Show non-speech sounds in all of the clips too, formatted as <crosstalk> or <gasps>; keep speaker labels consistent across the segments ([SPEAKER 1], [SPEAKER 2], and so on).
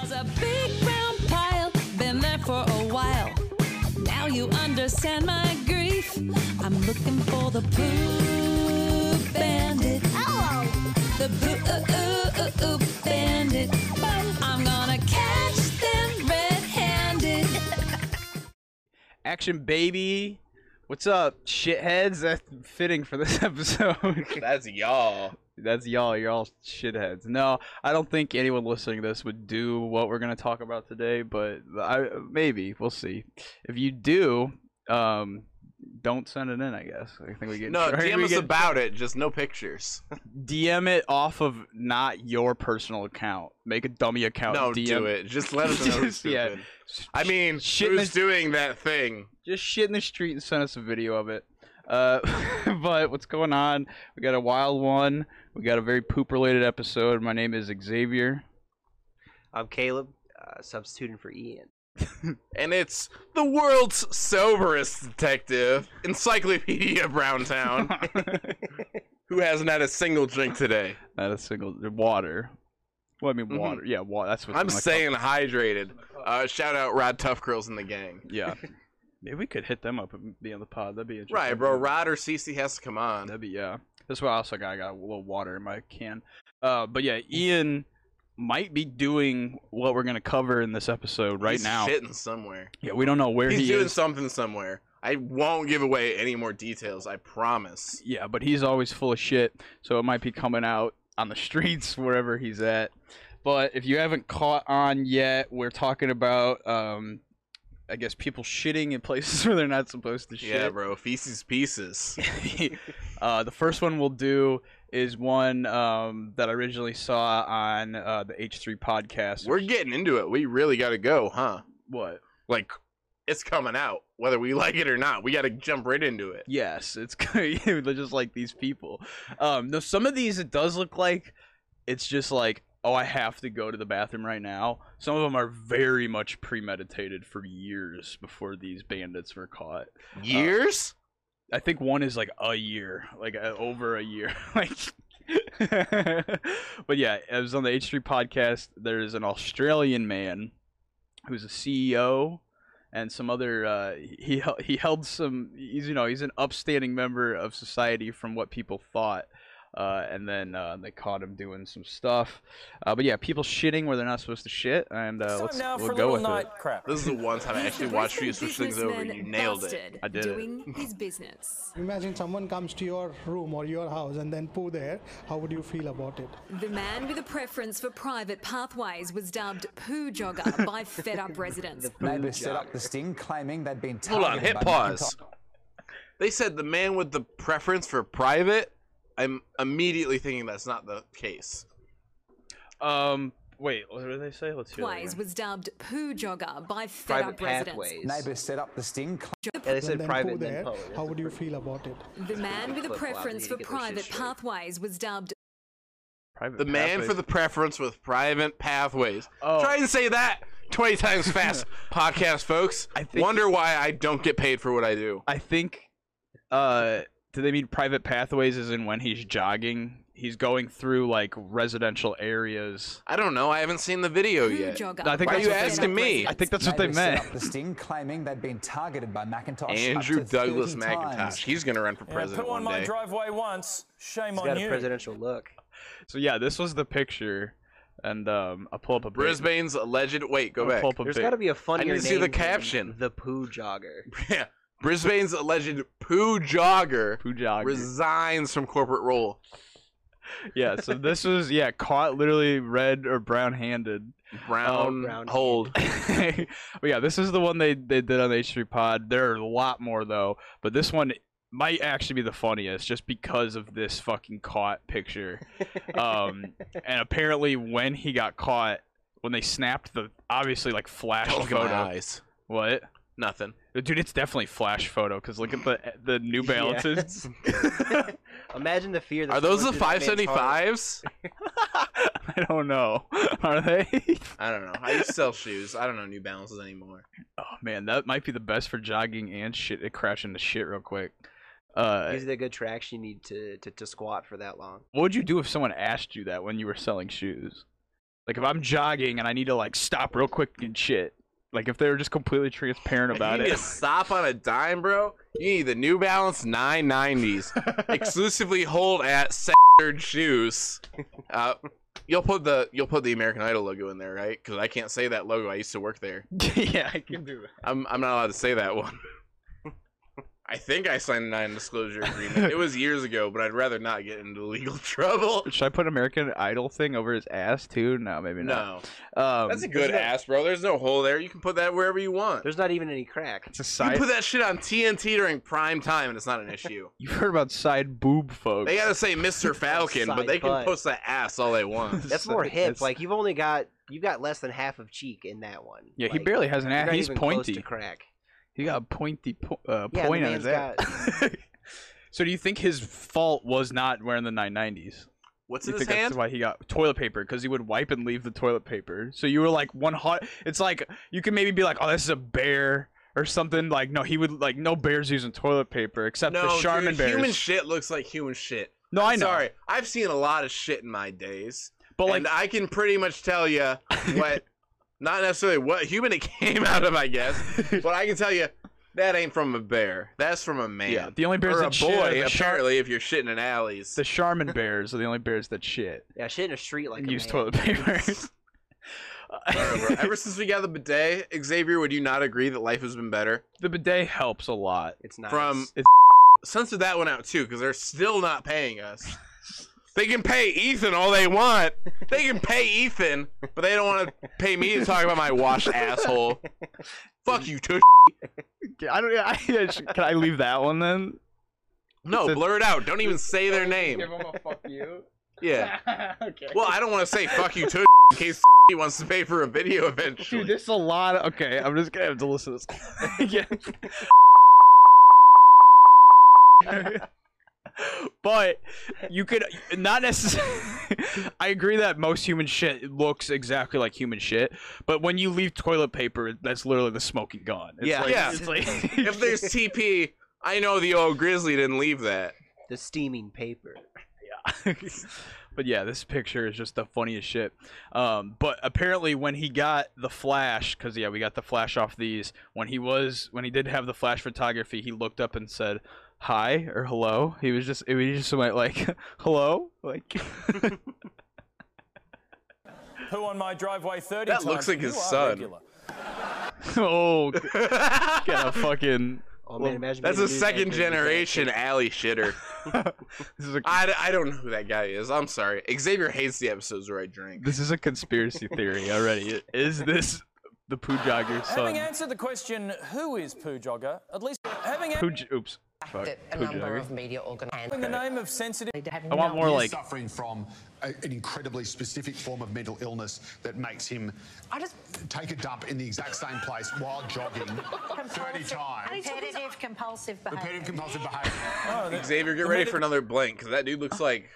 [SPEAKER 1] was a big brown pile, been there for a while. Now you understand my grief. I'm looking for the poop bandit.
[SPEAKER 2] Hello.
[SPEAKER 1] The poop ooh, ooh, ooh, ooh, bandit. I'm gonna catch them red handed.
[SPEAKER 3] Action baby. What's up, shitheads? That's fitting for this <laughs> episode.
[SPEAKER 4] That's y'all.
[SPEAKER 3] That's y'all. You're all shitheads. No, I don't think anyone listening to this would do what we're gonna talk about today, but I maybe we'll see. If you do, um, don't send it in. I guess I think we get in <laughs>
[SPEAKER 4] No,
[SPEAKER 3] tr-
[SPEAKER 4] DM
[SPEAKER 3] we
[SPEAKER 4] us
[SPEAKER 3] get-
[SPEAKER 4] about it, just no pictures.
[SPEAKER 3] DM it off of not your personal account. Make a dummy account.
[SPEAKER 4] no,
[SPEAKER 3] DM. <laughs>
[SPEAKER 4] do it. Just let us know.
[SPEAKER 3] Oh, Just-
[SPEAKER 4] Who's
[SPEAKER 3] yeah.
[SPEAKER 4] stupid. I mean,
[SPEAKER 3] Shit
[SPEAKER 4] who's
[SPEAKER 3] mis-
[SPEAKER 4] doing that thing?
[SPEAKER 3] just shit in the street and send us a video of it. Uh, <laughs> but what's going on? We got a wild one. We got a very poop related episode. My name is Xavier. <laughs>
[SPEAKER 5] I'm Caleb, uh, substituting for Ian.
[SPEAKER 4] And it's the world's soberest detective, Encyclopedia Browntown,
[SPEAKER 3] <laughs>
[SPEAKER 4] who hasn't had a single drink today.
[SPEAKER 3] Not a single water. Well, I mean
[SPEAKER 4] Mhm.
[SPEAKER 3] water. Yeah, water. That's what
[SPEAKER 4] I'm staying hydrated. Uh, shout out Rod Tough Girls in the gang.
[SPEAKER 3] Yeah. <laughs> Maybe we could hit them up and be on the pod. That'd be interesting.
[SPEAKER 4] Right, bro. Rod or Cece has to come on.
[SPEAKER 3] That'd be yeah. That's why I also got I got a little water in my can. Uh, but yeah,
[SPEAKER 4] Mm.
[SPEAKER 3] Ian might be doing what we're gonna cover in this episode right
[SPEAKER 4] He's
[SPEAKER 3] now.
[SPEAKER 4] shitting somewhere.
[SPEAKER 3] Yeah, we don't know where
[SPEAKER 4] He's
[SPEAKER 3] he
[SPEAKER 4] doing
[SPEAKER 3] is.
[SPEAKER 4] something somewhere. I won't give away any more details. I promise.
[SPEAKER 3] Yeah, but he's always full of shit, so it might be coming out on the streets <laughs> wherever he's at. But if you haven't caught on yet, we're talking about, um, I guess, people shitting in <laughs> places where they're not supposed to shit.
[SPEAKER 4] Yeah, bro. Feces pieces.
[SPEAKER 3] <laughs> uh, the first one we'll do is one um, that I originally saw on uh, the H3 podcast.
[SPEAKER 4] We're getting into it. We really got to go, huh?
[SPEAKER 3] what?
[SPEAKER 4] Like, it's coming out, whether we <laughs> like it or not. We got to jump right into it.
[SPEAKER 3] Yes, it's <laughs> they're just like these people. Um, no, some of these it does look like it's just like, oh, I have to go to the bathroom right now. Some of them are very much premeditated for years before these bandits were caught.
[SPEAKER 4] Uh, Years?
[SPEAKER 3] I think one is like a year, like uh, over a year, <laughs> like. but yeah, it was on the H3 podcast. There's an Australian man who's a CEO and some other. Uh, he hel- he held some. He's you know he's an upstanding member of society from what people thought. Uh, and then uh, they caught him doing some stuff, uh, but yeah, people shitting where they're not supposed to shit, and uh, let's we'll go with it.
[SPEAKER 6] crap.
[SPEAKER 4] this is the
[SPEAKER 1] <laughs>
[SPEAKER 4] one time I actually watched for you to switch things over. You nailed it.
[SPEAKER 3] I did it.
[SPEAKER 1] doing his business.
[SPEAKER 7] Imagine someone comes to your room or your house and then poo there. How would you feel about it?
[SPEAKER 1] The man with a preference for private pathways was dubbed poo jogger
[SPEAKER 4] <laughs>
[SPEAKER 1] by fed up residents.
[SPEAKER 6] Neighbours set up the sting, claiming they'd been
[SPEAKER 4] Hold on,
[SPEAKER 6] targeted by
[SPEAKER 4] hit pause. They said the man with the preference for private. I'm immediately thinking that's not the case.
[SPEAKER 3] Um, wait, what did they say? Let's hear. that
[SPEAKER 1] Pathways
[SPEAKER 3] again.
[SPEAKER 1] was dubbed poo jogger by fed
[SPEAKER 5] Private
[SPEAKER 1] up residents.
[SPEAKER 5] pathways.
[SPEAKER 6] Neighbours set up the sting. cl-
[SPEAKER 5] Yeah, they
[SPEAKER 7] and
[SPEAKER 5] said
[SPEAKER 7] then poo
[SPEAKER 5] private
[SPEAKER 7] there.
[SPEAKER 5] then public.
[SPEAKER 7] How would you feel about it?
[SPEAKER 1] The man with a
[SPEAKER 5] Flip-flop,
[SPEAKER 1] preference for
[SPEAKER 5] you need to get their shit
[SPEAKER 1] private
[SPEAKER 5] straight.
[SPEAKER 1] pathways was dubbed
[SPEAKER 3] Private
[SPEAKER 4] The man for
[SPEAKER 3] pathways.
[SPEAKER 4] the preference with private pathways.
[SPEAKER 3] Oh.
[SPEAKER 4] Try and say that 20 times
[SPEAKER 3] <laughs>
[SPEAKER 4] fast, podcast folks.
[SPEAKER 3] I think-
[SPEAKER 4] Wonder why I don't get paid for what I do.
[SPEAKER 3] I think. Uh, do they mean private pathways? As in when he's jogging, he's going through like residential areas.
[SPEAKER 4] I don't know. I haven't seen the video
[SPEAKER 1] poo
[SPEAKER 4] yet.
[SPEAKER 1] jogger.
[SPEAKER 3] I think Why
[SPEAKER 1] by
[SPEAKER 3] are you
[SPEAKER 1] fed up
[SPEAKER 4] asking me?
[SPEAKER 3] I
[SPEAKER 1] residents.
[SPEAKER 3] think that's what they
[SPEAKER 6] neighbours set
[SPEAKER 3] meant.
[SPEAKER 6] up the sting, claiming they'd been targeted by Macintosh. Oh, up
[SPEAKER 4] Andrew
[SPEAKER 6] to
[SPEAKER 4] Douglas
[SPEAKER 6] 30 times.
[SPEAKER 4] McIntosh. He's gonna run for
[SPEAKER 8] Yeah, put
[SPEAKER 4] president
[SPEAKER 8] on
[SPEAKER 4] one
[SPEAKER 8] my
[SPEAKER 4] day.
[SPEAKER 8] driveway once. Shame
[SPEAKER 5] He's
[SPEAKER 8] on
[SPEAKER 5] got a
[SPEAKER 8] you.
[SPEAKER 5] presidential look.
[SPEAKER 3] So yeah, this was the picture, and um, I'll pull up a pic-
[SPEAKER 4] Brisbane's alleged. Wait, go
[SPEAKER 3] I'll
[SPEAKER 4] back.
[SPEAKER 3] Pull up a
[SPEAKER 5] There's
[SPEAKER 3] pic.
[SPEAKER 5] got to be a funnier
[SPEAKER 4] need to see the
[SPEAKER 5] name than
[SPEAKER 4] caption.
[SPEAKER 5] The poo jogger.
[SPEAKER 4] <laughs> Yeah. Brisbane's alleged poo jogger
[SPEAKER 3] Poo jog.
[SPEAKER 4] resigns from corporate role.
[SPEAKER 3] yeah. So this was yeah caught literally red or brown handed.
[SPEAKER 4] Brown,
[SPEAKER 5] brown.
[SPEAKER 4] hold.
[SPEAKER 3] <laughs> but yeah, this is the one they, they did on the H3 Pod. There are a lot more though, but this one might actually be the funniest just because of this fucking caught picture. Um, and apparently, when he got caught, when they snapped the obviously like flash
[SPEAKER 4] Don't look at
[SPEAKER 3] photo.
[SPEAKER 4] Oh my eyes.
[SPEAKER 3] What?
[SPEAKER 4] Nothing.
[SPEAKER 3] Dude, it's definitely flash photo because look at the the
[SPEAKER 5] <laughs>
[SPEAKER 3] New Balances. <laughs>
[SPEAKER 5] Yes. Imagine the fear. That
[SPEAKER 4] Are those the
[SPEAKER 5] someone threw that man's heart.
[SPEAKER 4] 575s?
[SPEAKER 3] I don't know. <laughs> Are they? <laughs>
[SPEAKER 4] I don't know. I used to sell shoes. I don't know New Balances anymore.
[SPEAKER 3] Oh man, that might be the best for jogging and shit. It crashed into shit real quick. Uh,
[SPEAKER 5] These are the good tracks you need to, to, to squat for that long.
[SPEAKER 3] What would you do if someone asked you that when you were selling shoes? Like if I'm jogging and I need to like stop real quick and shit. Like if they were just completely transparent about <laughs>
[SPEAKER 4] you
[SPEAKER 3] it.
[SPEAKER 4] need to <laughs> stop on a dime, bro. You need the New
[SPEAKER 3] <laughs>
[SPEAKER 4] Balance 990s, exclusively hold at Saturn shoes. <laughs> Uh, you'll put the you'll put the American Idol logo in there, right? Because I can't say that logo. I used to work there.
[SPEAKER 3] yeah, I can do that.
[SPEAKER 4] I'm I'm not allowed to say that one. <laughs> I think I signed a non-disclosure agreement. It was years ago, but I'd rather not get into legal <laughs> trouble.
[SPEAKER 3] Should I put American Idol thing over his ass too? No, maybe not.
[SPEAKER 4] No,
[SPEAKER 3] Um,
[SPEAKER 4] that's a good ass, bro. There's no hole there. You can put that wherever you want.
[SPEAKER 5] There's not even any crack.
[SPEAKER 3] it's a
[SPEAKER 4] You
[SPEAKER 3] side.
[SPEAKER 4] put that shit on TNT during prime time, and it's not an issue.
[SPEAKER 3] You've heard about side boob folks.
[SPEAKER 4] They gotta say Mr. Falcon, but
[SPEAKER 5] Side
[SPEAKER 4] they can
[SPEAKER 5] butt.
[SPEAKER 4] post that ass all they
[SPEAKER 5] <laughs>
[SPEAKER 4] want.
[SPEAKER 5] That's more
[SPEAKER 3] It's-
[SPEAKER 5] hip. Like you've only got you've got less than half of cheek in that one.
[SPEAKER 3] yeah, he
[SPEAKER 5] Like,
[SPEAKER 3] barely has an
[SPEAKER 5] you're
[SPEAKER 3] ass.
[SPEAKER 5] not
[SPEAKER 3] He's
[SPEAKER 5] even close
[SPEAKER 3] pointy.
[SPEAKER 5] to crack.
[SPEAKER 3] He got a pointy po- uh,
[SPEAKER 5] Yeah, the
[SPEAKER 3] point on his
[SPEAKER 5] man's
[SPEAKER 3] ass. <laughs> so do you think his fault was not wearing the 990s?
[SPEAKER 4] What's
[SPEAKER 3] you
[SPEAKER 4] in his
[SPEAKER 3] think
[SPEAKER 4] hand?
[SPEAKER 3] that's why he got toilet paper because he would wipe and leave the toilet paper. So you were like one hot. It's like you can maybe be like, oh, this is a bear or something. Like no, he would like no bears using toilet paper except
[SPEAKER 4] no,
[SPEAKER 3] the
[SPEAKER 4] dude,
[SPEAKER 3] Charmin bears.
[SPEAKER 4] human shit looks like human shit.
[SPEAKER 3] no, I know.
[SPEAKER 4] Sorry, I've seen a lot of shit in my days,
[SPEAKER 3] but like
[SPEAKER 4] and I can pretty much tell you
[SPEAKER 3] <laughs>
[SPEAKER 4] what, not necessarily what human it <laughs> came out of,
[SPEAKER 3] <laughs>
[SPEAKER 4] I guess, but I can tell you that ain't from a bear. That's from a man.
[SPEAKER 3] Yeah, the only bears
[SPEAKER 4] or a
[SPEAKER 3] that shit are
[SPEAKER 4] boy,
[SPEAKER 3] the Char-
[SPEAKER 4] apparently, if you're shitting in alleys.
[SPEAKER 3] the Charmin bears are the only bears that
[SPEAKER 4] <laughs>
[SPEAKER 3] shit
[SPEAKER 5] Yeah, shit in a street like
[SPEAKER 3] and
[SPEAKER 5] a
[SPEAKER 3] use
[SPEAKER 5] man.
[SPEAKER 3] toilet paper. <laughs>
[SPEAKER 4] Sorry, bro. Ever since we got the bidet, Xavier, would you not agree that life has been better?
[SPEAKER 3] the bidet helps a lot.
[SPEAKER 5] It's not
[SPEAKER 4] From censor that one out too, because they're still not paying us. They can pay Ethan all they want. They can pay Ethan, but they don't want to pay me to talk about my washed asshole. Fuck you, tush.
[SPEAKER 3] I don't. <laughs> I, can I leave that one then?
[SPEAKER 4] No, blur it out. Don't even say their name.
[SPEAKER 3] them a fuck
[SPEAKER 4] <laughs>
[SPEAKER 3] you.
[SPEAKER 4] Yeah.
[SPEAKER 3] <laughs> okay.
[SPEAKER 4] Well, I don't want to say fuck you, tush, in case he wants to pay for a video eventually.
[SPEAKER 3] Dude, this is a lot. Of, okay, I'm just gonna have to listen to this <laughs> again. but you could not necessarily. <laughs> I agree that most human shit looks exactly like human shit, but when you leave toilet paper, that's literally the smoking gun. It's
[SPEAKER 4] Yeah.
[SPEAKER 3] like,
[SPEAKER 4] Yeah.
[SPEAKER 3] It's like, <laughs>
[SPEAKER 4] if there's TP, I know the old grizzly didn't leave that.
[SPEAKER 5] the steaming paper.
[SPEAKER 3] but yeah, this picture is just the funniest shit. Um, but apparently, when he got the flash, because yeah, we got the flash off these. When he was, when he did have the flash photography, he looked up and said hi or hello. He was just, it was just went like <laughs> hello, like <laughs>
[SPEAKER 8] Who on my driveway 30
[SPEAKER 4] That looks
[SPEAKER 8] times?
[SPEAKER 4] like his
[SPEAKER 8] You are
[SPEAKER 4] son.
[SPEAKER 8] regular.
[SPEAKER 3] oh, got a fucking.
[SPEAKER 5] Oh man, imagine
[SPEAKER 4] That's
[SPEAKER 5] being
[SPEAKER 4] a
[SPEAKER 5] the dude that
[SPEAKER 4] second
[SPEAKER 5] did that.
[SPEAKER 4] generation alley shitter.
[SPEAKER 3] This is a
[SPEAKER 4] I, I don't know who that guy is. I'm sorry. Xavier hates the episodes where I drink.
[SPEAKER 3] this is a conspiracy theory already. Is this the poo jogger's
[SPEAKER 8] Having
[SPEAKER 3] son?
[SPEAKER 8] answered the question, who is Poo Jogger? At least having
[SPEAKER 3] Poo, j- oops. Fuck.
[SPEAKER 2] a
[SPEAKER 3] Poo
[SPEAKER 2] number
[SPEAKER 3] jogger.
[SPEAKER 2] of media
[SPEAKER 8] in the
[SPEAKER 2] organizations.
[SPEAKER 8] name of sensitive.
[SPEAKER 3] I want more like
[SPEAKER 9] suffering from a, an incredibly specific form of mental illness that makes him
[SPEAKER 2] I just
[SPEAKER 9] take a dump in the exact same place while jogging 30 times.
[SPEAKER 2] repetitive compulsive
[SPEAKER 9] Repetitive compulsive behavior.
[SPEAKER 4] Xavier, get ready for another blank because that dude looks like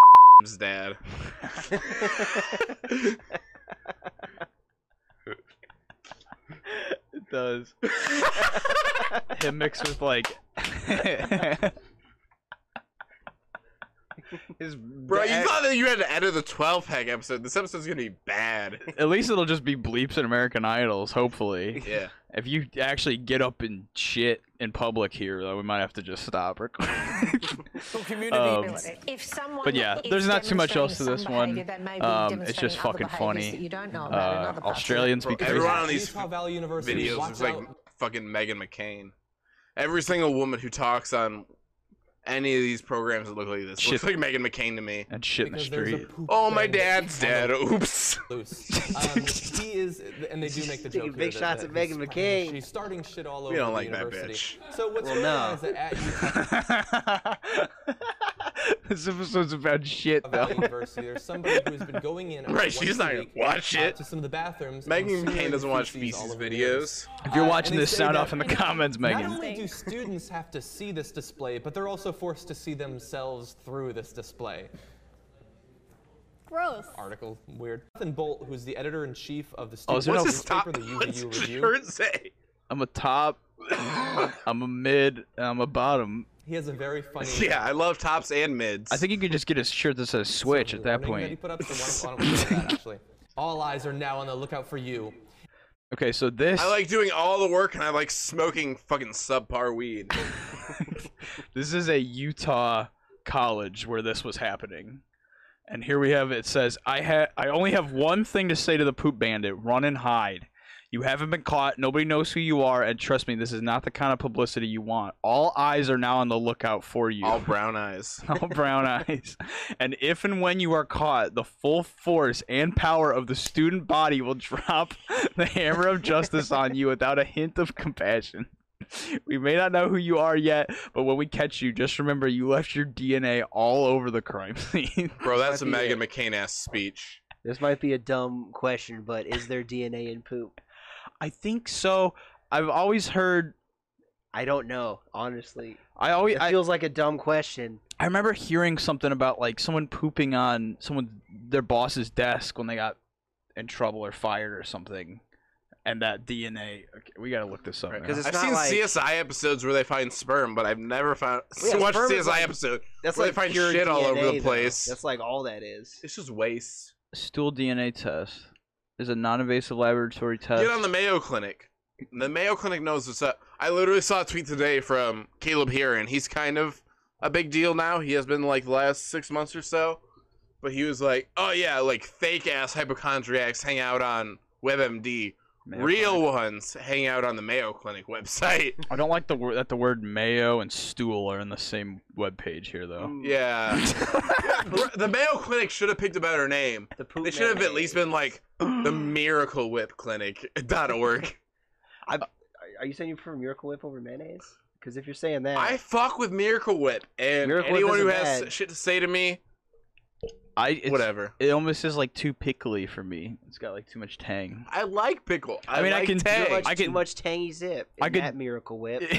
[SPEAKER 4] <laughs> dad.
[SPEAKER 3] It
[SPEAKER 4] <laughs>
[SPEAKER 3] does. Him mixed with like his
[SPEAKER 4] Bro, you
[SPEAKER 3] at,
[SPEAKER 4] thought that you had to edit the 12 pack episode. This episode's gonna be bad. <laughs>
[SPEAKER 3] at least it'll just be bleeps and American Idols, hopefully.
[SPEAKER 4] Yeah.
[SPEAKER 3] If you actually get up and shit in public here, though, we might have to just stop.
[SPEAKER 4] <laughs>
[SPEAKER 3] recording.
[SPEAKER 8] community.
[SPEAKER 3] Um,
[SPEAKER 2] If someone
[SPEAKER 3] but yeah,
[SPEAKER 2] is
[SPEAKER 3] there's not too much else
[SPEAKER 2] demonstrating
[SPEAKER 3] to this
[SPEAKER 2] some
[SPEAKER 3] one.
[SPEAKER 2] behaviour, they may be
[SPEAKER 3] Um, it's just
[SPEAKER 2] demonstrating other
[SPEAKER 3] fucking
[SPEAKER 2] behaviours that
[SPEAKER 3] funny.
[SPEAKER 2] you don't know about in
[SPEAKER 3] Uh,
[SPEAKER 2] other parts of-
[SPEAKER 3] Australians be crazy.
[SPEAKER 4] Everyone on these
[SPEAKER 10] Valley University
[SPEAKER 4] videos looks like fucking Megan McCain. Every single woman who talks on any of these programs that look like this
[SPEAKER 3] Shit.
[SPEAKER 4] looks like Megan McCain to me.
[SPEAKER 3] and shit in the street.
[SPEAKER 4] Oh, my dad's dead. Oops. <laughs>
[SPEAKER 10] loose. Um, he is, and they do make the
[SPEAKER 5] Taking
[SPEAKER 10] joke here
[SPEAKER 5] big shots
[SPEAKER 10] that,
[SPEAKER 5] at
[SPEAKER 10] that he's
[SPEAKER 5] Meghan
[SPEAKER 10] fucking-
[SPEAKER 5] McCain.
[SPEAKER 10] She's starting shit all over.
[SPEAKER 4] don't
[SPEAKER 10] the
[SPEAKER 4] like that
[SPEAKER 10] university.
[SPEAKER 4] bitch.
[SPEAKER 10] So what's
[SPEAKER 5] Well,
[SPEAKER 10] well,
[SPEAKER 5] no.
[SPEAKER 10] is that at Utah
[SPEAKER 3] <laughs> this episode's about shit, though.
[SPEAKER 10] Valley University, there's somebody who's been going in.
[SPEAKER 4] <laughs> Right,
[SPEAKER 10] once
[SPEAKER 4] she's
[SPEAKER 10] a
[SPEAKER 4] not gonna
[SPEAKER 10] week,
[SPEAKER 4] watch
[SPEAKER 10] uh,
[SPEAKER 4] it.
[SPEAKER 10] To some of the bathrooms.
[SPEAKER 4] Megan
[SPEAKER 10] and smearing
[SPEAKER 4] McCain doesn't watch
[SPEAKER 10] feces all
[SPEAKER 4] feces
[SPEAKER 10] over the walls.
[SPEAKER 4] videos.
[SPEAKER 3] If you're
[SPEAKER 10] Uh,
[SPEAKER 3] watching
[SPEAKER 10] and they
[SPEAKER 3] this,
[SPEAKER 10] say
[SPEAKER 3] sound
[SPEAKER 10] that-
[SPEAKER 3] off in the comments, Megan.
[SPEAKER 10] Not only do students have to see this display, but they're also forced to see themselves through this display.
[SPEAKER 2] Gross.
[SPEAKER 10] Article weird. Jonathan Bolt, who's the editor in chief of the
[SPEAKER 3] Oh,
[SPEAKER 10] student
[SPEAKER 3] is there no-
[SPEAKER 4] What's his top?
[SPEAKER 10] newspaper, the
[SPEAKER 4] <laughs> What's
[SPEAKER 10] UVU
[SPEAKER 4] his
[SPEAKER 10] Review,
[SPEAKER 4] shirt say?
[SPEAKER 3] I'm a
[SPEAKER 10] <laughs>
[SPEAKER 3] top, I'm a mid, and I'm a bottom.
[SPEAKER 10] he has a very funny.
[SPEAKER 4] <laughs> Yeah, I love tops and mids.
[SPEAKER 3] I think you could just get a shirt that says Switch at that
[SPEAKER 10] warning That he
[SPEAKER 3] point.
[SPEAKER 4] <laughs>
[SPEAKER 10] put up, so why don't- why don't we do that, actually? All eyes are now on the lookout for you.
[SPEAKER 3] Okay, so this
[SPEAKER 4] I like doing all the work and I like smoking fucking subpar weed.
[SPEAKER 3] this is a Utah college where this was happening. And here we have it says, I ha- I only have one thing to say to the poop bandit, run and hide. You haven't been caught, nobody knows who you are, and trust me, this is not the kind of publicity you want. All eyes are now on the lookout for you.
[SPEAKER 4] all brown eyes.
[SPEAKER 3] all <laughs> brown eyes. And if and when you are caught, the full force and power of the student body will drop <laughs> the hammer of justice on you without a hint of compassion. We may not know who you are yet, but when we catch you, just remember you left your DNA all over the crime <laughs> scene.
[SPEAKER 4] Bro, that's a
[SPEAKER 5] Might be
[SPEAKER 4] Megan McCain ass speech.
[SPEAKER 5] This might be a dumb question, but is there DNA in poop?
[SPEAKER 3] I think so. I've always heard.
[SPEAKER 5] I don't know, honestly.
[SPEAKER 3] I always.
[SPEAKER 5] It
[SPEAKER 3] I,
[SPEAKER 5] feels like a dumb question.
[SPEAKER 3] I remember hearing something about like someone pooping on someone their boss's desk when they got in trouble or fired or something, and that DNA. Okay, we gotta look this up.
[SPEAKER 5] Right,
[SPEAKER 3] now.
[SPEAKER 5] 'cause It's
[SPEAKER 4] I've
[SPEAKER 5] not
[SPEAKER 4] seen
[SPEAKER 5] like-
[SPEAKER 4] CSI episodes where they find sperm, but I've never found <laughs>
[SPEAKER 5] Yeah,
[SPEAKER 4] watched
[SPEAKER 5] sperm is
[SPEAKER 4] CSI
[SPEAKER 5] like-
[SPEAKER 4] episode.
[SPEAKER 5] That's
[SPEAKER 4] where
[SPEAKER 5] like
[SPEAKER 4] they find
[SPEAKER 5] pure
[SPEAKER 4] shit all over
[SPEAKER 5] DNA,
[SPEAKER 4] the
[SPEAKER 5] though.
[SPEAKER 4] place.
[SPEAKER 5] That's like all that is.
[SPEAKER 4] It's just waste.
[SPEAKER 3] Stool DNA test is a non-invasive laboratory test.
[SPEAKER 4] Get on the Mayo Clinic. The Mayo Clinic knows what's up. I literally saw a tweet today from Caleb here, and he's kind of a big deal now. He has been like the last six months or so. But he was like, oh yeah, like fake ass hypochondriacs hang out on WebMD.
[SPEAKER 3] Mayo
[SPEAKER 4] Real
[SPEAKER 3] Clinic.
[SPEAKER 4] ones hang out on the Mayo Clinic website.
[SPEAKER 3] <laughs> I don't like the word that the word mayo and stool are in the same webpage here
[SPEAKER 4] Mm,
[SPEAKER 3] though.
[SPEAKER 4] Yeah. the Mayo Clinic should have picked a better name.
[SPEAKER 5] The poop
[SPEAKER 4] They should have at least been like
[SPEAKER 3] <gasps>
[SPEAKER 4] the Miracle Whip Clinic.org.
[SPEAKER 5] Are- Are you saying you prefer Miracle Whip over mayonnaise? Because if you're saying that,
[SPEAKER 4] I fuck with Miracle Whip, and
[SPEAKER 5] Miracle Whip
[SPEAKER 4] anyone who
[SPEAKER 5] isn't
[SPEAKER 4] has
[SPEAKER 5] bad.
[SPEAKER 4] shit to say to me,
[SPEAKER 3] I it's,
[SPEAKER 4] whatever.
[SPEAKER 3] It almost is like too pickly for me. It's got like too much tang.
[SPEAKER 4] I like pickle. I,
[SPEAKER 3] I mean, I
[SPEAKER 4] like
[SPEAKER 3] can do
[SPEAKER 4] tang.
[SPEAKER 5] too much,
[SPEAKER 3] I
[SPEAKER 5] too
[SPEAKER 3] could-
[SPEAKER 5] much tangy zip. In
[SPEAKER 3] I could-
[SPEAKER 5] that
[SPEAKER 4] <laughs>
[SPEAKER 5] Miracle Whip.
[SPEAKER 3] <laughs>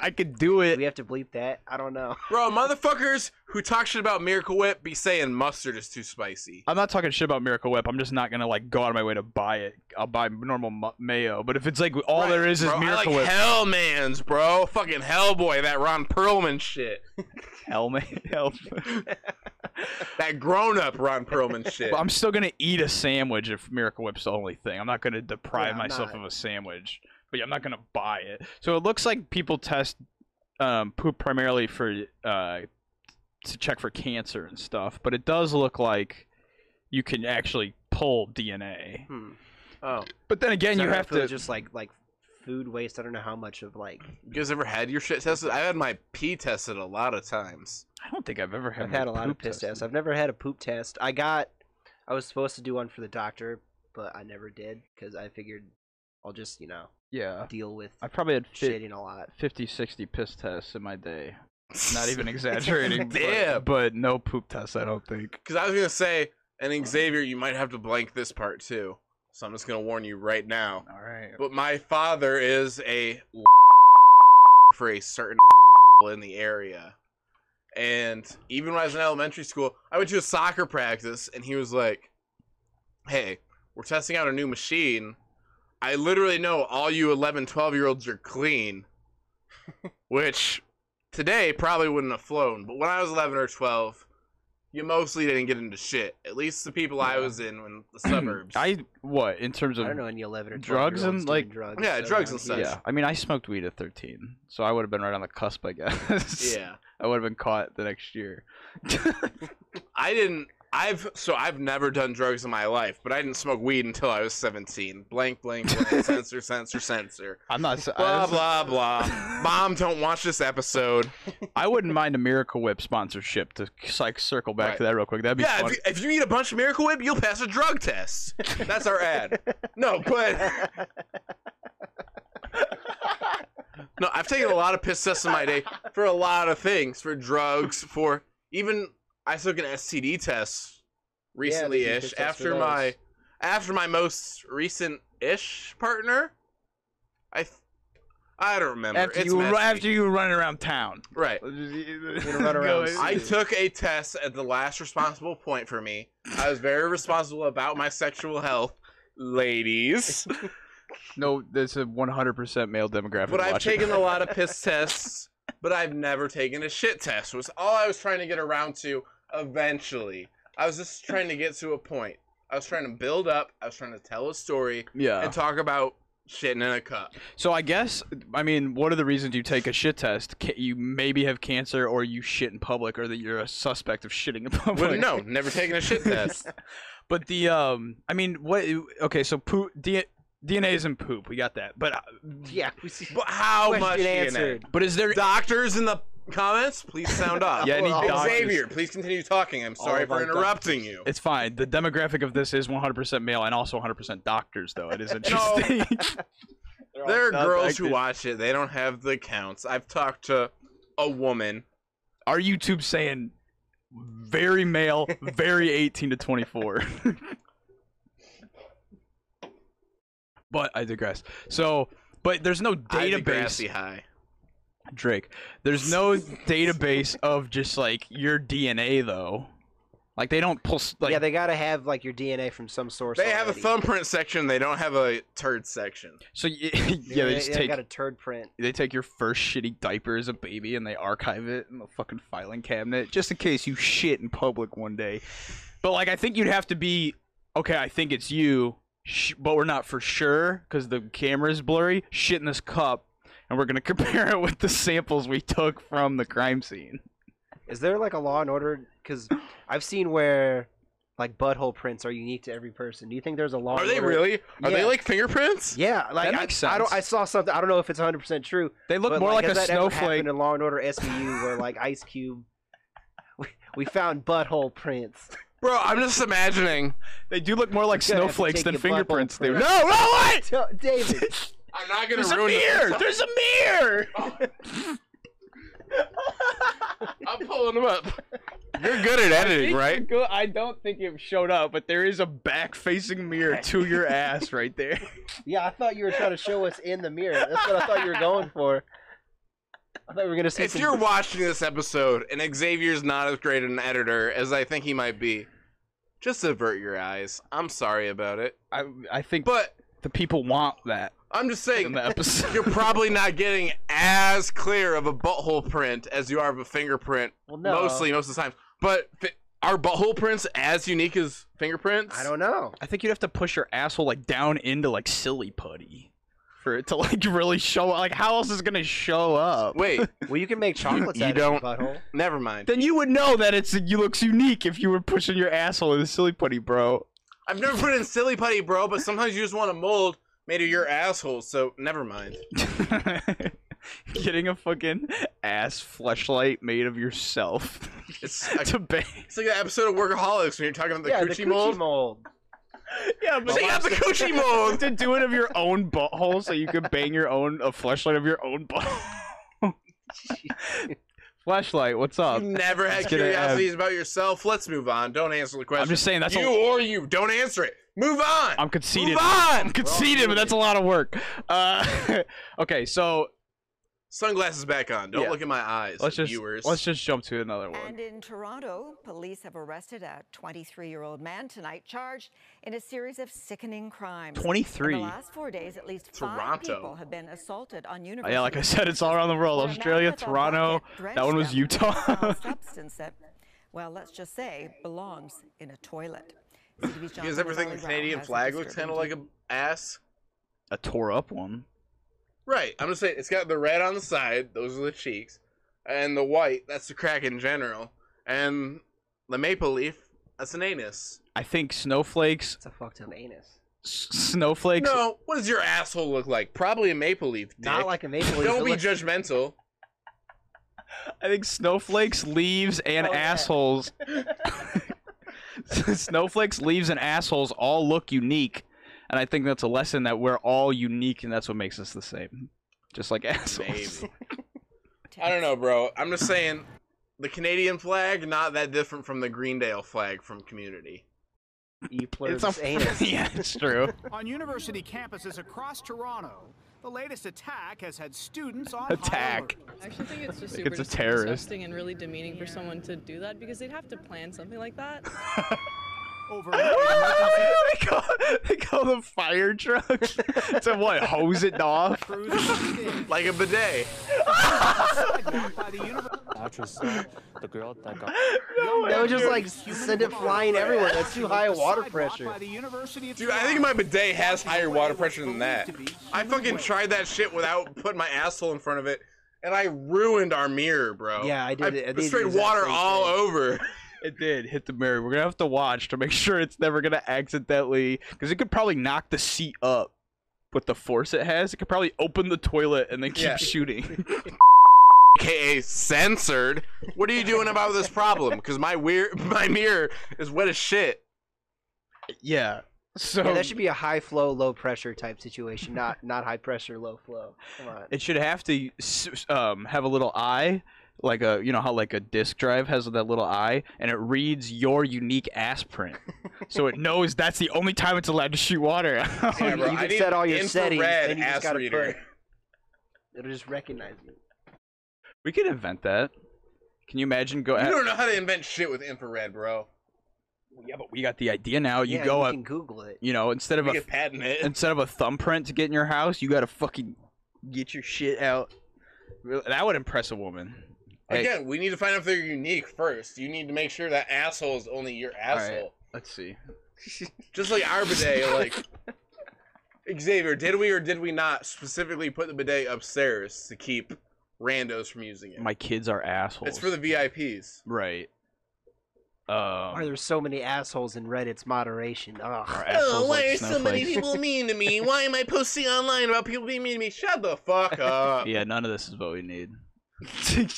[SPEAKER 3] I could do
[SPEAKER 5] we
[SPEAKER 3] it.
[SPEAKER 5] have to bleep that. I don't know. <laughs>
[SPEAKER 4] Bro, motherfuckers who talk shit about Miracle Whip be saying mustard is too spicy.
[SPEAKER 3] I'm not talking shit about Miracle Whip. I'm just not gonna like go out of my way to buy it. I'll buy normal mu- mayo. But if it's like all there is is
[SPEAKER 4] Bro, I like
[SPEAKER 3] Miracle Whip,
[SPEAKER 4] Hellman's, bro. Fucking Hellboy, that Ron
[SPEAKER 3] <laughs>
[SPEAKER 4] Perlman shit.
[SPEAKER 3] hell, man, hell.
[SPEAKER 4] That grown up Ron Perlman
[SPEAKER 3] <laughs>
[SPEAKER 4] shit.
[SPEAKER 3] But I'm still gonna eat a sandwich if Miracle Whip's the only thing. I'm not gonna deprive
[SPEAKER 5] I'm
[SPEAKER 3] myself
[SPEAKER 5] not.
[SPEAKER 3] of a sandwich, but yeah, I'm not gonna buy it. So it looks like people test um, poop primarily for uh, to check for cancer and stuff. But it does look like you can actually pull DNA.
[SPEAKER 5] Hmm.
[SPEAKER 4] oh.
[SPEAKER 3] But then again,
[SPEAKER 5] So I
[SPEAKER 3] you
[SPEAKER 5] don't
[SPEAKER 3] have
[SPEAKER 5] know if it
[SPEAKER 3] to.
[SPEAKER 5] was just like like food waste. I don't know how much of like
[SPEAKER 4] You guys ever had your shit tested? I've had my pee tested a lot of times.
[SPEAKER 3] I don't think I've ever had.
[SPEAKER 5] I've
[SPEAKER 3] my
[SPEAKER 5] had a lot
[SPEAKER 3] poop
[SPEAKER 5] of piss tests.
[SPEAKER 3] tested.
[SPEAKER 5] I've never had a poop test. I got, I was supposed to do one for the doctor, but I never did because I figured I'll just you know
[SPEAKER 3] Yeah,
[SPEAKER 5] deal with
[SPEAKER 3] I've probably had fi-
[SPEAKER 5] shitting a lot.
[SPEAKER 3] 50, 60 piss tests in my day. Not <laughs>
[SPEAKER 4] <laughs>
[SPEAKER 3] even exaggerating. but-
[SPEAKER 4] Damn.
[SPEAKER 3] but no poop tests, I don't think.
[SPEAKER 4] Because I was going to say, and Xavier, you might have to blank this part too. So I'm just going to warn you right now.
[SPEAKER 3] All right.
[SPEAKER 4] But my father is a <laughs> for a certain <laughs> in the area. And even when I was in elementary school, I went to a soccer practice and he was like, Hey, we're testing out a new machine. I literally know all you 11, 12 year olds are clean, which today probably wouldn't have flown. But when I was 11 or 12, you mostly didn't get into shit. At least the people I was in in the
[SPEAKER 3] <clears throat>
[SPEAKER 4] suburbs.
[SPEAKER 3] I what in terms of
[SPEAKER 5] I don't know any eleven or 12
[SPEAKER 3] drugs and, like-
[SPEAKER 5] drugs.
[SPEAKER 4] Yeah, drugs
[SPEAKER 5] around
[SPEAKER 4] and such.
[SPEAKER 5] here.
[SPEAKER 3] Yeah, I mean, I smoked weed at 13, so I would have been right on the cusp, I guess.
[SPEAKER 4] yeah.
[SPEAKER 3] <laughs> I would have been caught the next year.
[SPEAKER 4] I didn't. I've so I've never done drugs in my life, but I didn't smoke weed until I was seventeen. Blank, blank, blank. censor, censor, censor.
[SPEAKER 3] I'm not. s- I,
[SPEAKER 4] Blah
[SPEAKER 3] this is-
[SPEAKER 4] blah blah. Mom, don't watch this episode.
[SPEAKER 3] I wouldn't mind a Miracle Whip sponsorship to c- like circle back to
[SPEAKER 4] Right.
[SPEAKER 3] that real quick. That'd be
[SPEAKER 4] Yeah,
[SPEAKER 3] fun.
[SPEAKER 4] if you, if you eat a bunch of Miracle Whip, you'll pass a drug test. That's our ad. No,
[SPEAKER 3] <laughs>
[SPEAKER 4] but no, I've taken a lot of piss tests in my day for a lot of things, for drugs, for even I took an STD test
[SPEAKER 5] Yeah, they do
[SPEAKER 4] recently
[SPEAKER 5] piss
[SPEAKER 4] ish
[SPEAKER 5] tests for
[SPEAKER 4] after
[SPEAKER 5] those.
[SPEAKER 4] my after my most recent ish partner. I th- I don't remember.
[SPEAKER 3] after
[SPEAKER 4] It's
[SPEAKER 3] you
[SPEAKER 4] messy.
[SPEAKER 3] after you were running around town.
[SPEAKER 4] right.
[SPEAKER 3] <laughs> run
[SPEAKER 5] around
[SPEAKER 4] I took a test at the last responsible point for me. I was very responsible about my sexual health, ladies.
[SPEAKER 3] no, that's a 100% male demographic.
[SPEAKER 4] But I've
[SPEAKER 3] watching.
[SPEAKER 4] taken a lot of piss tests, but I've never taken a shit test. Was all I was trying to get around to eventually. I was just trying to get to a point. I was trying to build up. I was trying to tell a story.
[SPEAKER 3] Yeah.
[SPEAKER 4] And talk about shitting in a cup.
[SPEAKER 3] So I guess I mean one of the reasons you take a shit test, ca- you maybe have cancer or you shit in public or that you're a suspect of shitting in <laughs> public.
[SPEAKER 4] Wouldn't know. Never taken a shit
[SPEAKER 5] <laughs>
[SPEAKER 4] test.
[SPEAKER 3] But the um, I mean what? Okay, so poop D- DNA's in poop. We got that. But uh, <laughs>
[SPEAKER 5] <laughs> Yeah.
[SPEAKER 4] But how
[SPEAKER 5] Question
[SPEAKER 4] much DNA?
[SPEAKER 5] answered.
[SPEAKER 3] but is there?
[SPEAKER 4] Doctors in the comments, please sound up.
[SPEAKER 3] Yeah, any
[SPEAKER 4] Oh,
[SPEAKER 3] doctors-
[SPEAKER 4] Xavier, please continue talking. I'm sorry
[SPEAKER 5] of our
[SPEAKER 4] for interrupting you.
[SPEAKER 3] It's fine. The demographic of this is 100% male and also 100% doctors, though. It is interesting.
[SPEAKER 4] There are
[SPEAKER 3] Sounds
[SPEAKER 4] girls
[SPEAKER 3] like
[SPEAKER 4] who
[SPEAKER 3] this.
[SPEAKER 4] watch it. They don't have the accounts. I've talked to a woman.
[SPEAKER 3] Our YouTube saying very male, very 18 to 24. <laughs> but I digress. So, but there's no
[SPEAKER 4] Ivy
[SPEAKER 3] database.
[SPEAKER 4] Grassy High.
[SPEAKER 3] Drake. There's no database of just like your DNA though. Like they don't pull s- like
[SPEAKER 5] yeah, they gotta have like your DNA from some source.
[SPEAKER 4] They have a
[SPEAKER 5] already.
[SPEAKER 4] thumbprint section. They don't have a turd section.
[SPEAKER 3] so y- <laughs> yeah they just take
[SPEAKER 5] got a turd print.
[SPEAKER 3] they take your first shitty diaper as a baby and they archive it in the fucking filing cabinet just in case you shit in public one day. But like I think you'd have to be okay. I think it's you, sh- but we're not for sure because the camera is blurry. Shit in this cup, and we're gonna <laughs> compare it with the samples we took from the crime scene.
[SPEAKER 5] Is there like a law and order? Because
[SPEAKER 3] <clears throat>
[SPEAKER 5] I've seen where like butthole prints are unique to every person. Do you think there's a law?
[SPEAKER 4] Are
[SPEAKER 5] and
[SPEAKER 4] they
[SPEAKER 5] order-
[SPEAKER 4] really? Are they
[SPEAKER 5] Yeah.
[SPEAKER 4] like fingerprints?
[SPEAKER 5] Yeah, like
[SPEAKER 3] makes
[SPEAKER 5] I, I don't.
[SPEAKER 3] sense.
[SPEAKER 5] I saw something. I don't know if it's 100 percent true.
[SPEAKER 3] They look
[SPEAKER 5] but,
[SPEAKER 3] more like,
[SPEAKER 5] has
[SPEAKER 3] a
[SPEAKER 5] that ever happened
[SPEAKER 3] snowflake.
[SPEAKER 5] in Law and Order SVU, where like Ice Cube, we, we found butthole prints.
[SPEAKER 4] Bro, I'm just imagining.
[SPEAKER 3] They do look more like
[SPEAKER 5] gonna have to
[SPEAKER 3] snowflakes
[SPEAKER 5] take
[SPEAKER 3] than
[SPEAKER 5] your butthole
[SPEAKER 3] fingerprints do.
[SPEAKER 5] print.
[SPEAKER 3] No, no, what?
[SPEAKER 5] No, David,
[SPEAKER 4] I'm not gonna
[SPEAKER 3] There's a
[SPEAKER 4] ruin
[SPEAKER 3] mirror.
[SPEAKER 4] this.
[SPEAKER 3] There's a <laughs> mirror.
[SPEAKER 4] <laughs> I'm pulling them up. You're good at editing, right?
[SPEAKER 3] Go- I don't think it showed up, but there is a back-facing mirror to your ass right there.
[SPEAKER 5] yeah, I thought you were trying to show us in the mirror. That's what I thought you were going for. I thought we were gonna see
[SPEAKER 4] If
[SPEAKER 5] some
[SPEAKER 4] you're watching this episode and Xavier's not as great an editor as I think he might be, just avert your eyes. I'm sorry about it.
[SPEAKER 3] I, I think
[SPEAKER 4] But
[SPEAKER 3] the people want that
[SPEAKER 4] I'm just
[SPEAKER 3] in <laughs>
[SPEAKER 4] saying,
[SPEAKER 3] the episode.
[SPEAKER 4] <laughs> you're probably not getting as clear of a butthole print as you are of a fingerprint.
[SPEAKER 5] Well, no.
[SPEAKER 4] Mostly, most of the time. But fi- are butthole prints as unique as fingerprints?
[SPEAKER 5] I don't know.
[SPEAKER 3] I think you'd have to push your asshole like down into like silly putty for it to like <laughs> really show up. Like how else is it gonna show up?
[SPEAKER 5] <laughs>
[SPEAKER 4] Wait,
[SPEAKER 5] Well, you can make chocolates
[SPEAKER 4] You
[SPEAKER 5] out
[SPEAKER 4] don't-
[SPEAKER 5] of your butthole.
[SPEAKER 4] never mind.
[SPEAKER 3] Then you would know that it's you looks unique if you were pushing your asshole into silly putty, <laughs> bro.
[SPEAKER 4] I've never put in silly putty, bro, but sometimes you just want a mold made of your asshole, so never mind.
[SPEAKER 3] Getting a fucking ass fleshlight made of yourself <laughs>
[SPEAKER 5] <laughs>
[SPEAKER 4] It's a
[SPEAKER 3] to bang.
[SPEAKER 4] It's like that episode of Workaholics when you're talking about the
[SPEAKER 5] yeah,
[SPEAKER 4] coochie,
[SPEAKER 5] the
[SPEAKER 4] mold.
[SPEAKER 5] coochie mold.
[SPEAKER 3] Yeah, but
[SPEAKER 4] Take out the
[SPEAKER 3] <laughs>
[SPEAKER 4] coochie mold.
[SPEAKER 3] to do it of your own butthole so you could bang your own a flashlight of your own <laughs> butthole. flashlight, what's up?
[SPEAKER 4] You never
[SPEAKER 3] gonna
[SPEAKER 4] had
[SPEAKER 3] add-
[SPEAKER 4] curiosities about yourself. Let's move on. Don't answer the question.
[SPEAKER 3] just saying that's a-
[SPEAKER 4] you or you. Don't answer it. Move on.
[SPEAKER 3] I'm conceited.
[SPEAKER 4] Move on.
[SPEAKER 3] I'm conceited, but that's a lot of work. Uh, <laughs> okay, so
[SPEAKER 4] Sunglasses back on. Don't
[SPEAKER 3] Yeah.
[SPEAKER 4] look at my eyes,
[SPEAKER 3] let's just
[SPEAKER 4] viewers.
[SPEAKER 3] let's just jump to another one.
[SPEAKER 1] And in Toronto, police have arrested a 23 year old man tonight charged in a series of sickening crimes. In
[SPEAKER 3] 23?
[SPEAKER 1] the last four days, at least five
[SPEAKER 4] Toronto.
[SPEAKER 1] people have been assaulted on university.
[SPEAKER 3] Uh, Yeah, like I said, it's all around the world.
[SPEAKER 1] campuses for a
[SPEAKER 3] Australia,
[SPEAKER 1] man with a
[SPEAKER 3] Toronto.
[SPEAKER 1] bucket
[SPEAKER 3] That one
[SPEAKER 1] drenched
[SPEAKER 3] was
[SPEAKER 1] up in
[SPEAKER 3] Utah.
[SPEAKER 1] a substance that, well, let's just say, belongs in a toilet. CTV's Jonathan
[SPEAKER 4] because everything
[SPEAKER 1] Nibali
[SPEAKER 4] the
[SPEAKER 1] Rao
[SPEAKER 4] Canadian
[SPEAKER 1] has the
[SPEAKER 4] flag looks kind
[SPEAKER 1] disturbing
[SPEAKER 4] of like a ass.
[SPEAKER 3] a tore up one.
[SPEAKER 4] Right. I'm just saying it's got the red on the side. Those are the cheeks, and the white. That's the crack in general, and the maple leaf. That's an anus.
[SPEAKER 3] I think snowflakes.
[SPEAKER 5] It's a fucked up anus.
[SPEAKER 3] S- snowflakes.
[SPEAKER 4] No, what does your asshole look like? Probably a maple leaf.
[SPEAKER 5] Not
[SPEAKER 4] dick.
[SPEAKER 5] like a maple leaf.
[SPEAKER 4] Don't
[SPEAKER 5] it
[SPEAKER 4] be
[SPEAKER 5] looks- <laughs>
[SPEAKER 4] judgmental.
[SPEAKER 3] I think snowflakes, leaves, and
[SPEAKER 5] Oh, yeah.
[SPEAKER 3] assholes. <laughs> snowflakes, leaves, and assholes all look unique, and I think that's a lesson that we're all unique, and that's what makes us the same. Just like <laughs> assholes.
[SPEAKER 4] Maybe. I don't know, bro. I'm just saying the Canadian flag not that different from the Greendale flag from Community.
[SPEAKER 5] E pluribus anus.
[SPEAKER 3] <laughs> yeah, it's true.
[SPEAKER 1] <laughs>
[SPEAKER 11] On university campuses across Toronto, the latest attack has had students on
[SPEAKER 3] Attack.
[SPEAKER 11] High alert.
[SPEAKER 1] I actually think it's just
[SPEAKER 3] Like it's a terrorist. <laughs>
[SPEAKER 1] and really demeaning for someone to do that because they'd have to plan something like that.
[SPEAKER 11] over.
[SPEAKER 3] they, call, they call the fire truck <laughs> to what? Hose it off?
[SPEAKER 4] like a bidet.
[SPEAKER 12] the girl that got
[SPEAKER 5] That would just like send it flying everywhere. That's too high a water pressure.
[SPEAKER 4] Dude, I think my bidet has higher water pressure than that. I fucking tried that shit without putting my asshole in front of it, and I ruined our mirror, bro.
[SPEAKER 5] Yeah, I did it- I did the
[SPEAKER 4] Straight
[SPEAKER 5] exact
[SPEAKER 4] water
[SPEAKER 5] same
[SPEAKER 4] all over. <laughs>
[SPEAKER 3] It did hit the mirror. We're gonna have to watch to make <laughs> sure it's never gonna accidentally, because it could probably knock the seat up with the force it has. It could probably open the toilet and then keep
[SPEAKER 4] Yeah. <laughs>
[SPEAKER 3] shooting. <laughs>
[SPEAKER 4] AKA censored. What are you doing about this problem? Because my weird, <laughs> my mirror is wet as shit.
[SPEAKER 3] Yeah. So
[SPEAKER 5] yeah, that should be a high flow, low pressure type situation, not <laughs> not high pressure, low flow. Come on.
[SPEAKER 3] It should have to s- um, have a little eye, like a you know how like a disk drive has that little eye, and it reads your unique ass
[SPEAKER 4] <laughs>
[SPEAKER 3] print, so it knows that's the only time it's allowed to shoot water. <laughs> out.
[SPEAKER 5] Yeah, bro, You I can need set all your infrared settings, then you just ass gotta
[SPEAKER 4] reader.
[SPEAKER 5] It'll just recognize it.
[SPEAKER 3] We could invent that. Can you imagine? Go.
[SPEAKER 4] You don't know how to invent shit with infrared, bro.
[SPEAKER 3] Yeah, but we got the idea now. You
[SPEAKER 4] Yeah,
[SPEAKER 3] go
[SPEAKER 4] you
[SPEAKER 3] up.
[SPEAKER 4] can
[SPEAKER 5] Google it.
[SPEAKER 3] You know, instead of
[SPEAKER 4] We
[SPEAKER 3] a
[SPEAKER 4] could patent it.
[SPEAKER 3] instead of a thumbprint to get in your house, you got to fucking get your shit out. Really- That would impress a woman. Hey,
[SPEAKER 4] Again, we need to find out if they're unique first. You need to make sure that asshole is only your
[SPEAKER 3] all right,
[SPEAKER 4] asshole.
[SPEAKER 3] let's see.
[SPEAKER 4] Just like our
[SPEAKER 3] <laughs>
[SPEAKER 4] bidet, like Xavier, did we or did we not specifically put the bidet upstairs to keep randos from using it?
[SPEAKER 3] My kids are assholes.
[SPEAKER 4] It's for the VIPs.
[SPEAKER 3] Right.
[SPEAKER 5] Why
[SPEAKER 3] Um,
[SPEAKER 5] there's so many assholes in Reddit's moderation? Ugh.
[SPEAKER 4] <laughs> Oh, why are so many people mean to me? Why am I posting online about people being mean to me? Shut the
[SPEAKER 3] <laughs>
[SPEAKER 4] fuck up.
[SPEAKER 3] yeah, none of this is what we
[SPEAKER 4] <laughs>
[SPEAKER 3] need.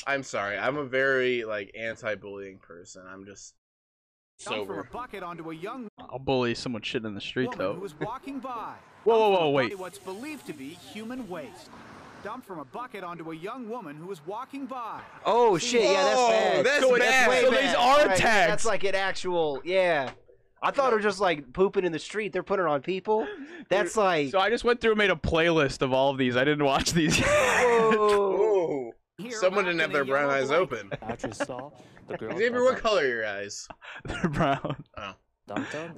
[SPEAKER 4] I'm sorry. I'm a very like anti-bullying person. I'm just
[SPEAKER 11] Down from a
[SPEAKER 4] sober.
[SPEAKER 11] bucket onto a young
[SPEAKER 3] I'll bully someone shitting in the street
[SPEAKER 11] woman who
[SPEAKER 3] though.
[SPEAKER 11] was walking by.
[SPEAKER 3] <laughs> Whoa, whoa, whoa,
[SPEAKER 11] dumped
[SPEAKER 3] wait.
[SPEAKER 11] What's believed to be human waste. Dumped from a bucket onto a young woman who was walking by.
[SPEAKER 5] Oh shit! Yeah, that's
[SPEAKER 11] Whoa,
[SPEAKER 5] bad.
[SPEAKER 11] that's
[SPEAKER 5] That's
[SPEAKER 11] bad.
[SPEAKER 5] way
[SPEAKER 11] So
[SPEAKER 5] bad.
[SPEAKER 11] these are
[SPEAKER 5] All right,
[SPEAKER 11] attacks.
[SPEAKER 5] That's like an actual. Yeah. I thought it was just like pooping in the street. They're putting it on people. That's like.
[SPEAKER 3] So I just went through and made a playlist of all of these. I didn't watch these. <laughs>
[SPEAKER 5] <laughs>
[SPEAKER 4] Whoa. <laughs> Someone didn't have their brown eyes
[SPEAKER 11] <laughs>
[SPEAKER 4] open. Xavier, what color are your eyes?
[SPEAKER 3] They're brown.
[SPEAKER 4] Oh.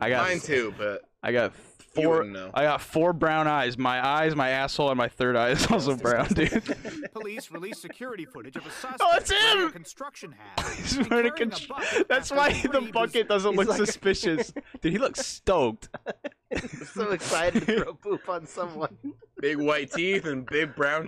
[SPEAKER 3] I got
[SPEAKER 4] Mine too, but
[SPEAKER 3] I got four.
[SPEAKER 4] wouldn't know.
[SPEAKER 3] I got four brown eyes. My eyes, my asshole, and my third eye is also brown, dude. <laughs>
[SPEAKER 11] Police released security footage of a suspect
[SPEAKER 3] Oh, it's
[SPEAKER 11] wearing a
[SPEAKER 3] him!
[SPEAKER 11] construction hat.
[SPEAKER 3] <laughs> He's wearing a const- <laughs> That's why the bucket
[SPEAKER 11] <laughs>
[SPEAKER 3] doesn't look suspicious. Dude, he looks stoked.
[SPEAKER 5] so excited to throw poop on someone.
[SPEAKER 4] big white teeth and big brown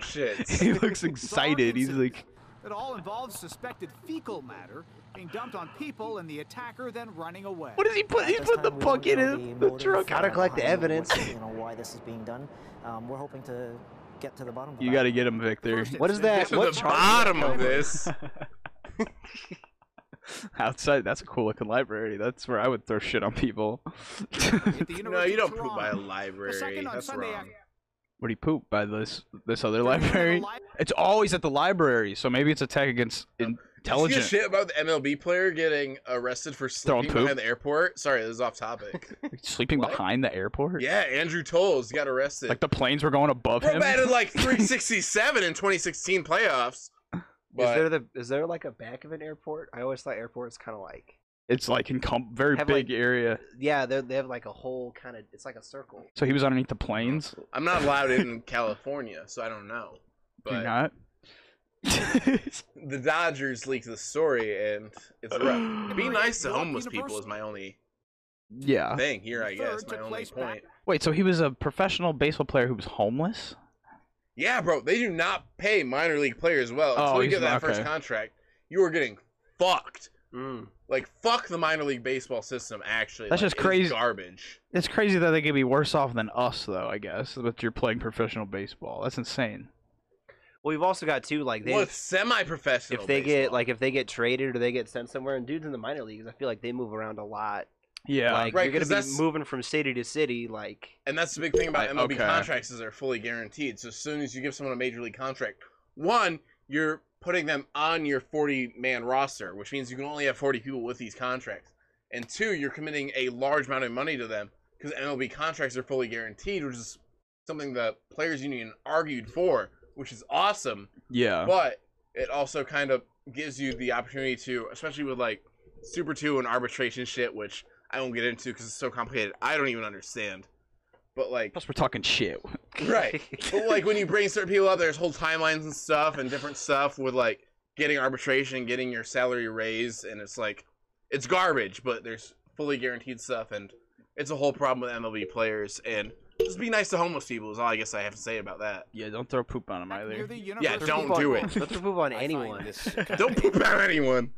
[SPEAKER 3] <laughs>
[SPEAKER 4] shits.
[SPEAKER 3] He looks excited. He's like,
[SPEAKER 11] It all involves suspected fecal matter being dumped on people and the attacker then running away.
[SPEAKER 3] What does he put? He put the bucket in the truck.
[SPEAKER 5] Gotta collect the evidence.
[SPEAKER 13] you know why this is being done. Um, we're hoping to get to the bottom. of
[SPEAKER 3] You
[SPEAKER 13] that.
[SPEAKER 3] gotta get him, Victor.
[SPEAKER 5] What is that?
[SPEAKER 4] To
[SPEAKER 5] What
[SPEAKER 4] the
[SPEAKER 5] charge is
[SPEAKER 4] bottom
[SPEAKER 5] that
[SPEAKER 4] of
[SPEAKER 5] guy?
[SPEAKER 3] <laughs>
[SPEAKER 4] this.
[SPEAKER 3] Outside, that's a cool looking library. That's where I would throw shit on
[SPEAKER 11] <laughs>
[SPEAKER 3] people. <laughs>
[SPEAKER 4] no, you don't poop by a
[SPEAKER 11] The
[SPEAKER 4] library.
[SPEAKER 11] second on
[SPEAKER 4] That's
[SPEAKER 11] Sunday
[SPEAKER 4] wrong.
[SPEAKER 3] Where do you poop by this this other library? It's always at the library, so maybe it's attack against
[SPEAKER 4] Did you
[SPEAKER 3] intelligent.
[SPEAKER 4] give a shit about the MLB player getting arrested for sleeping
[SPEAKER 3] poop?
[SPEAKER 4] behind the airport. Sorry, this is off topic.
[SPEAKER 3] <laughs> Sleeping behind the airport?
[SPEAKER 4] yeah, Andrew Tolles got arrested.
[SPEAKER 3] Like the planes were going above
[SPEAKER 4] Bro
[SPEAKER 3] him.
[SPEAKER 4] batted like 367 in 2016 playoffs.
[SPEAKER 5] Is
[SPEAKER 4] But
[SPEAKER 5] there the is there like a back of an airport? I always thought airports kind of like
[SPEAKER 3] It's like in com- very
[SPEAKER 5] Have,
[SPEAKER 3] big
[SPEAKER 5] like-
[SPEAKER 3] area.
[SPEAKER 5] yeah they they have like a whole kind of it's like a circle.
[SPEAKER 3] So he was underneath the planes.
[SPEAKER 4] I'm not allowed in California, so I don't know.
[SPEAKER 3] You're
[SPEAKER 4] But
[SPEAKER 3] not.
[SPEAKER 4] the Dodgers leaked the story, and it's
[SPEAKER 3] <gasps>
[SPEAKER 4] rough. Be nice to homeless people is my only
[SPEAKER 3] <laughs> Yeah.
[SPEAKER 4] thing here, I guess. My only point.
[SPEAKER 3] Wait, so he was a professional baseball player who was homeless?
[SPEAKER 4] Yeah, bro, they do not pay minor league players well
[SPEAKER 3] Oh,
[SPEAKER 4] until you
[SPEAKER 3] he's
[SPEAKER 4] get that
[SPEAKER 3] not-
[SPEAKER 4] first
[SPEAKER 3] okay.
[SPEAKER 4] contract. You are getting fucked. Like fuck the minor league baseball system. Actually,
[SPEAKER 3] That's
[SPEAKER 4] Like,
[SPEAKER 3] just
[SPEAKER 4] it's
[SPEAKER 3] crazy.
[SPEAKER 4] Garbage.
[SPEAKER 3] It's crazy that they could be worse off than us, though. I guess, but you're playing professional baseball. That's insane.
[SPEAKER 5] Well, we've also got too like they
[SPEAKER 4] Well, it's semi-professional.
[SPEAKER 5] if they get like if they get traded or they get sent somewhere and dudes in the minor leagues, I feel like they move around a lot.
[SPEAKER 3] Yeah,
[SPEAKER 5] like
[SPEAKER 4] Right,
[SPEAKER 5] you're gonna
[SPEAKER 4] 'cause
[SPEAKER 5] be
[SPEAKER 4] that's-
[SPEAKER 5] moving from city to city. Like
[SPEAKER 4] and that's the big thing about
[SPEAKER 5] Like,
[SPEAKER 4] MLB
[SPEAKER 5] okay.
[SPEAKER 4] contracts is they're fully guaranteed. So as soon as you give someone a major league contract, one, you're putting them on your 40 man roster, which means you can only have 40 people with these contracts. And two, you're committing a large amount of money to them because MLB contracts are fully guaranteed, which is something the players union argued for, which is awesome.
[SPEAKER 3] Yeah.
[SPEAKER 4] But it also kind of gives you the opportunity to, especially with like Super 2 and arbitration shit, which I won't get into because it's so complicated. I don't even understand. But like,
[SPEAKER 3] Plus, we're talking shit.
[SPEAKER 4] right? but like when you bring certain people up, there's whole timelines and stuff and different stuff with like getting arbitration, getting your salary raise, and it's like it's garbage. But there's fully guaranteed stuff, and it's a whole problem with MLB players. And just be nice to homeless people is all I guess I have to say about that.
[SPEAKER 3] Yeah, don't throw poop on them either.
[SPEAKER 4] Yeah, don't do
[SPEAKER 5] <laughs>
[SPEAKER 4] it. don't poop on anyone.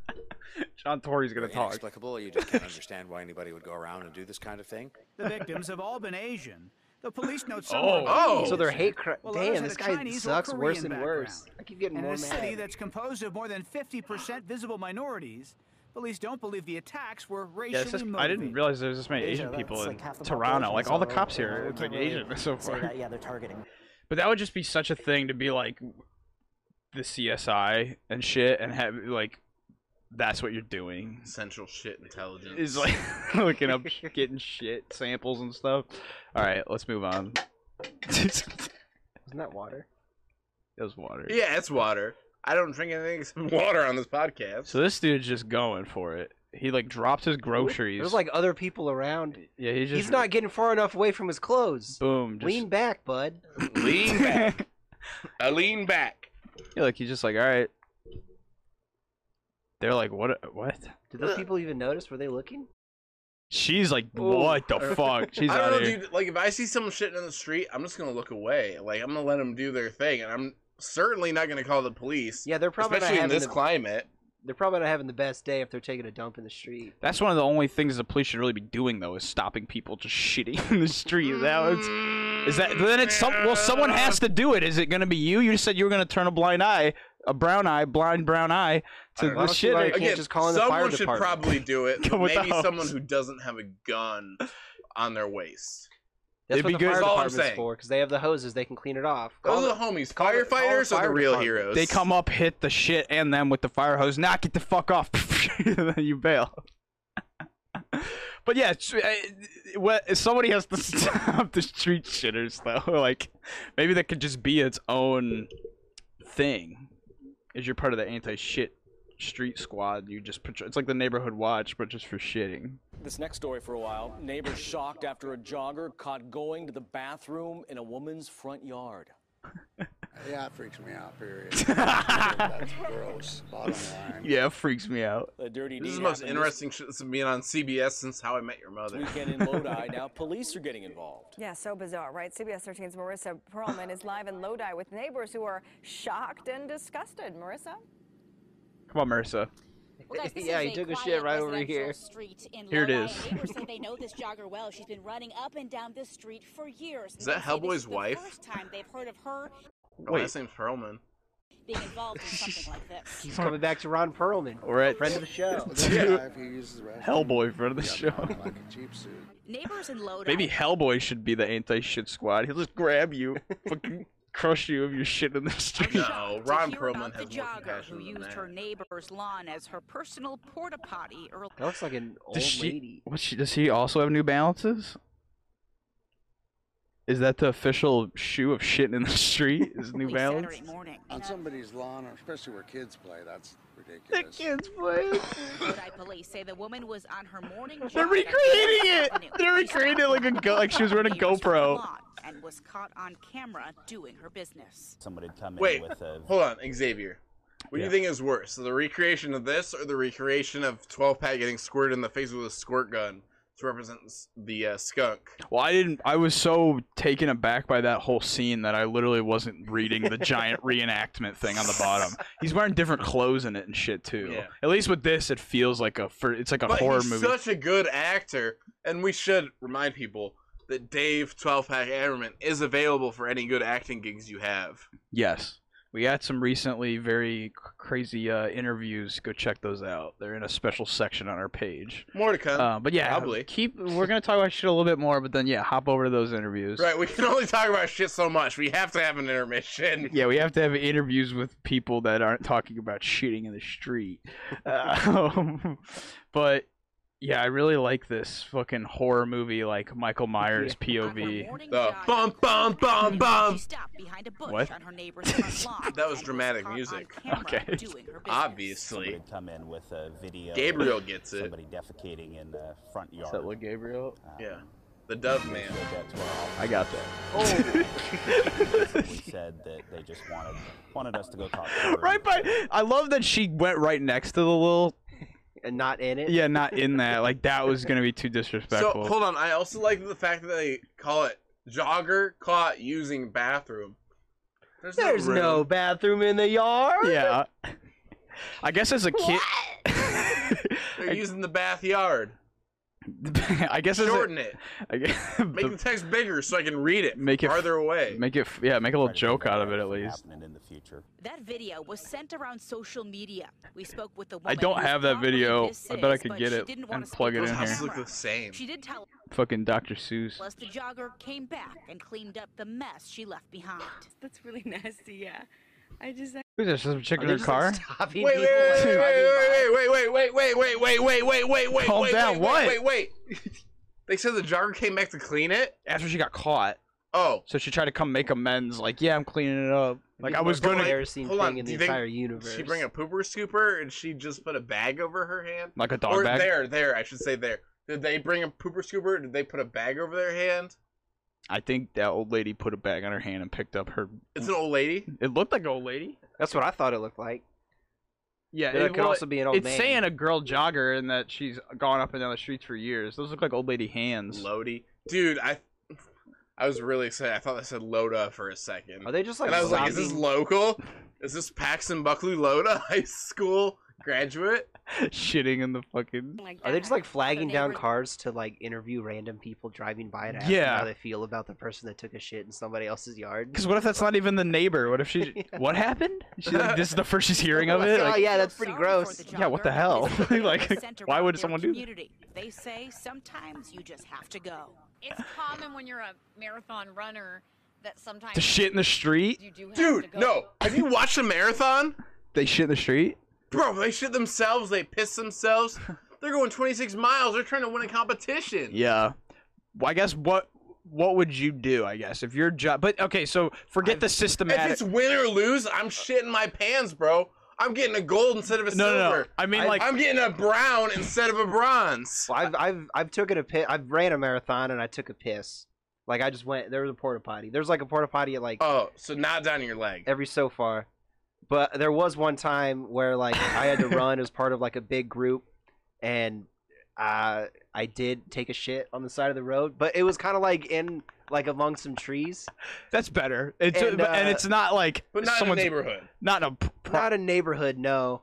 [SPEAKER 3] John Tory's gonna talk.
[SPEAKER 14] Inexplicable. You just can't understand why anybody would go around and do this kind of thing.
[SPEAKER 11] The victims have all been Asian. The police know
[SPEAKER 14] Oh.
[SPEAKER 11] someone.
[SPEAKER 14] Oh.
[SPEAKER 5] So they're hate cri-
[SPEAKER 11] crime.
[SPEAKER 5] Damn, this guy sucks worse and worse. I keep getting
[SPEAKER 11] and
[SPEAKER 5] more
[SPEAKER 11] in a
[SPEAKER 5] mad.
[SPEAKER 11] city that's composed of more than 50% visible minorities, police don't believe the attacks were racially
[SPEAKER 3] Yeah, it's just, I
[SPEAKER 11] motivated.
[SPEAKER 3] didn't realize there was this many
[SPEAKER 11] Asia,
[SPEAKER 3] Asian people
[SPEAKER 11] that's
[SPEAKER 3] in
[SPEAKER 11] like half the
[SPEAKER 3] Toronto.
[SPEAKER 11] population,
[SPEAKER 3] Like all the
[SPEAKER 11] so,
[SPEAKER 3] cops
[SPEAKER 11] you know,
[SPEAKER 3] here,
[SPEAKER 11] we
[SPEAKER 3] it's like
[SPEAKER 11] can't really
[SPEAKER 3] Asian so
[SPEAKER 11] say
[SPEAKER 3] far.
[SPEAKER 11] that,
[SPEAKER 13] yeah, they're targeting.
[SPEAKER 3] But that would just be such a thing to be like the CSI and shit, and have like that's what you're doing.
[SPEAKER 4] Central shit intelligence
[SPEAKER 3] Is like <laughs> looking up, getting shit samples and stuff. All right, let's move on. it
[SPEAKER 5] Isn't that water?
[SPEAKER 3] was water.
[SPEAKER 4] <laughs> Yeah, it's water. I don't drink anything except <laughs> water on this podcast.
[SPEAKER 3] So this dude's just going for it. He like drops his groceries.
[SPEAKER 5] There's like other people around.
[SPEAKER 3] yeah, he just
[SPEAKER 5] He's not getting far enough away from his clothes.
[SPEAKER 3] Boom. Just,
[SPEAKER 5] Lean back, bud.
[SPEAKER 4] lean back. <laughs> I lean back.
[SPEAKER 3] Yeah, like he's just like all right. They're like what? What?
[SPEAKER 5] Did those people even notice? Were they looking?
[SPEAKER 3] She's like what the fuck? She's
[SPEAKER 4] I don't
[SPEAKER 3] out
[SPEAKER 4] know,
[SPEAKER 3] here.
[SPEAKER 4] dude. Like, if I see someone shitting in the street, I'm just gonna look away. Like, I'm gonna let them do their thing, and I'm certainly not gonna call the police.
[SPEAKER 5] Yeah, they're probably not
[SPEAKER 4] especially in
[SPEAKER 5] having
[SPEAKER 4] this
[SPEAKER 5] the-
[SPEAKER 4] climate.
[SPEAKER 5] They're probably not having the best day if they're taking a dump in the street.
[SPEAKER 3] That's one of the only things the police should really be doing, though, is stopping people just shitting <laughs> in the street. Now it's, is that then it's some well, someone has to do it. Is it gonna be you? You said you were gonna turn a blind eye, a brown eye, blind brown eye to the shit.
[SPEAKER 4] Again, someone should probably do
[SPEAKER 5] <laughs>
[SPEAKER 4] it.
[SPEAKER 3] Go
[SPEAKER 4] But
[SPEAKER 3] with the
[SPEAKER 4] maybe
[SPEAKER 3] hose.
[SPEAKER 4] someone who doesn't have a gun on their waist.
[SPEAKER 5] That's
[SPEAKER 3] It'd
[SPEAKER 5] what
[SPEAKER 3] be
[SPEAKER 5] the
[SPEAKER 3] good-
[SPEAKER 5] fire
[SPEAKER 3] That's all I'm
[SPEAKER 5] department's
[SPEAKER 3] saying.
[SPEAKER 5] for, because they have the hoses. They can clean it off.
[SPEAKER 4] Those
[SPEAKER 5] Call
[SPEAKER 4] are
[SPEAKER 5] the-
[SPEAKER 4] the homies.
[SPEAKER 5] call the- call the
[SPEAKER 4] Firefighters are
[SPEAKER 5] fire
[SPEAKER 4] the real
[SPEAKER 5] department.
[SPEAKER 4] heroes.
[SPEAKER 3] They come up, hit the shit, and them with the fire hose. Nah, get the fuck off. <laughs> and then you bail. but yeah, it's- I- what- somebody has to <laughs> stop the street shitters, though. <laughs> Like, maybe that could just be its own thing. Is you're part of the anti-shit street squad. You just patro- it's like the neighborhood watch, but just for shitting.
[SPEAKER 15] This next story for a while. Neighbors shocked after a jogger caught going to the bathroom in a woman's front yard.
[SPEAKER 16] Yeah, it freaks me out, period.
[SPEAKER 3] <laughs>
[SPEAKER 16] That's gross. Bottom line.
[SPEAKER 3] Yeah, it freaks me out.
[SPEAKER 15] The dirty
[SPEAKER 4] This is the
[SPEAKER 15] deed
[SPEAKER 4] most
[SPEAKER 15] happened this-
[SPEAKER 4] interesting shit that's been on CBS since How I Met Your Mother.
[SPEAKER 15] Weekend in Lodi. Now police are getting involved.
[SPEAKER 17] Yeah, so bizarre, right? CBS 13's Marissa Perlman is live in Lodi with neighbors who are shocked and disgusted. Marissa?
[SPEAKER 3] Come on, Marissa.
[SPEAKER 18] Well,
[SPEAKER 5] <laughs>
[SPEAKER 18] guys, this
[SPEAKER 5] Yeah,
[SPEAKER 18] is
[SPEAKER 5] he took a
[SPEAKER 18] quiet
[SPEAKER 5] shit right over
[SPEAKER 18] residential
[SPEAKER 5] here.
[SPEAKER 18] Street in
[SPEAKER 3] Here it
[SPEAKER 18] Lodi,
[SPEAKER 3] is.
[SPEAKER 18] and neighbors say they know this jogger well. She's been running up and down this street for years.
[SPEAKER 4] Is that
[SPEAKER 18] They say this
[SPEAKER 4] Hellboy's
[SPEAKER 18] the
[SPEAKER 4] wife?
[SPEAKER 18] First time they've heard of her
[SPEAKER 4] Oh,
[SPEAKER 3] Wait.
[SPEAKER 4] Wait. name's
[SPEAKER 18] <clears throat>
[SPEAKER 4] Perlman.
[SPEAKER 18] being involved in something like this.
[SPEAKER 5] He's coming back to Ron Perlman.
[SPEAKER 3] We're at
[SPEAKER 5] friend of the show.
[SPEAKER 3] Hellboy friend of the show.
[SPEAKER 18] <laughs>
[SPEAKER 5] Oh
[SPEAKER 18] Neighbors in
[SPEAKER 3] <laughs>
[SPEAKER 18] Lodi.
[SPEAKER 3] Maybe Hellboy should be the anti-shit squad. He'll just grab
[SPEAKER 5] <laughs>
[SPEAKER 3] you, fucking crush you if you're shit in the street. <laughs>
[SPEAKER 4] No,
[SPEAKER 18] to
[SPEAKER 4] Ron
[SPEAKER 18] hear
[SPEAKER 4] Perlman
[SPEAKER 18] about the
[SPEAKER 4] has more
[SPEAKER 18] jogger who
[SPEAKER 4] compassion than
[SPEAKER 18] used
[SPEAKER 4] that.
[SPEAKER 18] her neighbor's lawn as her personal porta potty earlier.
[SPEAKER 5] That looks like an old
[SPEAKER 3] Does she,
[SPEAKER 5] lady.
[SPEAKER 3] What she does he also have New Balances? Is that the official shoe of shitting in the
[SPEAKER 5] <laughs>
[SPEAKER 3] street? Is New Balance?
[SPEAKER 18] morning.
[SPEAKER 16] On somebody's lawn, or especially where kids play, that's ridiculous.
[SPEAKER 3] kids play.
[SPEAKER 18] Lodi police say the woman was on her morning.
[SPEAKER 3] They're
[SPEAKER 18] jog at
[SPEAKER 3] recreating it.
[SPEAKER 18] Avenue.
[SPEAKER 3] They're
[SPEAKER 18] She stopped
[SPEAKER 3] recreating it like a
[SPEAKER 18] and
[SPEAKER 3] go- like she was
[SPEAKER 18] <laughs>
[SPEAKER 3] wearing a
[SPEAKER 18] neighbors for
[SPEAKER 3] GoPro.
[SPEAKER 18] lawn And was caught on camera doing her business.
[SPEAKER 19] Somebody come
[SPEAKER 4] Wait, hold on, Xavier. What do
[SPEAKER 19] Yeah.
[SPEAKER 4] you think is worse, the recreation of this or the recreation of 12 pack getting squirted in the face with a squirt gun to represent s- the uh, skunk?
[SPEAKER 3] Well, I didn't. I was so taken aback by that whole scene that I literally wasn't reading the
[SPEAKER 4] <laughs>
[SPEAKER 3] giant reenactment thing on the bottom. He's wearing different clothes in it and shit too.
[SPEAKER 4] Yeah.
[SPEAKER 3] At least with this, it feels like a fir- it's like a
[SPEAKER 4] but
[SPEAKER 3] horror
[SPEAKER 4] he's
[SPEAKER 3] movie.
[SPEAKER 4] such a good actor, and we should remind people that Dave 12 pack Ammerman is available for any good acting gigs you have.
[SPEAKER 3] Yes. We had some recently very c- crazy uh, interviews. Go check those out. They're in a special section on our page.
[SPEAKER 4] More to come.
[SPEAKER 3] Uh, but yeah,
[SPEAKER 4] Probably.
[SPEAKER 3] keep. We're gonna talk about shit a little bit more, but then yeah, hop over to those interviews.
[SPEAKER 4] Right, we can only talk about shit so much. We have to have an
[SPEAKER 18] <laughs>
[SPEAKER 4] intermission.
[SPEAKER 3] Yeah, we have to have interviews with people <laughs> that aren't talking about shitting in the street. Um, Uh, but yeah, I really like this fucking horror movie, like Michael Myers POV. The bum bum bum bum. What?
[SPEAKER 4] that was dramatic music.
[SPEAKER 3] Okay.
[SPEAKER 4] Obviously.
[SPEAKER 19] Come in with a video.
[SPEAKER 4] Gabriel
[SPEAKER 19] of
[SPEAKER 4] gets it.
[SPEAKER 19] Somebody defecating in the front yard.
[SPEAKER 4] that
[SPEAKER 19] what Gabriel?
[SPEAKER 4] Yeah. The Dove Man.
[SPEAKER 3] I got that. <laughs>
[SPEAKER 19] Oh. we said that they just wanted wanted us to go talk. To her.
[SPEAKER 3] Right by. I love that she went right next to the little.
[SPEAKER 5] And not in it.
[SPEAKER 3] Yeah, not in that. Like that was gonna be too
[SPEAKER 4] So
[SPEAKER 3] disrespectful.
[SPEAKER 4] hold on. I also like the fact that they call it jogger caught using bathroom.
[SPEAKER 5] There's no bathroom in the yard.
[SPEAKER 3] Yeah. I guess as a kid,
[SPEAKER 4] They're using the bath yard.
[SPEAKER 3] <laughs> I guess as a-
[SPEAKER 4] Shorten it.
[SPEAKER 3] I guess, <laughs> the-
[SPEAKER 4] Make the text bigger so I can read it.
[SPEAKER 3] make it
[SPEAKER 4] farther away.
[SPEAKER 3] Make it, f- yeah, make a little joke out of it at least.
[SPEAKER 19] in the future.
[SPEAKER 18] That video was sent around social media. We spoke with the woman.
[SPEAKER 3] I don't
[SPEAKER 18] whose
[SPEAKER 3] have that
[SPEAKER 18] property
[SPEAKER 3] video.
[SPEAKER 18] this
[SPEAKER 3] I bet I
[SPEAKER 18] is,
[SPEAKER 3] could
[SPEAKER 18] but
[SPEAKER 3] get
[SPEAKER 18] she
[SPEAKER 3] it
[SPEAKER 18] didn't wanna
[SPEAKER 3] and
[SPEAKER 18] speak
[SPEAKER 3] plug it
[SPEAKER 18] to
[SPEAKER 3] in
[SPEAKER 18] the
[SPEAKER 3] here.
[SPEAKER 18] camera.
[SPEAKER 4] same.
[SPEAKER 18] She did tell
[SPEAKER 3] Fucking Dr. Seuss.
[SPEAKER 18] us the jogger came back and cleaned up the mess she left behind. That's really nasty. Yeah, I just.
[SPEAKER 3] Who's this? Some chick in her car?
[SPEAKER 4] Wait, wait, wait, wait, wait, wait, wait, wait, wait, wait, wait, wait, wait, wait, wait,
[SPEAKER 3] Calm
[SPEAKER 4] wait,
[SPEAKER 3] down,
[SPEAKER 4] wait,
[SPEAKER 3] what?
[SPEAKER 4] Wait, wait, wait. They said the jogger came back to clean it.
[SPEAKER 3] After she got caught.
[SPEAKER 4] Oh.
[SPEAKER 3] So she tried to come make amends. Like, yeah, I'm cleaning it up. Like I was gonna.
[SPEAKER 4] Hold on. do you think She bring a pooper scooper and she just put a bag over her hand.
[SPEAKER 3] Like a dog
[SPEAKER 4] or
[SPEAKER 3] bag?
[SPEAKER 4] There, there. I should say there. Did they bring a pooper scooper? Did they put a bag over their hand?
[SPEAKER 3] I think that old lady put a bag on her hand and picked up her.
[SPEAKER 4] It's an old lady.
[SPEAKER 3] It looked like an old lady.
[SPEAKER 5] That's what I thought it looked like.
[SPEAKER 3] Yeah,
[SPEAKER 5] But it could
[SPEAKER 3] well,
[SPEAKER 5] also be an old
[SPEAKER 3] It's
[SPEAKER 5] man.
[SPEAKER 3] saying a girl jogger and that she's gone up and down the streets for years. Those look like old lady hands.
[SPEAKER 4] Lodi, dude. I, I was really excited. I thought they said Loda for a second.
[SPEAKER 5] Are they just, like,
[SPEAKER 4] And I was like, is this
[SPEAKER 5] zombie-
[SPEAKER 4] local? Is this Paxton Buckley Loda <laughs> high school graduate?
[SPEAKER 3] <laughs> Shitting in the fucking.
[SPEAKER 5] Are they just like flagging down cars to like interview random people driving by to ask them
[SPEAKER 3] Yeah.
[SPEAKER 5] how they feel about the person that took a shit in somebody else's yard?
[SPEAKER 3] Because what if that's not even the neighbor? What if she? <laughs> What happened? She like this is the first <laughs> she's hearing of it.
[SPEAKER 5] oh
[SPEAKER 3] Like,
[SPEAKER 5] yeah, that's pretty gross.
[SPEAKER 3] yeah, what the hell? like, why would someone do? That?
[SPEAKER 18] community. They say sometimes you just have to go.
[SPEAKER 20] It's common when you're a marathon runner that sometimes
[SPEAKER 3] To shit in the street?
[SPEAKER 20] You do have to
[SPEAKER 4] Dude,
[SPEAKER 20] go.
[SPEAKER 4] no. Have you watched a marathon?
[SPEAKER 3] They shit in the street.
[SPEAKER 4] Bro, they shit themselves. They piss themselves. They're going 26 miles. They're trying to win a competition.
[SPEAKER 3] Yeah. Well, I guess what what would you do? I guess if your job, but okay, so forget the
[SPEAKER 4] If
[SPEAKER 3] systematic.
[SPEAKER 4] it's win or lose, I'm shitting my pants, bro. I'm getting a gold instead of a
[SPEAKER 3] No, no, no.
[SPEAKER 4] silver.
[SPEAKER 3] I mean, like-
[SPEAKER 4] I'm getting a brown instead of a bronze.
[SPEAKER 5] Well, I've I've I've taken a piss. I've ran a marathon and I took a piss. Like I just went. There was a porta potty. There's like a porta potty at like
[SPEAKER 4] oh, so not down your leg
[SPEAKER 5] every so far. But there was one time where like I had
[SPEAKER 3] <laughs>
[SPEAKER 5] to run as part of like a big group, and uh, I did take a shit on the side of the road. But it was kind of like in like among some trees.
[SPEAKER 3] That's better. It's and,
[SPEAKER 5] And,
[SPEAKER 3] and
[SPEAKER 5] uh,
[SPEAKER 3] it's not like
[SPEAKER 5] but not in a
[SPEAKER 3] someone's-
[SPEAKER 5] neighborhood.
[SPEAKER 3] Not in a. p- pro-
[SPEAKER 5] Not a neighborhood.
[SPEAKER 3] <laughs>
[SPEAKER 5] No,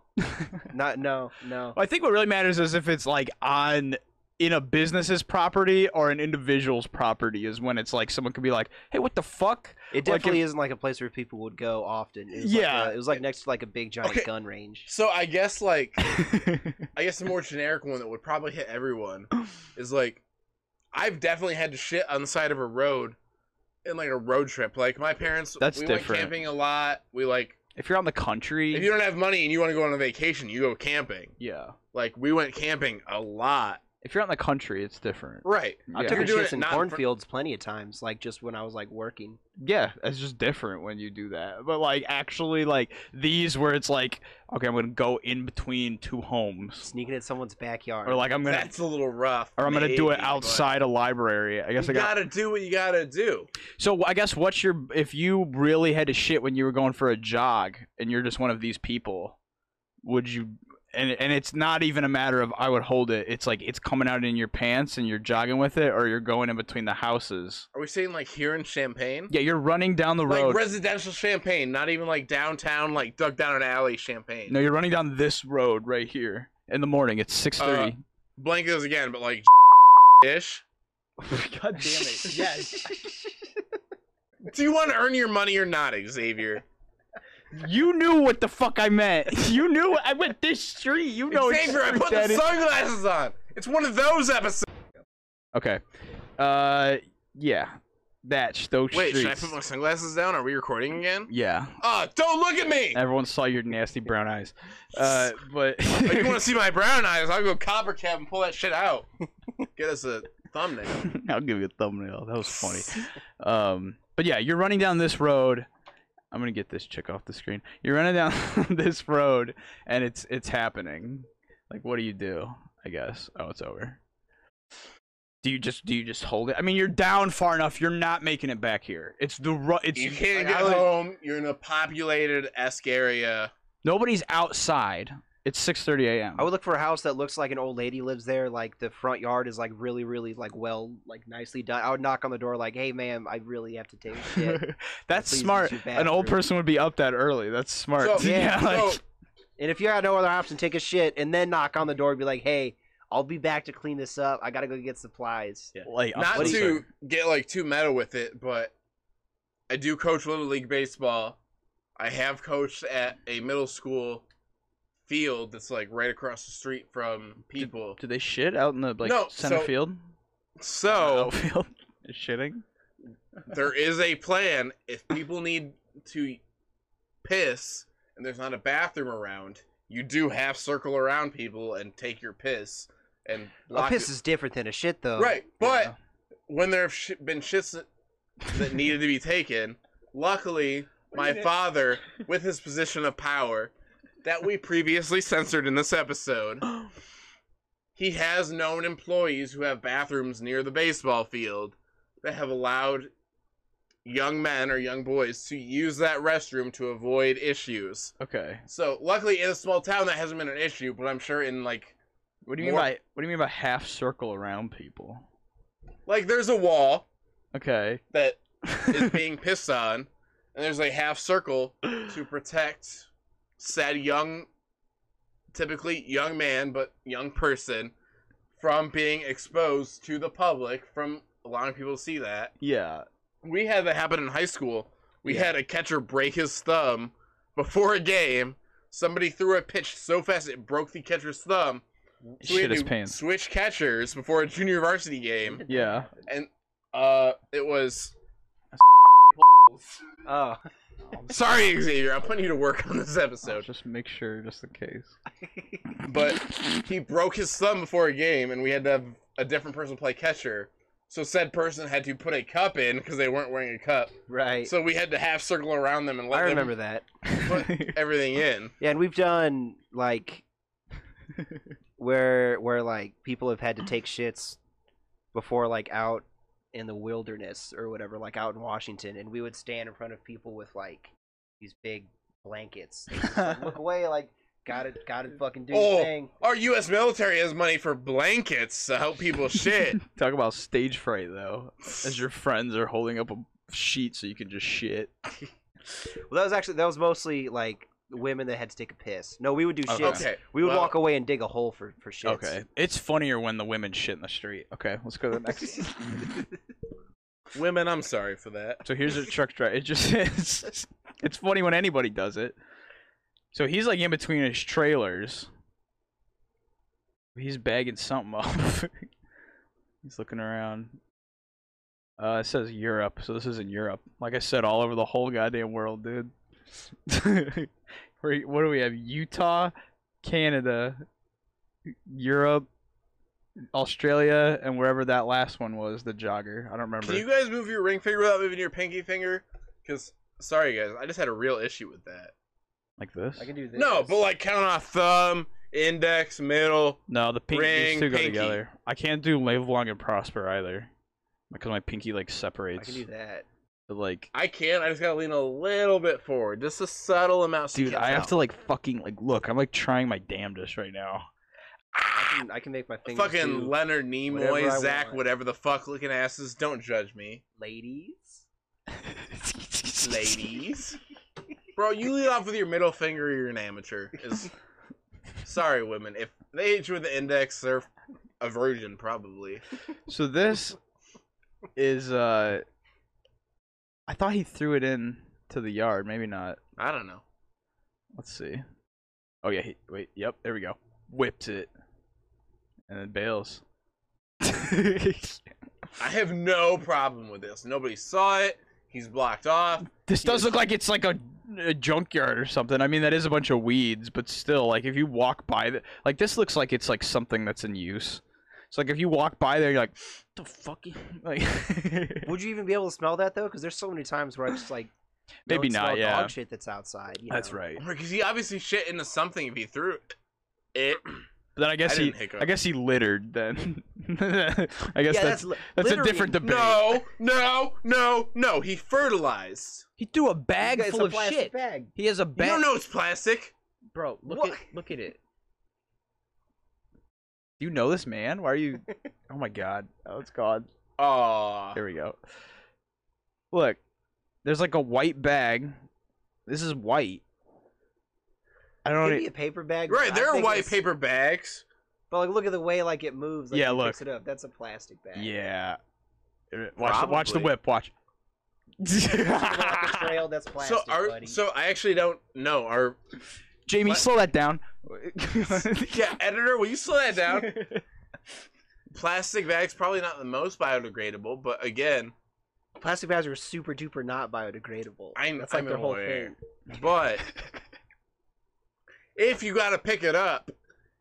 [SPEAKER 5] not no no.
[SPEAKER 3] I think what really matters is if it's like on in a business's property or an individual's property is when it's like someone could be like, "Hey, what the fuck?"
[SPEAKER 5] It
[SPEAKER 3] Like, if-
[SPEAKER 5] definitely isn't like a place where people would go often. It was
[SPEAKER 3] Yeah.
[SPEAKER 5] like a, it was like next to like a big giant gun range.
[SPEAKER 4] So I guess
[SPEAKER 3] <laughs>
[SPEAKER 4] like I guess the more generic one that would probably hit
[SPEAKER 3] <clears throat>
[SPEAKER 4] everyone is like I've definitely had to shit on the side of a road in like a road trip. Like my parents
[SPEAKER 3] That's
[SPEAKER 4] we went
[SPEAKER 3] different.
[SPEAKER 4] camping a lot. We like
[SPEAKER 3] if you're on the country,
[SPEAKER 4] if you don't have money and you want to go on a vacation, you go camping.
[SPEAKER 3] Yeah.
[SPEAKER 4] Like we went camping a lot.
[SPEAKER 3] If you're on the country, it's different.
[SPEAKER 4] Right.
[SPEAKER 5] I
[SPEAKER 3] Yeah.
[SPEAKER 5] took
[SPEAKER 3] You're
[SPEAKER 5] a
[SPEAKER 3] doing
[SPEAKER 5] shit
[SPEAKER 3] it
[SPEAKER 5] in
[SPEAKER 3] not in front-
[SPEAKER 5] cornfields plenty of times, like just when I was like working.
[SPEAKER 3] Yeah, it's just different when you do that. But like actually like these where it's like, okay, I'm gonna go in between two homes.
[SPEAKER 5] Sneaking in someone's backyard.
[SPEAKER 3] Or
[SPEAKER 5] <laughs>
[SPEAKER 3] like I'm gonna
[SPEAKER 4] <laughs> That's a little rough.
[SPEAKER 3] or I'm gonna do it
[SPEAKER 4] maybe, but
[SPEAKER 3] outside a library. I guess
[SPEAKER 4] You
[SPEAKER 3] I got
[SPEAKER 4] gotta do what you gotta do.
[SPEAKER 3] So I guess what's your if you really had to shit when you were going for a jog and you're just one of these people, would you? And and it's not even a matter of I would hold it. It's like it's coming out in your pants and you're jogging with it, or you're going in between the houses.
[SPEAKER 4] Are we saying like here in Champagne?
[SPEAKER 3] Yeah, you're running down the road.
[SPEAKER 4] Like residential Champagne, not even like downtown, like dug down an alley Champagne.
[SPEAKER 3] no, you're running down this road right here in the morning. It's six thirty.
[SPEAKER 4] Uh, blank those again, but like ish.
[SPEAKER 3] God damn it! Yes.
[SPEAKER 4] Do you want to earn your money or not, <laughs> Xavier?
[SPEAKER 3] you knew what the fuck I meant. <laughs> You knew I went this street. You know
[SPEAKER 4] Xavier, I
[SPEAKER 3] exactly
[SPEAKER 4] put the sunglasses on. It's one of those episodes.
[SPEAKER 3] Okay. Uh, yeah. Batch, those
[SPEAKER 4] Wait, should I
[SPEAKER 3] streets.
[SPEAKER 4] put my sunglasses down? Are we recording again?
[SPEAKER 3] yeah.
[SPEAKER 4] Oh, don't look at me!
[SPEAKER 3] Everyone saw your nasty brown eyes. Uh, but
[SPEAKER 4] <laughs> If Oh, you want to see my brown eyes, I'll go copper cap and pull that shit out. <laughs> Get us a thumbnail.
[SPEAKER 3] <laughs> I'll give you a thumbnail. That was
[SPEAKER 5] <laughs>
[SPEAKER 3] funny. Um, but yeah, you're running down this road. I'm gonna get this chick off the screen. You're running down <laughs> this road, and it's it's happening. Like, what do you do? I guess. Oh, it's over. Do you just do you just hold it? I mean, you're down far enough. You're not making it back here. It's the ru- it's
[SPEAKER 4] you can't
[SPEAKER 3] like, I
[SPEAKER 4] get
[SPEAKER 3] would-
[SPEAKER 4] home. You're in a populated esque area.
[SPEAKER 3] Nobody's outside. It's 6:30 a.m.
[SPEAKER 5] I would look for a house that looks like an old lady lives there. Like the front yard is like really, really like well, like nicely done. I would knock on the door like, "Hey, ma'am, I really have to take a
[SPEAKER 4] <laughs>
[SPEAKER 5] shit."
[SPEAKER 3] <laughs> That's
[SPEAKER 5] Please
[SPEAKER 3] smart.
[SPEAKER 5] use your
[SPEAKER 3] An old
[SPEAKER 5] bathroom.
[SPEAKER 3] person would be up that early. That's smart. <laughs> yeah, like,
[SPEAKER 5] and if you had no other option, take a shit and then knock on the door and be like, "Hey, I'll be back to clean this up. I gotta go get supplies."
[SPEAKER 3] Like, I'm
[SPEAKER 4] Not
[SPEAKER 3] so
[SPEAKER 4] to
[SPEAKER 3] sorry.
[SPEAKER 4] get like too meta with it, but I do coach little league baseball. I have coached at a middle school field that's like right across the street from people.
[SPEAKER 3] do they shit out in the like
[SPEAKER 4] No,
[SPEAKER 3] center
[SPEAKER 4] so-
[SPEAKER 3] field? Oh.
[SPEAKER 4] So
[SPEAKER 3] <laughs> outfield is shitting.
[SPEAKER 4] there is a plan if people need to piss and there's not a bathroom around you do half circle around people and take your piss and
[SPEAKER 5] A
[SPEAKER 4] lock
[SPEAKER 5] piss
[SPEAKER 4] it-
[SPEAKER 5] is different than a shit, though.
[SPEAKER 4] right but when there have sh- been shits that- that needed to be taken luckily my
[SPEAKER 5] Wait a <laughs>
[SPEAKER 4] father with his position of power that we previously censored in this
[SPEAKER 5] <gasps>
[SPEAKER 4] episode he has known employees who have bathrooms near the baseball field that have allowed young men or young boys to use that restroom to avoid issues.
[SPEAKER 3] Okay.
[SPEAKER 4] So luckily in a small town that hasn't been an issue, but I'm sure in like
[SPEAKER 3] What do you
[SPEAKER 4] More-
[SPEAKER 3] mean by what do you mean by half circle around people?
[SPEAKER 4] like there's a wall
[SPEAKER 3] Okay.
[SPEAKER 4] that is being pissed on and there's a half circle to protect said young typically young man but young person from being exposed to the public from allowing people to see that.
[SPEAKER 3] Yeah.
[SPEAKER 4] we had that happen in high school. We had a catcher break his thumb before a game. Somebody threw a pitch so fast it broke the catcher's thumb. So
[SPEAKER 3] Shit
[SPEAKER 4] we had
[SPEAKER 3] his
[SPEAKER 4] to
[SPEAKER 3] pants.
[SPEAKER 4] switch catchers before a junior varsity game.
[SPEAKER 3] <laughs> Yeah.
[SPEAKER 4] And uh, it was. <laughs>
[SPEAKER 5] Oh. <laughs>
[SPEAKER 4] Sorry, Xavier. I'm putting you to work on this episode.
[SPEAKER 3] Just make sure, just in case. <laughs>
[SPEAKER 5] <laughs>
[SPEAKER 4] but he broke his thumb before a game, and we had to have a different person play catcher. So said person had to put a cup in because they weren't wearing a cup.
[SPEAKER 5] Right.
[SPEAKER 4] So we had to half circle around them and let
[SPEAKER 5] I
[SPEAKER 4] them
[SPEAKER 5] remember that. <laughs>
[SPEAKER 4] put everything in.
[SPEAKER 5] Yeah, and we've done
[SPEAKER 3] <laughs>
[SPEAKER 5] like where where like people have had to take shits before like out in the wilderness or whatever, like out in Washington, and we would stand in front of people with like these big blankets. and just, like, look away, like gotta gotta fucking do your
[SPEAKER 4] Oh,
[SPEAKER 5] thing.
[SPEAKER 4] our U.S. military has money for blankets to help people
[SPEAKER 5] <laughs>
[SPEAKER 4] shit.
[SPEAKER 3] Talk about stage fright though, as your friends are holding up a sheet so you can just shit.
[SPEAKER 5] Well, that was actually that was mostly like women that had to take a piss. No, we would do
[SPEAKER 3] Okay.
[SPEAKER 5] shits.
[SPEAKER 3] Okay,
[SPEAKER 5] We would
[SPEAKER 3] well-
[SPEAKER 5] walk away and dig a hole for for shits.
[SPEAKER 3] Okay. It's funnier when the women shit in the street. Okay, let's go to the <laughs> next.
[SPEAKER 4] Women, I'm sorry for that.
[SPEAKER 3] So here's a truck driver. It just <laughs> it's, it's funny when anybody does it. So he's like in between his trailers. He's bagging something <laughs> up. he's looking around. Uh, it says Europe, so this is in Europe. Like I said, all over the whole goddamn world, dude. <laughs> Where- what do we have? Utah, Canada, Europe, Australia, and wherever that last one was, the jogger. I don't remember.
[SPEAKER 4] Can you guys move your ring finger without moving your pinky finger? Because sorry, guys, I just had a real issue with that.
[SPEAKER 3] like this?
[SPEAKER 5] do
[SPEAKER 4] No, but like count off thumb, index, middle.
[SPEAKER 3] No, the pink
[SPEAKER 4] Ring,
[SPEAKER 3] these two go
[SPEAKER 4] pinky.
[SPEAKER 3] together. I can't do live long and prosper either, because my pinky like separates.
[SPEAKER 5] I can do that.
[SPEAKER 3] But, like,
[SPEAKER 4] I can't. I just gotta lean a little bit forward, just a subtle amount. so you
[SPEAKER 3] dude,
[SPEAKER 4] can't
[SPEAKER 3] I have
[SPEAKER 4] tell.
[SPEAKER 3] to like fucking like look. I'm like trying my damnedest right now.
[SPEAKER 5] <laughs> I can, I can make my fingers.
[SPEAKER 4] Fucking
[SPEAKER 5] do
[SPEAKER 4] Leonard
[SPEAKER 5] whatever I
[SPEAKER 4] Nimoy, Zach,
[SPEAKER 5] want.
[SPEAKER 4] whatever the fuck, looking asses. Don't
[SPEAKER 3] <laughs>
[SPEAKER 4] judge me,
[SPEAKER 5] ladies. <laughs>
[SPEAKER 4] ladies. Bro, you lead off with your middle finger. You're an amateur. Is sorry, women. If they hit you with the index, they're a virgin probably.
[SPEAKER 3] So this is uh, I thought he threw it in to the yard. Maybe not.
[SPEAKER 4] I don't know.
[SPEAKER 3] Let's see. Oh yeah, he, wait. Yep, there we go.
[SPEAKER 5] <laughs>
[SPEAKER 3] Whipped it, and then bails.
[SPEAKER 4] I have no problem with this. Nobody saw it. He's blocked off.
[SPEAKER 3] This does look like it's like a, a junkyard or something. I mean, that is a bunch of weeds, but still, like if you walk by the like this looks like it's like something that's in use. It's like if you walk by there, you're like, the fuck? <laughs>
[SPEAKER 4] <laughs>
[SPEAKER 3] Like,
[SPEAKER 5] <laughs> Would you even be able to smell that though? Because there's so many times where I just like
[SPEAKER 3] <laughs> Maybe
[SPEAKER 5] don't smell
[SPEAKER 3] not, yeah.
[SPEAKER 5] dog shit that's outside. you know?
[SPEAKER 4] Because he obviously shit into something if he threw it. it.
[SPEAKER 3] But then I guess he,
[SPEAKER 4] didn't hiccup.
[SPEAKER 3] I guess he littered then. <laughs> I guess that's
[SPEAKER 4] Yeah, that's
[SPEAKER 3] that's,
[SPEAKER 4] li-
[SPEAKER 3] a different debate.
[SPEAKER 4] littering. No, no, no, no. He fertilized.
[SPEAKER 3] He threw a bag
[SPEAKER 5] It's a plastic Bag.
[SPEAKER 3] He has a
[SPEAKER 4] You don't know it's plastic.
[SPEAKER 3] Bro,
[SPEAKER 5] look
[SPEAKER 4] What?
[SPEAKER 5] at look at it.
[SPEAKER 3] Do you know this man? Why are
[SPEAKER 4] <laughs>
[SPEAKER 3] you? oh my god! Oh, it's gone.
[SPEAKER 4] Aw.
[SPEAKER 3] Here we go. Look, there's like a white bag. This is white. I don't e know.
[SPEAKER 5] Maybe a paper bag.
[SPEAKER 4] Right,
[SPEAKER 5] I
[SPEAKER 4] there are
[SPEAKER 5] think
[SPEAKER 4] white
[SPEAKER 5] it's-
[SPEAKER 4] paper bags.
[SPEAKER 5] But like, look at the way like it moves. Like,
[SPEAKER 3] Yeah,
[SPEAKER 5] it
[SPEAKER 3] look.
[SPEAKER 5] Picks it up. That's a plastic bag.
[SPEAKER 3] Yeah. Uh, Watch the, watch the
[SPEAKER 4] Probably.
[SPEAKER 3] whip. Watch.
[SPEAKER 5] Trail. That's
[SPEAKER 4] <laughs>
[SPEAKER 5] plastic.
[SPEAKER 4] so, are, so I actually don't know. Are
[SPEAKER 3] Jamie, slow that down.
[SPEAKER 4] yeah, editor, will you slow that
[SPEAKER 5] <laughs>
[SPEAKER 4] down? Plastic bags probably not the most biodegradable, but again,
[SPEAKER 5] plastic bags are super duper not biodegradable.
[SPEAKER 4] I,
[SPEAKER 5] that's like
[SPEAKER 4] I'm
[SPEAKER 5] their whole
[SPEAKER 4] aware.
[SPEAKER 5] thing.
[SPEAKER 4] But if you gotta pick it up,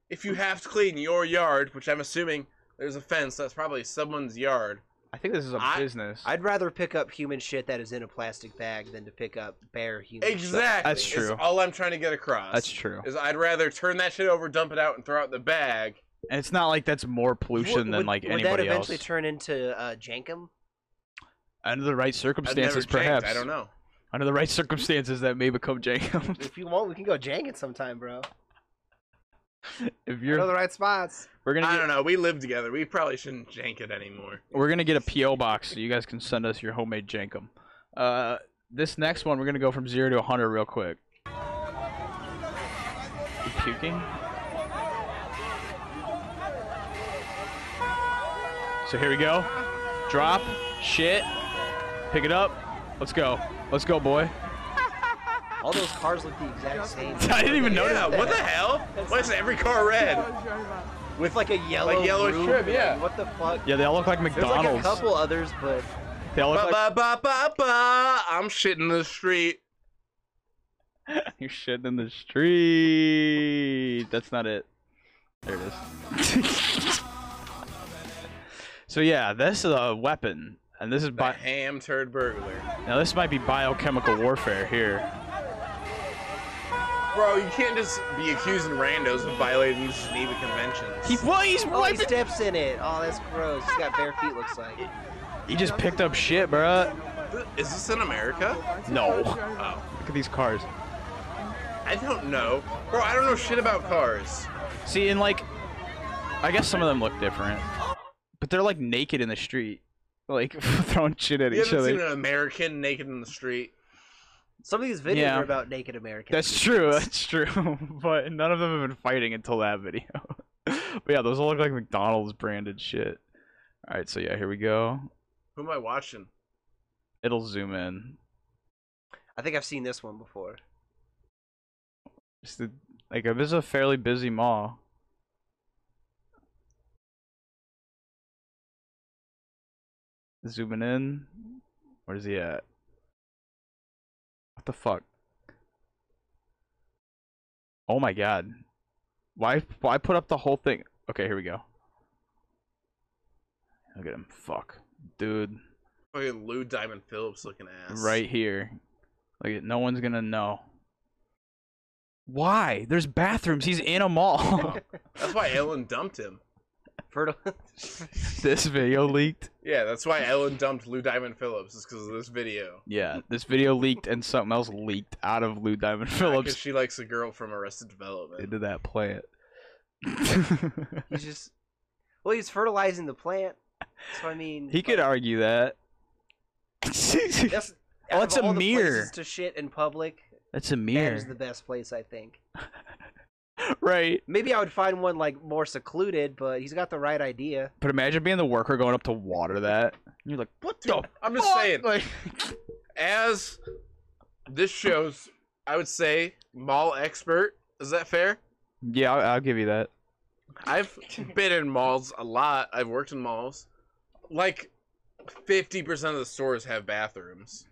[SPEAKER 4] if you have to clean your yard, which I'm assuming there's a fence, that's probably someone's yard.
[SPEAKER 3] I think this is a
[SPEAKER 4] I-
[SPEAKER 3] business.
[SPEAKER 5] I'd rather pick up human shit that is in a plastic bag than to pick up bare human. shit.
[SPEAKER 4] Exactly.
[SPEAKER 3] That's
[SPEAKER 4] is
[SPEAKER 3] true.
[SPEAKER 4] all I'm trying to get across.
[SPEAKER 3] That's true.
[SPEAKER 4] Is I'd rather turn that shit over, dump it out, and throw out the bag.
[SPEAKER 3] And it's not like that's more pollution
[SPEAKER 5] Would-
[SPEAKER 3] than
[SPEAKER 5] would-
[SPEAKER 3] like
[SPEAKER 5] would that
[SPEAKER 3] anybody else.
[SPEAKER 5] eventually turn into uh, Jankum?
[SPEAKER 3] Under the right circumstances,
[SPEAKER 4] never janked,
[SPEAKER 3] perhaps.
[SPEAKER 4] I don't know.
[SPEAKER 3] Under the right circumstances, that may become Jankum.
[SPEAKER 5] If you want, we can go Jank it sometime, bro.
[SPEAKER 3] <laughs> if
[SPEAKER 5] Go to
[SPEAKER 3] you're,
[SPEAKER 5] the right spots.
[SPEAKER 3] we're gonna
[SPEAKER 4] I
[SPEAKER 3] get,
[SPEAKER 4] don't know. We live together. We probably shouldn't jank it anymore.
[SPEAKER 3] we're gonna get a PO box so you guys can send us your homemade Jankum. Uh, this next one, we're gonna go from zero to hundred real quick. You puking. So here we go. Drop, shit, pick it up. Let's go. Let's go, boy. <laughs>
[SPEAKER 5] All those cars look the exact same.
[SPEAKER 3] I didn't even notice
[SPEAKER 4] Yeah,
[SPEAKER 3] that.
[SPEAKER 4] what the hell? Why is every car red?
[SPEAKER 5] With like a yellow,
[SPEAKER 4] Like yellow
[SPEAKER 5] roof,
[SPEAKER 4] strip,
[SPEAKER 5] like,
[SPEAKER 4] yeah.
[SPEAKER 5] what the fuck?
[SPEAKER 3] Yeah, they all look like
[SPEAKER 5] There's like a
[SPEAKER 3] McDonald's.
[SPEAKER 5] couple others, but
[SPEAKER 3] they all
[SPEAKER 4] Ba
[SPEAKER 3] look like
[SPEAKER 4] ba ba ba ba. I'm shitting the street.
[SPEAKER 3] <laughs> you're shitting in the street. That's not it. There it is. <laughs> so yeah, this is a weapon, and this is
[SPEAKER 4] The
[SPEAKER 3] bi-
[SPEAKER 4] ham turd burglar.
[SPEAKER 3] now this might be biochemical warfare here.
[SPEAKER 4] Bro, you can't just be accusing randos of violating the Geneva Conventions.
[SPEAKER 3] He well, he's
[SPEAKER 5] oh, he
[SPEAKER 3] wiping.
[SPEAKER 5] steps in it. Oh, that's gross. He's got bare feet. Looks like.
[SPEAKER 3] He just picked up shit, bruh.
[SPEAKER 4] Th- Is this in America?
[SPEAKER 3] No.
[SPEAKER 4] Oh.
[SPEAKER 3] Look at these cars.
[SPEAKER 4] I don't know. Bro, I don't know shit about cars.
[SPEAKER 3] See, and like, I guess some of them look different, but they're like naked in the street, like <laughs> throwing shit at
[SPEAKER 4] You
[SPEAKER 3] each
[SPEAKER 4] haven't
[SPEAKER 3] other.
[SPEAKER 4] seen an American naked in the street.
[SPEAKER 5] Some of these videos
[SPEAKER 3] Yeah.
[SPEAKER 5] are about naked Americans.
[SPEAKER 3] That's true. That's true. <laughs> but none of them have been fighting until that video. <laughs> but yeah, those all look like McDonald's branded shit. All right, so yeah, here we go.
[SPEAKER 4] Who am I watching?
[SPEAKER 3] It'll zoom in.
[SPEAKER 5] <laughs> I think I've seen this one before.
[SPEAKER 3] It's the, like this is a fairly busy mall. Zooming in. Where's he at? What the fuck? Oh my god. Why why put up the whole thing? Okay, here we go. Look at him. Fuck. Dude,
[SPEAKER 4] Fucking Lou Diamond Phillips looking ass.
[SPEAKER 3] right here. Look at no one's gonna know. Why? There's bathrooms. He's in a <laughs> mall.
[SPEAKER 4] That's why Ellen dumped him.
[SPEAKER 5] Fertile.
[SPEAKER 3] this video leaked.
[SPEAKER 4] Yeah, that's why Ellen dumped Lou Diamond Phillips, is because of this video.
[SPEAKER 3] Yeah, this video leaked and something else leaked out of Lou <laughs> Diamond Phillips
[SPEAKER 4] Because she likes a girl from Arrested Development.
[SPEAKER 3] into that <laughs> plant.
[SPEAKER 5] <laughs> he's just. Well, he's fertilizing the plant. So I mean,
[SPEAKER 3] He could argue that.
[SPEAKER 5] that's.
[SPEAKER 3] Oh,
[SPEAKER 5] out
[SPEAKER 3] it's
[SPEAKER 5] of
[SPEAKER 3] a
[SPEAKER 5] all the
[SPEAKER 3] mirror.
[SPEAKER 5] places to shit in public.
[SPEAKER 3] <laughs> That's a
[SPEAKER 5] That is
[SPEAKER 3] mirror,
[SPEAKER 5] the best place, I think.
[SPEAKER 3] <laughs> right?
[SPEAKER 5] Maybe I would find one like more secluded, but he's got the right idea.
[SPEAKER 3] But imagine being the worker going up to water that. And you're like, what the?
[SPEAKER 4] I'm just
[SPEAKER 3] fuck?"
[SPEAKER 4] saying.
[SPEAKER 3] Like,
[SPEAKER 4] As this shows, I would say, mall expert. Is that fair?
[SPEAKER 3] yeah, I'll, I'll give you that.
[SPEAKER 4] I've been in malls a lot. I've worked in malls. Like fifty percent of the stores have bathrooms.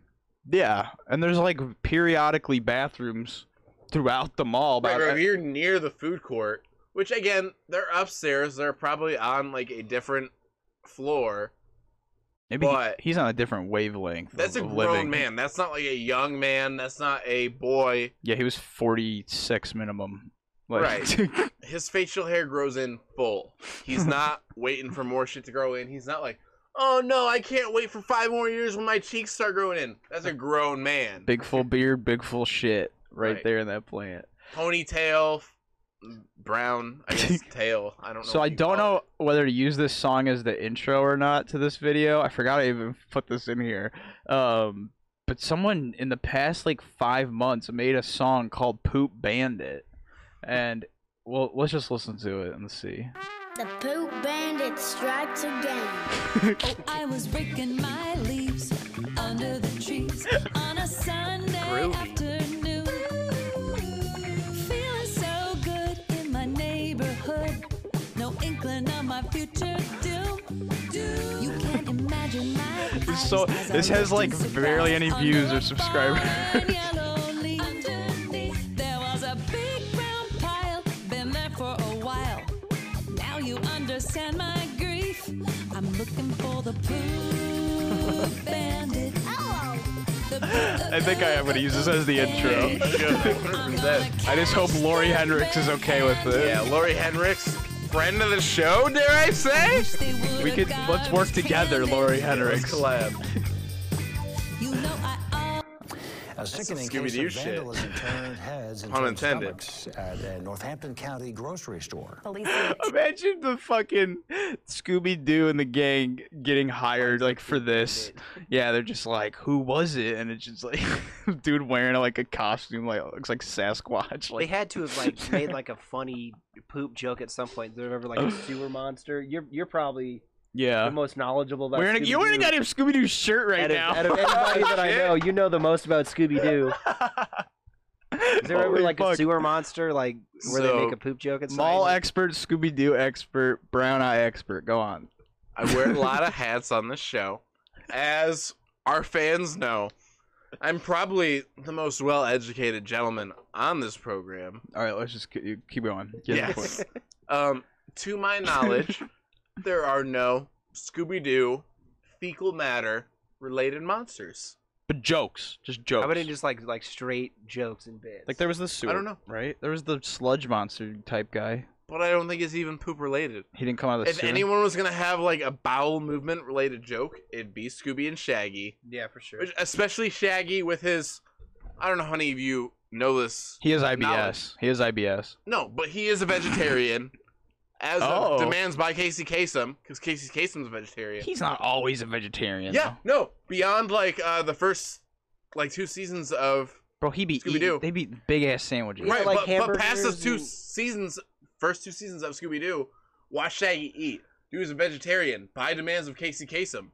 [SPEAKER 3] Yeah, and there's like periodically bathrooms throughout the mall.
[SPEAKER 4] Right,
[SPEAKER 3] but
[SPEAKER 4] right, if you're near the food court, which again, they're upstairs, they're probably on like a different floor.
[SPEAKER 3] maybe he- he's on a different wavelength.
[SPEAKER 4] That's a
[SPEAKER 3] of
[SPEAKER 4] grown
[SPEAKER 3] living.
[SPEAKER 4] man. That's not like a young man. That's not a boy.
[SPEAKER 3] Yeah, he was 46 minimum. Like,
[SPEAKER 4] right. His facial hair grows in full. He's not waiting for more shit to grow in. He's not like, oh no, I can't wait for five more years when my cheeks start growing in. That's a grown man.
[SPEAKER 3] <laughs> big full beard, big full shit, right,
[SPEAKER 4] Right.
[SPEAKER 3] there in that plant.
[SPEAKER 4] Ponytail, mm, brown,
[SPEAKER 3] <laughs>
[SPEAKER 4] I guess tail. I don't know.
[SPEAKER 3] So I
[SPEAKER 4] what you
[SPEAKER 3] don't
[SPEAKER 4] call it.
[SPEAKER 3] know whether to use this song as the intro or not to this video. I forgot I even put this in here. Um, but someone in the past like five months made a song called "Poop Bandit," and well, let's just listen to it and see.
[SPEAKER 1] The poop bandit strikes again. oh, I was raking my leaves under the trees on a Sunday
[SPEAKER 21] Groovy.
[SPEAKER 1] afternoon. Feeling so good in my neighborhood. No inkling of my future doom. You can't imagine my
[SPEAKER 3] It's so this has like barely any views or <laughs> subscribers.
[SPEAKER 1] yellow leaves. Underneath there was a big brown pile, been there for a while. Now you understand my grief. I'm looking for the
[SPEAKER 9] <laughs>
[SPEAKER 1] poop bandit.
[SPEAKER 3] I think I am gonna use this
[SPEAKER 1] <laughs>
[SPEAKER 3] as the intro. I just hope Lori Hendricks is okay with it.
[SPEAKER 4] Yeah, Lori Hendricks, friend of the show, dare I say?
[SPEAKER 3] We could let's work together, Lori Hendricks.
[SPEAKER 4] collab.
[SPEAKER 22] A sickening case
[SPEAKER 4] Scooby-Doo
[SPEAKER 22] of
[SPEAKER 4] shit.
[SPEAKER 22] vandalism turned
[SPEAKER 4] <laughs>
[SPEAKER 22] heads into
[SPEAKER 4] Pun intended.
[SPEAKER 22] stomachs at a Northampton County grocery store.
[SPEAKER 2] Oh.
[SPEAKER 3] Imagine the fucking Scooby Doo and the gang getting hired like for this. Yeah, they're just like, who was it? And it's just like, <laughs> dude wearing like a costume like looks like Sasquatch. Like
[SPEAKER 5] they had to have like made
[SPEAKER 3] <laughs>
[SPEAKER 5] like a funny poop joke at some point. They're ever like a sewer monster. You're you're probably
[SPEAKER 3] Yeah.
[SPEAKER 5] the most knowledgeable about.
[SPEAKER 3] Uh, We're in a, you're in a
[SPEAKER 5] Scooby-Doo.
[SPEAKER 3] goddamn Scooby Doo shirt right
[SPEAKER 5] out of,
[SPEAKER 3] now.
[SPEAKER 5] out of anybody
[SPEAKER 3] <laughs>
[SPEAKER 5] that I know, you know the most about Scooby Doo. Is there ever
[SPEAKER 3] Holy
[SPEAKER 5] like a
[SPEAKER 3] fuck.
[SPEAKER 5] sewer monster, like where they
[SPEAKER 3] So,
[SPEAKER 5] make a poop joke at some
[SPEAKER 3] Mall expert, Scooby Doo expert, brown eye expert. Go on.
[SPEAKER 4] I wear a lot of hats on this show. As our fans know, I'm probably the most well educated gentleman on this program.
[SPEAKER 3] All right, let's just keep, keep going. Get to the
[SPEAKER 4] Yes.
[SPEAKER 3] point.
[SPEAKER 4] <laughs> um, to my knowledge, there are no Scooby Doo fecal matter related monsters.
[SPEAKER 3] But jokes, just jokes.
[SPEAKER 5] How about it just like like straight jokes and bits?
[SPEAKER 3] Like there was the sewer.
[SPEAKER 4] don't know.
[SPEAKER 3] Right? There was the sludge monster type guy.
[SPEAKER 4] But I don't think it's even poop related.
[SPEAKER 3] He didn't come out of the
[SPEAKER 4] If
[SPEAKER 3] sewer.
[SPEAKER 4] anyone was gonna have like a bowel movement related joke, it'd be Scooby and Shaggy.
[SPEAKER 5] Yeah, for sure.
[SPEAKER 4] Which, especially Shaggy with his, I don't know how many of you know this.
[SPEAKER 3] He has IBS.
[SPEAKER 4] knowledge.
[SPEAKER 3] He has IBS.
[SPEAKER 4] No, but he is a vegetarian, as
[SPEAKER 3] Oh.
[SPEAKER 4] of demands by Casey Kasem, because Casey Kasem's a vegetarian.
[SPEAKER 3] He's not always a vegetarian.
[SPEAKER 4] Yeah, no. Beyond like uh the first like two seasons of
[SPEAKER 3] Bro, he be
[SPEAKER 4] Scooby Doo.
[SPEAKER 3] eating, they be big ass sandwiches.
[SPEAKER 4] right, but, but past those two seasons, first two seasons of Scooby Doo, watch Shaggy eat. He was a vegetarian by demands of Casey Kasem.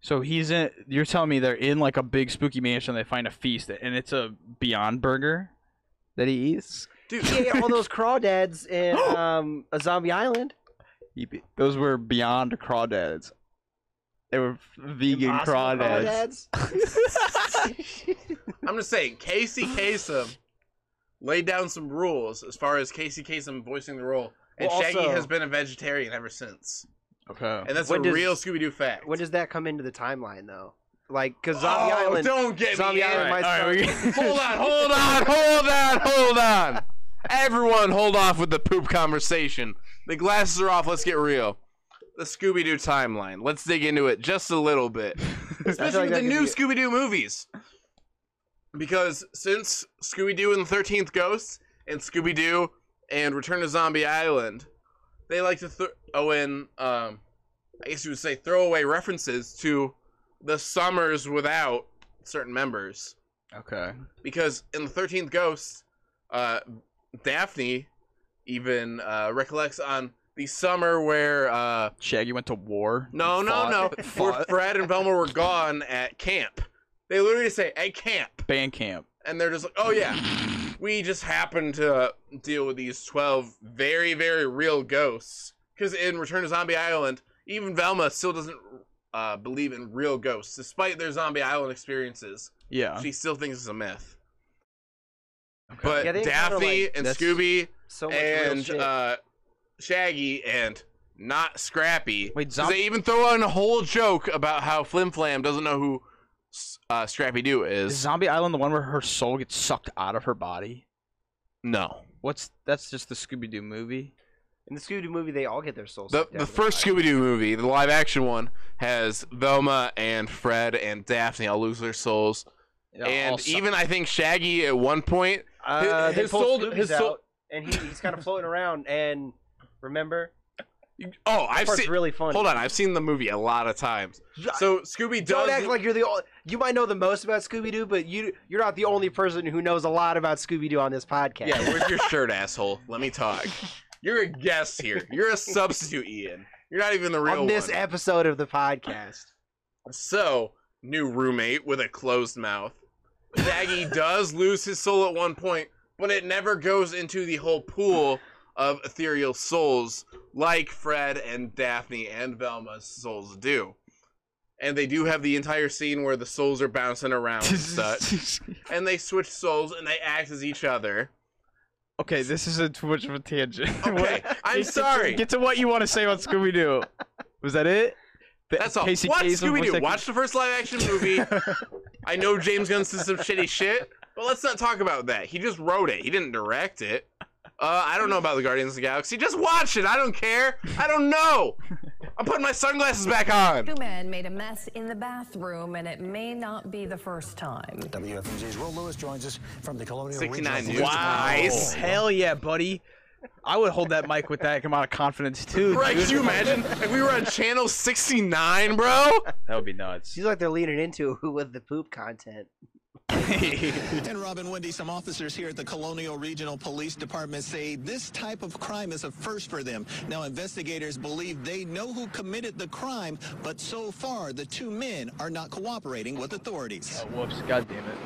[SPEAKER 3] So he's in. You're telling me they're in like a big spooky mansion. They find a feast, and it's a Beyond Burger that he eats.
[SPEAKER 4] Dude,
[SPEAKER 5] yeah, yeah, all those <gasps> crawdads in um, a zombie island.
[SPEAKER 3] He be- those were Beyond crawdads. They were vegan
[SPEAKER 5] Impossible
[SPEAKER 3] crawdads.
[SPEAKER 4] I'm just saying, Casey Kasem laid down some rules as far as Casey Kasem voicing the role, and
[SPEAKER 5] Well,
[SPEAKER 4] Shaggy
[SPEAKER 5] also-
[SPEAKER 4] has been a vegetarian ever since.
[SPEAKER 3] Okay.
[SPEAKER 4] And that's
[SPEAKER 5] When
[SPEAKER 4] a
[SPEAKER 5] does-
[SPEAKER 4] real Scooby Doo fact.
[SPEAKER 5] When does that come into the timeline though? Like, cause zombie
[SPEAKER 4] Oh,
[SPEAKER 5] island.
[SPEAKER 4] don't get me
[SPEAKER 5] zombie
[SPEAKER 4] in.
[SPEAKER 5] island. might
[SPEAKER 4] All right,
[SPEAKER 5] start-
[SPEAKER 4] hold on, hold on, hold on, hold on. Everyone, hold off with the poop conversation. The glasses are off. Let's get real. The Scooby Doo timeline. Let's dig into it just a little
[SPEAKER 5] <laughs>
[SPEAKER 4] bit, especially
[SPEAKER 5] like
[SPEAKER 4] with
[SPEAKER 5] that
[SPEAKER 4] the
[SPEAKER 5] could
[SPEAKER 4] new
[SPEAKER 5] be-
[SPEAKER 4] Scooby Doo movies. Because since Scooby Doo and the Thirteenth Ghost and Scooby Doo and Return to Zombie Island, they like to th- oh, and um, I guess you would say throwaway references to the summers without certain members
[SPEAKER 3] Okay.
[SPEAKER 4] because in the Thirteenth Ghost, uh, Daphne even uh, recollects on the summer where uh,
[SPEAKER 3] Shaggy went to war.
[SPEAKER 4] no,
[SPEAKER 3] <laughs>
[SPEAKER 4] no, no,
[SPEAKER 3] Fought-
[SPEAKER 4] where
[SPEAKER 3] fought.
[SPEAKER 4] Fred and Velma were gone at camp. They literally say at camp,
[SPEAKER 3] Band camp.
[SPEAKER 4] and they're just like, oh yeah, we just happened to deal with these twelve very, very real ghosts. Because in Return to Zombie Island, even Velma still doesn't uh, believe in real ghosts, despite their Zombie Island experiences.
[SPEAKER 3] Yeah.
[SPEAKER 4] she still thinks it's a myth. But
[SPEAKER 5] Yeah, they encounter,
[SPEAKER 4] Daphne
[SPEAKER 5] like,
[SPEAKER 4] and
[SPEAKER 5] that's
[SPEAKER 4] Scooby
[SPEAKER 5] <laughs> so much real
[SPEAKER 4] and
[SPEAKER 5] shit.
[SPEAKER 4] uh, Shaggy and not Scrappy. Wait,
[SPEAKER 3] Zom-
[SPEAKER 4] they even throw in a whole joke about how Flim Flam doesn't know who s- uh, Scrappy Doo
[SPEAKER 3] Is
[SPEAKER 4] is.
[SPEAKER 3] Zombie Island the one where her soul gets sucked out of her body?
[SPEAKER 4] No.
[SPEAKER 3] What's that's just the Scooby Doo movie?
[SPEAKER 5] In the Scooby Doo movie, they all get their souls.
[SPEAKER 4] The,
[SPEAKER 5] sucked
[SPEAKER 4] the
[SPEAKER 5] out.
[SPEAKER 4] first Scooby Doo movie, the live action one, has Velma and Fred and Daphne all lose their souls.
[SPEAKER 5] Yeah, all
[SPEAKER 4] and
[SPEAKER 5] suck.
[SPEAKER 4] even I think Shaggy at one point, hi-
[SPEAKER 5] Uh,
[SPEAKER 4] his,
[SPEAKER 5] they pull
[SPEAKER 4] soul,
[SPEAKER 5] Scoobies
[SPEAKER 4] his soul,
[SPEAKER 5] out, and he,
[SPEAKER 4] <laughs>
[SPEAKER 5] he's kind of floating around. And remember,
[SPEAKER 4] Oh, I've
[SPEAKER 5] part's
[SPEAKER 4] seen.
[SPEAKER 5] really funny.
[SPEAKER 4] Hold on, I've seen the movie a lot of times. So Scooby
[SPEAKER 5] don't
[SPEAKER 4] does.
[SPEAKER 5] act like you're the only. You might know the most about Scooby Doo, but you you're not the only person who knows a lot about Scooby Doo on this podcast.
[SPEAKER 4] yeah, where's your shirt, asshole? Let me talk. You're a guest here. You're a substitute, Ian. You're not even the real
[SPEAKER 5] on this
[SPEAKER 4] one.
[SPEAKER 5] episode of the podcast.
[SPEAKER 4] So, new roommate with a closed mouth. Shaggy does lose his soul at one point, but it never goes into the whole pool of ethereal souls like Fred and Daphne and Velma's souls do. And they do have the entire scene where the souls are bouncing around
[SPEAKER 3] <laughs>
[SPEAKER 4] and such. And they switch souls and they act as each other.
[SPEAKER 3] Okay, this isn't too much of a tangent. <laughs>
[SPEAKER 4] Okay, I'm
[SPEAKER 3] Get to-
[SPEAKER 4] sorry.
[SPEAKER 3] Get to what you want to say about Scooby Doo. Was that it? The-
[SPEAKER 4] That's all.
[SPEAKER 3] Casey
[SPEAKER 4] Watch
[SPEAKER 3] Kasem,
[SPEAKER 4] Scooby
[SPEAKER 3] what's
[SPEAKER 4] Doo.
[SPEAKER 3] that-
[SPEAKER 4] Watch the first live
[SPEAKER 3] <laughs>
[SPEAKER 4] action movie. I know James Gunn did some shitty shit, but let's not talk about that. He just wrote it. He didn't direct it. Uh, I don't know about the Guardians of the Galaxy. Just watch it. I don't care. I don't know. I'm putting my sunglasses back on.
[SPEAKER 17] Two men made a mess in the bathroom, and it may not be the first time.
[SPEAKER 22] WFMZ's Will Lewis joins us from the Colonial
[SPEAKER 4] 69
[SPEAKER 22] Regional
[SPEAKER 4] News. Nice.
[SPEAKER 3] Hell yeah, buddy. I would hold that mic with that amount of confidence too.
[SPEAKER 4] Right?
[SPEAKER 3] dude.
[SPEAKER 4] Can you imagine if we were on Channel 69, bro?
[SPEAKER 3] That would be nuts.
[SPEAKER 5] She's like they're leaning into <laughs> with the poop content.
[SPEAKER 7] and Rob and Wendy, some officers here at the Colonial Regional Police Department say this type of crime is a first for them. Now, investigators believe they know who committed the crime, but so far, the two men are not cooperating with authorities.
[SPEAKER 3] Whoops! God damn it.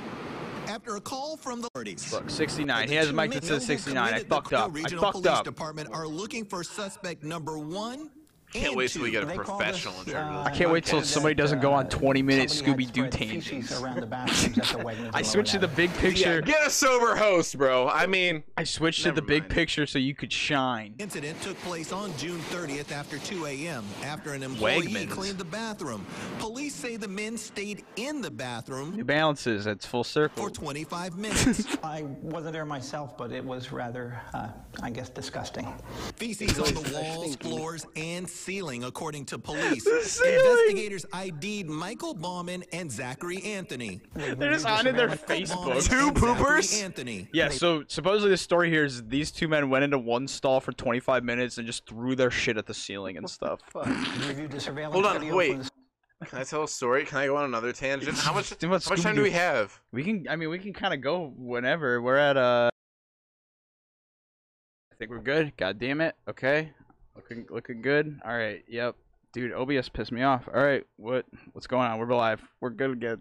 [SPEAKER 7] After a call from the authorities,
[SPEAKER 3] Look, 69. He has a mic that says 69. I fucked up. I
[SPEAKER 7] Regional
[SPEAKER 3] fucked
[SPEAKER 7] Police
[SPEAKER 3] up.
[SPEAKER 7] Department are looking for suspect number one.
[SPEAKER 4] Can't
[SPEAKER 7] and
[SPEAKER 4] wait till we
[SPEAKER 7] two.
[SPEAKER 4] get a professional interpreter.
[SPEAKER 3] I can't wait till somebody doesn't go on 20 minute Scooby Doo
[SPEAKER 7] feces
[SPEAKER 3] tangents.
[SPEAKER 7] around the
[SPEAKER 3] <laughs> I switched to the big picture.
[SPEAKER 4] get a sober host, bro. I mean,
[SPEAKER 3] I switched to the big picture so you could shine.
[SPEAKER 7] Incident took place on June 30th after 2 a.m. after an employee
[SPEAKER 3] Wegmans.
[SPEAKER 7] cleaned the bathroom. Police say the men stayed in the bathroom
[SPEAKER 3] New balances. It's full circle.
[SPEAKER 7] for 25 minutes.
[SPEAKER 21] I wasn't there myself, but it was rather, uh, I guess, disgusting.
[SPEAKER 7] Feces on the walls, floors, and ceiling, according to police.
[SPEAKER 21] The ceiling.
[SPEAKER 7] Investigators ID'd Michael Bauman and Zachary Anthony.
[SPEAKER 3] They're just on in their Facebook.
[SPEAKER 7] Two poopers? Anthony.
[SPEAKER 3] Yeah, so supposedly the story here is these two men went into one stall for 25 minutes and just threw their shit at the ceiling and stuff.
[SPEAKER 7] Reviewed the surveillance
[SPEAKER 4] Hold on, wait. Can I tell a story? Can I go on another tangent? How much,
[SPEAKER 3] Think
[SPEAKER 4] how
[SPEAKER 3] about
[SPEAKER 4] much time
[SPEAKER 3] Scooby-Doo.
[SPEAKER 4] do we have?
[SPEAKER 3] We can, I mean, we can kind of go whenever. We're at, uh. I think we're good. God damn it. Okay. Looking, looking good. All right. Yep. Dude, OBS pissed me off. All right. What, what's going on? We're live. We're good again.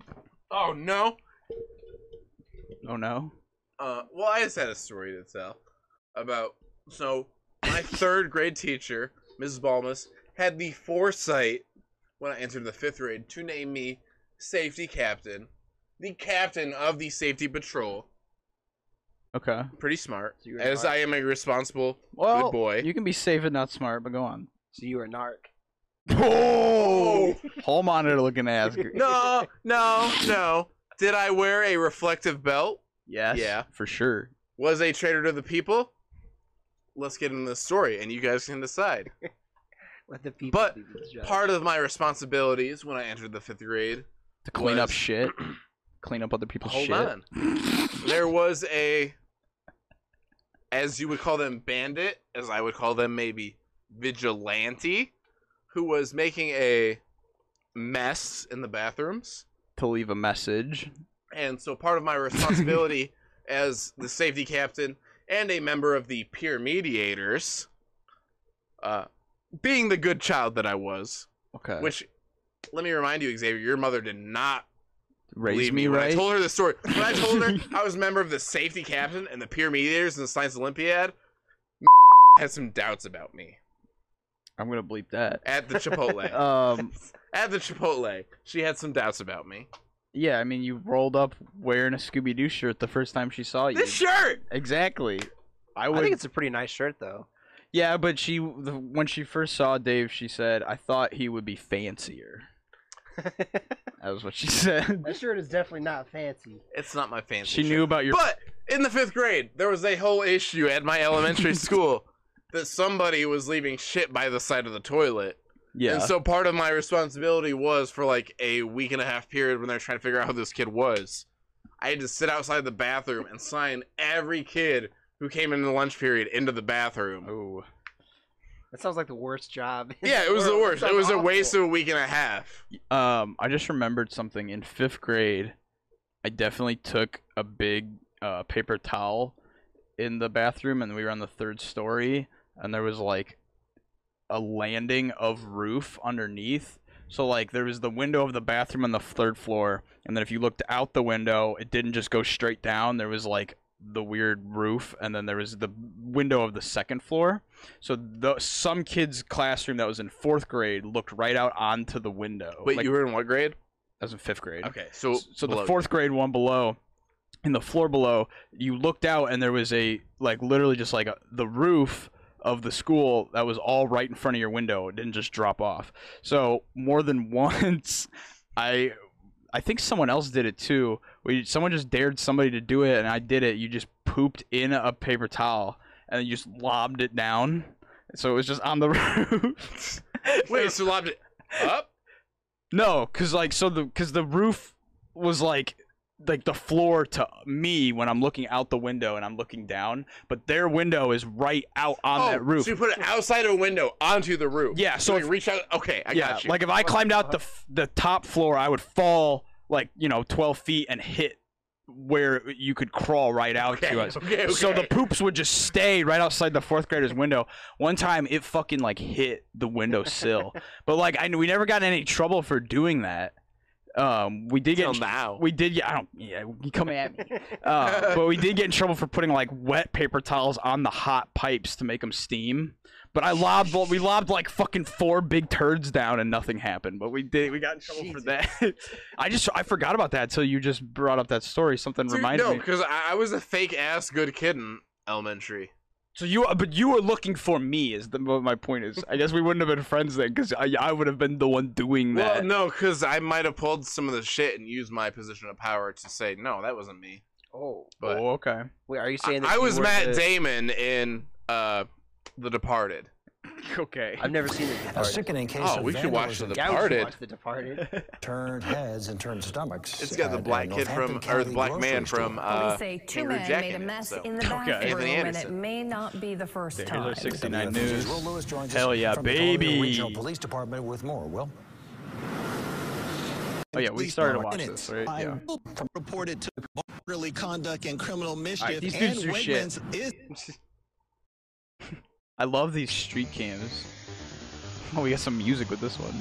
[SPEAKER 4] Oh, no.
[SPEAKER 3] Oh no.
[SPEAKER 4] uh, well, I just had a story to tell about so my third grade teacher, Mrs. Balmas, had the foresight when I entered the fifth grade to name me safety captain, the captain of the safety patrol.
[SPEAKER 3] Okay.
[SPEAKER 4] Pretty smart,
[SPEAKER 5] were
[SPEAKER 4] as
[SPEAKER 5] smart.
[SPEAKER 4] I am a responsible
[SPEAKER 3] Well,
[SPEAKER 4] good boy.
[SPEAKER 3] you can be safe and not smart, but go on.
[SPEAKER 5] So you were a narc.
[SPEAKER 4] Oh
[SPEAKER 3] <laughs> Whole monitor looking ass.
[SPEAKER 4] no, no, no! Did I wear a reflective belt?
[SPEAKER 3] Yes.
[SPEAKER 4] Yeah.
[SPEAKER 3] For sure.
[SPEAKER 4] Was a traitor to the people? Let's get into the story, and you guys can decide.
[SPEAKER 5] Let the people.
[SPEAKER 4] But
[SPEAKER 5] do the job.
[SPEAKER 4] part of my responsibilities when I entered the fifth grade.
[SPEAKER 3] To clean up
[SPEAKER 4] Was- <clears throat>
[SPEAKER 3] shit. clean up other people's
[SPEAKER 4] Hold
[SPEAKER 3] shit. <laughs>
[SPEAKER 4] on. there was a, as you would call them, bandit, as I would call them, maybe vigilante, who was making a mess in the bathrooms.
[SPEAKER 3] To leave a message.
[SPEAKER 4] And so part of
[SPEAKER 3] <laughs>
[SPEAKER 4] my responsibility as the safety captain and a member of the peer mediators, uh, being the good child that I was,
[SPEAKER 3] Okay.
[SPEAKER 4] which, let me remind you, Xavier, your mother did not
[SPEAKER 3] Raise
[SPEAKER 4] Believe
[SPEAKER 3] me,
[SPEAKER 4] when
[SPEAKER 3] right?
[SPEAKER 4] I told her the story. When I
[SPEAKER 3] <laughs>
[SPEAKER 4] told her I was a member of the safety captain and the peer mediators in the science Olympiad, <laughs> had some doubts about me
[SPEAKER 3] I'm gonna bleep that. <laughs>
[SPEAKER 4] at the Chipotle.
[SPEAKER 3] Um.
[SPEAKER 4] At the Chipotle, she had some doubts about me.
[SPEAKER 3] Yeah, I mean, you rolled up wearing a Scooby Doo shirt the first time she saw you.
[SPEAKER 4] This shirt!
[SPEAKER 3] Exactly. I, would...
[SPEAKER 5] think it's a pretty nice shirt though.
[SPEAKER 3] Yeah, but she the, when she first saw Dave, she said, "I thought he would be fancier."
[SPEAKER 4] <laughs>
[SPEAKER 3] that was what she said.
[SPEAKER 6] That shirt is definitely not fancy.
[SPEAKER 4] It's not my fancy.
[SPEAKER 3] She
[SPEAKER 4] shirt.
[SPEAKER 3] knew about your-
[SPEAKER 4] But in the fifth grade, there was a whole issue at my <laughs> elementary school that somebody was leaving shit by the side of the toilet.
[SPEAKER 3] Yeah.
[SPEAKER 4] And so part of my responsibility was for like a week and a half period when they were trying to figure out who this kid was. I had to sit outside the bathroom and sign every kid who came in the lunch period into the bathroom.
[SPEAKER 3] Ooh.
[SPEAKER 5] That sounds like the worst job. in
[SPEAKER 4] Yeah, it was the
[SPEAKER 5] world.
[SPEAKER 4] worst. It was a waste of a week and a half.
[SPEAKER 3] Um, I just remembered something. In fifth grade, I definitely took a big uh, paper towel in the bathroom, and we were on the third story, and there was like a landing of roof underneath. So like there was the window of the bathroom on the third floor, and then if you looked out the window, it didn't just go straight down. There was like the weird roof, and then there was the window of the second floor. So the, some kid's classroom that was in fourth grade looked right out onto the window.
[SPEAKER 4] Wait,
[SPEAKER 3] Like,
[SPEAKER 4] you were in what grade?
[SPEAKER 3] I was in fifth grade.
[SPEAKER 4] Okay, so
[SPEAKER 3] so
[SPEAKER 4] below
[SPEAKER 3] the fourth grade one below, in the floor below, you looked out and there was a like literally just like a, the roof of the school that was all right in front of your window. It didn't just drop off. So more than <laughs> once, I I think someone else did it too. We someone just dared somebody to do it and I did it. You just pooped in a paper towel and you just lobbed it down. So it was just on the <laughs> roof.
[SPEAKER 4] Wait, so lobbed it up?
[SPEAKER 3] No, cause like so the cause the roof was like like the floor to me when I'm looking out the window and I'm looking down, but their window is right out on
[SPEAKER 4] oh,
[SPEAKER 3] that roof.
[SPEAKER 4] So you put it outside a window onto the roof.
[SPEAKER 3] Yeah, so
[SPEAKER 4] you
[SPEAKER 3] if-
[SPEAKER 4] reach out. Okay, I
[SPEAKER 3] yeah,
[SPEAKER 4] got you.
[SPEAKER 3] like if I climbed out the f- the top floor, I would fall like you know 12 feet and hit where you could crawl right out to us.
[SPEAKER 4] okay,
[SPEAKER 3] So the
[SPEAKER 4] okay.
[SPEAKER 3] poops would just stay right outside the fourth grader's window. One time, it fucking like hit the
[SPEAKER 4] <laughs>
[SPEAKER 3] windowsill, but like I we never got in any trouble for doing that. Um, we did get in, now. we did get I don't yeah you come at me,
[SPEAKER 4] <laughs>
[SPEAKER 3] uh, but we did get in trouble for putting like wet paper towels on the hot pipes to make them steam. But I lobbed we lobbed like fucking four big turds down and nothing happened. But we did we got in trouble for that. <laughs> I just I forgot about that until you just brought up that story. Something
[SPEAKER 4] Dude,
[SPEAKER 3] reminded
[SPEAKER 4] no,
[SPEAKER 3] me.
[SPEAKER 4] because I, I was a fake ass good kid in elementary.
[SPEAKER 3] So you, uh, but you were looking for me. Is the what my point is? I guess we wouldn't have been friends then, because I, I would have been the one doing that.
[SPEAKER 4] Well, no, because I might have pulled some of the shit and used my position of power to say no, that wasn't me.
[SPEAKER 5] <laughs> Oh,
[SPEAKER 4] But
[SPEAKER 3] oh, okay.
[SPEAKER 5] Wait, are you saying that
[SPEAKER 4] I, I
[SPEAKER 5] you
[SPEAKER 4] was
[SPEAKER 5] were
[SPEAKER 4] Matt
[SPEAKER 5] the-
[SPEAKER 4] Damon in uh, The Departed.
[SPEAKER 3] Okay.
[SPEAKER 5] I've never seen The
[SPEAKER 22] A
[SPEAKER 5] Departed.
[SPEAKER 22] sickening case
[SPEAKER 4] Oh,
[SPEAKER 22] of
[SPEAKER 4] we should watch The
[SPEAKER 22] vandalism.
[SPEAKER 4] Departed.
[SPEAKER 5] The Departed.
[SPEAKER 22] Turned heads and turned stomachs.
[SPEAKER 4] It's got the
[SPEAKER 22] at a
[SPEAKER 4] black kid from,
[SPEAKER 22] Northampton
[SPEAKER 4] or the
[SPEAKER 22] County
[SPEAKER 4] black man
[SPEAKER 22] grocery store.
[SPEAKER 4] from uh,
[SPEAKER 9] say two
[SPEAKER 4] Angry
[SPEAKER 9] men
[SPEAKER 4] Jack
[SPEAKER 9] made a
[SPEAKER 4] in it,
[SPEAKER 9] mess
[SPEAKER 4] so.
[SPEAKER 9] in the bathroom,
[SPEAKER 4] Anthony
[SPEAKER 9] and it
[SPEAKER 4] Anderson.
[SPEAKER 9] may not be the first
[SPEAKER 3] Here's
[SPEAKER 9] time.
[SPEAKER 3] our 69
[SPEAKER 22] WFUV's
[SPEAKER 3] news.
[SPEAKER 22] Will Lewis joins us
[SPEAKER 3] Hell yeah,
[SPEAKER 22] from the Colonial
[SPEAKER 3] baby.
[SPEAKER 22] Regional Police Department with more. Will.
[SPEAKER 3] Oh yeah, we started to watch this, right? Yeah.
[SPEAKER 7] Reported to orderly conduct and criminal mischief.
[SPEAKER 3] these
[SPEAKER 7] and
[SPEAKER 3] dudes do shit.
[SPEAKER 7] Wegmans is
[SPEAKER 3] I love these street cams. <laughs> Oh, we got some music with this one.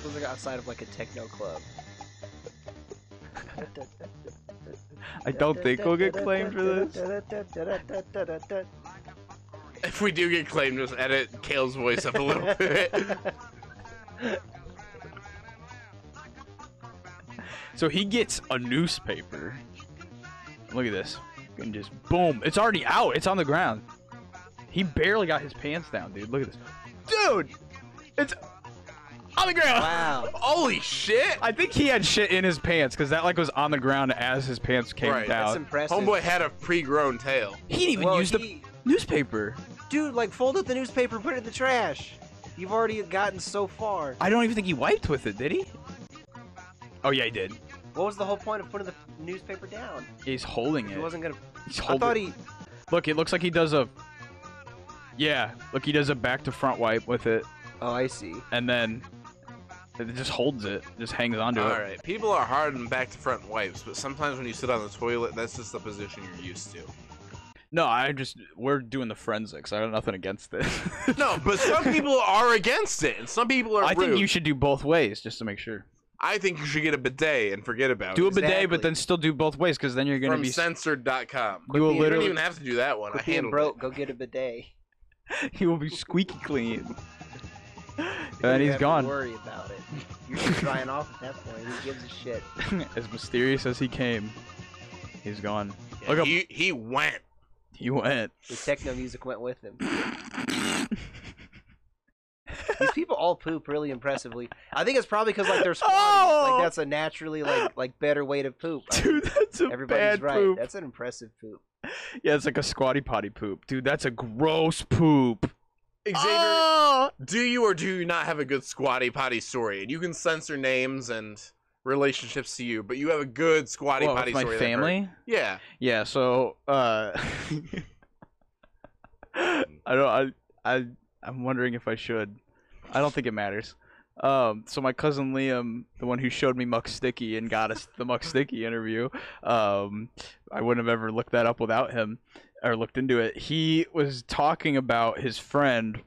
[SPEAKER 5] It was like outside of like a techno club.
[SPEAKER 3] I don't think we'll get claimed for this.
[SPEAKER 4] If we do get claimed, just edit Kale's voice up
[SPEAKER 9] <laughs>
[SPEAKER 4] a little bit.
[SPEAKER 3] So he gets a newspaper. Look at this. And just boom. It's already out. It's on the ground. He barely got his pants down, dude. Look at this. Dude! It's on the ground.
[SPEAKER 5] Wow.
[SPEAKER 4] Holy shit.
[SPEAKER 3] I think he had shit in his pants because that like was on the ground as his pants came
[SPEAKER 4] right.
[SPEAKER 3] down.
[SPEAKER 4] Homeboy had a pre-grown tail.
[SPEAKER 3] He didn't even
[SPEAKER 5] Well,
[SPEAKER 3] use
[SPEAKER 5] he-
[SPEAKER 3] the newspaper.
[SPEAKER 5] Dude, like fold up the newspaper, put it in the trash. You've already gotten so far.
[SPEAKER 3] I don't even think he wiped with it, did he? Oh yeah, he did.
[SPEAKER 5] What was the whole point of putting the newspaper down?
[SPEAKER 3] He's holding it.
[SPEAKER 5] He wasn't gonna.
[SPEAKER 3] He's
[SPEAKER 5] I
[SPEAKER 3] holding
[SPEAKER 5] thought
[SPEAKER 3] it.
[SPEAKER 5] he.
[SPEAKER 3] Look, it looks like he does a. Yeah, look, he does a back to front wipe with it.
[SPEAKER 5] Oh, I see.
[SPEAKER 3] And then it just holds it, just hangs onto
[SPEAKER 4] All
[SPEAKER 3] it.
[SPEAKER 4] right, people are hard and back to front wipes, but sometimes when you sit on the toilet, that's just the position you're used to.
[SPEAKER 3] <laughs> No, I just we're doing the forensics. I have nothing against it.
[SPEAKER 4] <laughs> No, but some people are against it, and some people are
[SPEAKER 3] <laughs> I think
[SPEAKER 4] rude.
[SPEAKER 3] you should do both ways just to make sure.
[SPEAKER 4] I think you should get a bidet and forget about
[SPEAKER 3] Do a
[SPEAKER 4] it.
[SPEAKER 3] bidet, but then still do both ways because then you're gonna
[SPEAKER 4] Oh, from
[SPEAKER 3] be. <laughs>
[SPEAKER 4] censored.com.
[SPEAKER 3] You will
[SPEAKER 4] you don't
[SPEAKER 3] literally-
[SPEAKER 4] even have to do that one. I
[SPEAKER 5] Quit being
[SPEAKER 4] handled
[SPEAKER 5] broke. Go get a bidet.
[SPEAKER 4] <laughs>
[SPEAKER 3] he will be squeaky clean. And
[SPEAKER 6] you
[SPEAKER 3] he's
[SPEAKER 6] have
[SPEAKER 3] gone.
[SPEAKER 6] To worry about it. You're just drying off at that point. Who gives a shit?
[SPEAKER 3] <laughs> as mysterious as he came, he's gone.
[SPEAKER 4] Yeah, he- he went.
[SPEAKER 3] <laughs> He
[SPEAKER 4] <laughs>
[SPEAKER 3] went.
[SPEAKER 5] The techno music went with <laughs> him. These people all poop really impressively. I think it's probably because like they're squatting. Like that's a naturally like like better way to poop. I
[SPEAKER 3] Dude, that's a
[SPEAKER 5] everybody's
[SPEAKER 3] bad
[SPEAKER 5] right.
[SPEAKER 3] poop.
[SPEAKER 5] That's an impressive poop.
[SPEAKER 3] Yeah, it's like a squatty potty poop. Dude, that's a gross poop.
[SPEAKER 4] Xavier,
[SPEAKER 3] Ah!
[SPEAKER 4] do you or do you not have a good squatty potty story? And you can censor names and relationships to you, but you have a good squatty
[SPEAKER 3] What, with
[SPEAKER 4] potty
[SPEAKER 3] my
[SPEAKER 4] story. that
[SPEAKER 3] family?
[SPEAKER 4] hurt. Yeah.
[SPEAKER 3] Yeah, so uh <laughs> I don't I I I'm wondering if I should. I don't think it matters. Um so my cousin Liam, the one who showed me Muck Sticky and got us the Muck Sticky interview, um I wouldn't have ever looked that up without him or looked into it. He was talking about his friend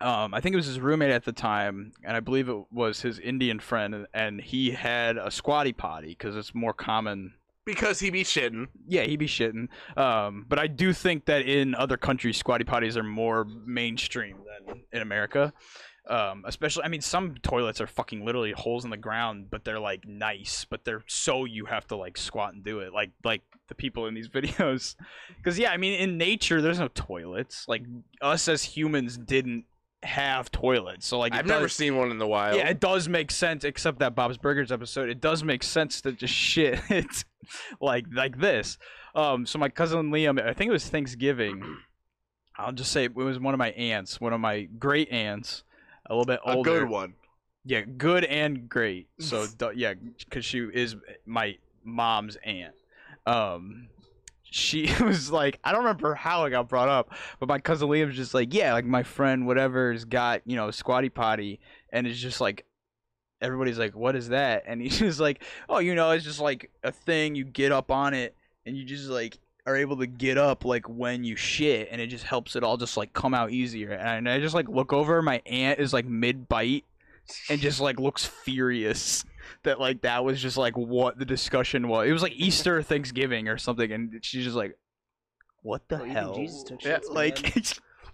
[SPEAKER 3] um, I think it was his roommate at the time, and I believe it was his Indian friend, and- and he had a squatty potty because it's more common.
[SPEAKER 4] Because he be shitting.
[SPEAKER 3] Yeah, he be shitting. Um, but I do think that in other countries, squatty potties are more mainstream than in America. Um, especially, I mean, some toilets are fucking literally holes in the ground, but they're like nice, but they're so you have to like squat and do it, like like the people in these <laughs> videos. Because yeah, I mean, in nature, there's no toilets. Like us as humans didn't have toilets, so like it
[SPEAKER 4] I've never
[SPEAKER 3] does-
[SPEAKER 4] seen one in the wild.
[SPEAKER 3] yeah, it does make sense, except that Bob's Burgers episode. It does make sense to just <laughs> shit it like like this. Um, so my cousin Liam, I think it was Thanksgiving. I'll just say it was one of my aunts, one of my great aunts, a little bit
[SPEAKER 4] A
[SPEAKER 3] older.
[SPEAKER 4] good one.
[SPEAKER 3] Yeah, good and
[SPEAKER 4] <laughs>
[SPEAKER 3] great. So du- yeah, because she is my mom's aunt. Um, she <laughs> was like, I don't remember how it got brought up, but my cousin Liam's just like, yeah, like my friend whatever's got you know squatty potty, and it's just like everybody's like, what is that? And <laughs> he's just like, oh, you know, it's just like a thing you get up on it, and you just like are able to get up like when you shit and it just helps it all just like come out easier and i just like look over my aunt is like mid bite and just like looks furious <laughs> that like that was just like what the discussion was. It was like Easter or Thanksgiving or something, and she's just like, "What the
[SPEAKER 5] even
[SPEAKER 3] hell?"
[SPEAKER 5] Jesus took
[SPEAKER 4] Yeah,
[SPEAKER 5] shits,
[SPEAKER 4] like-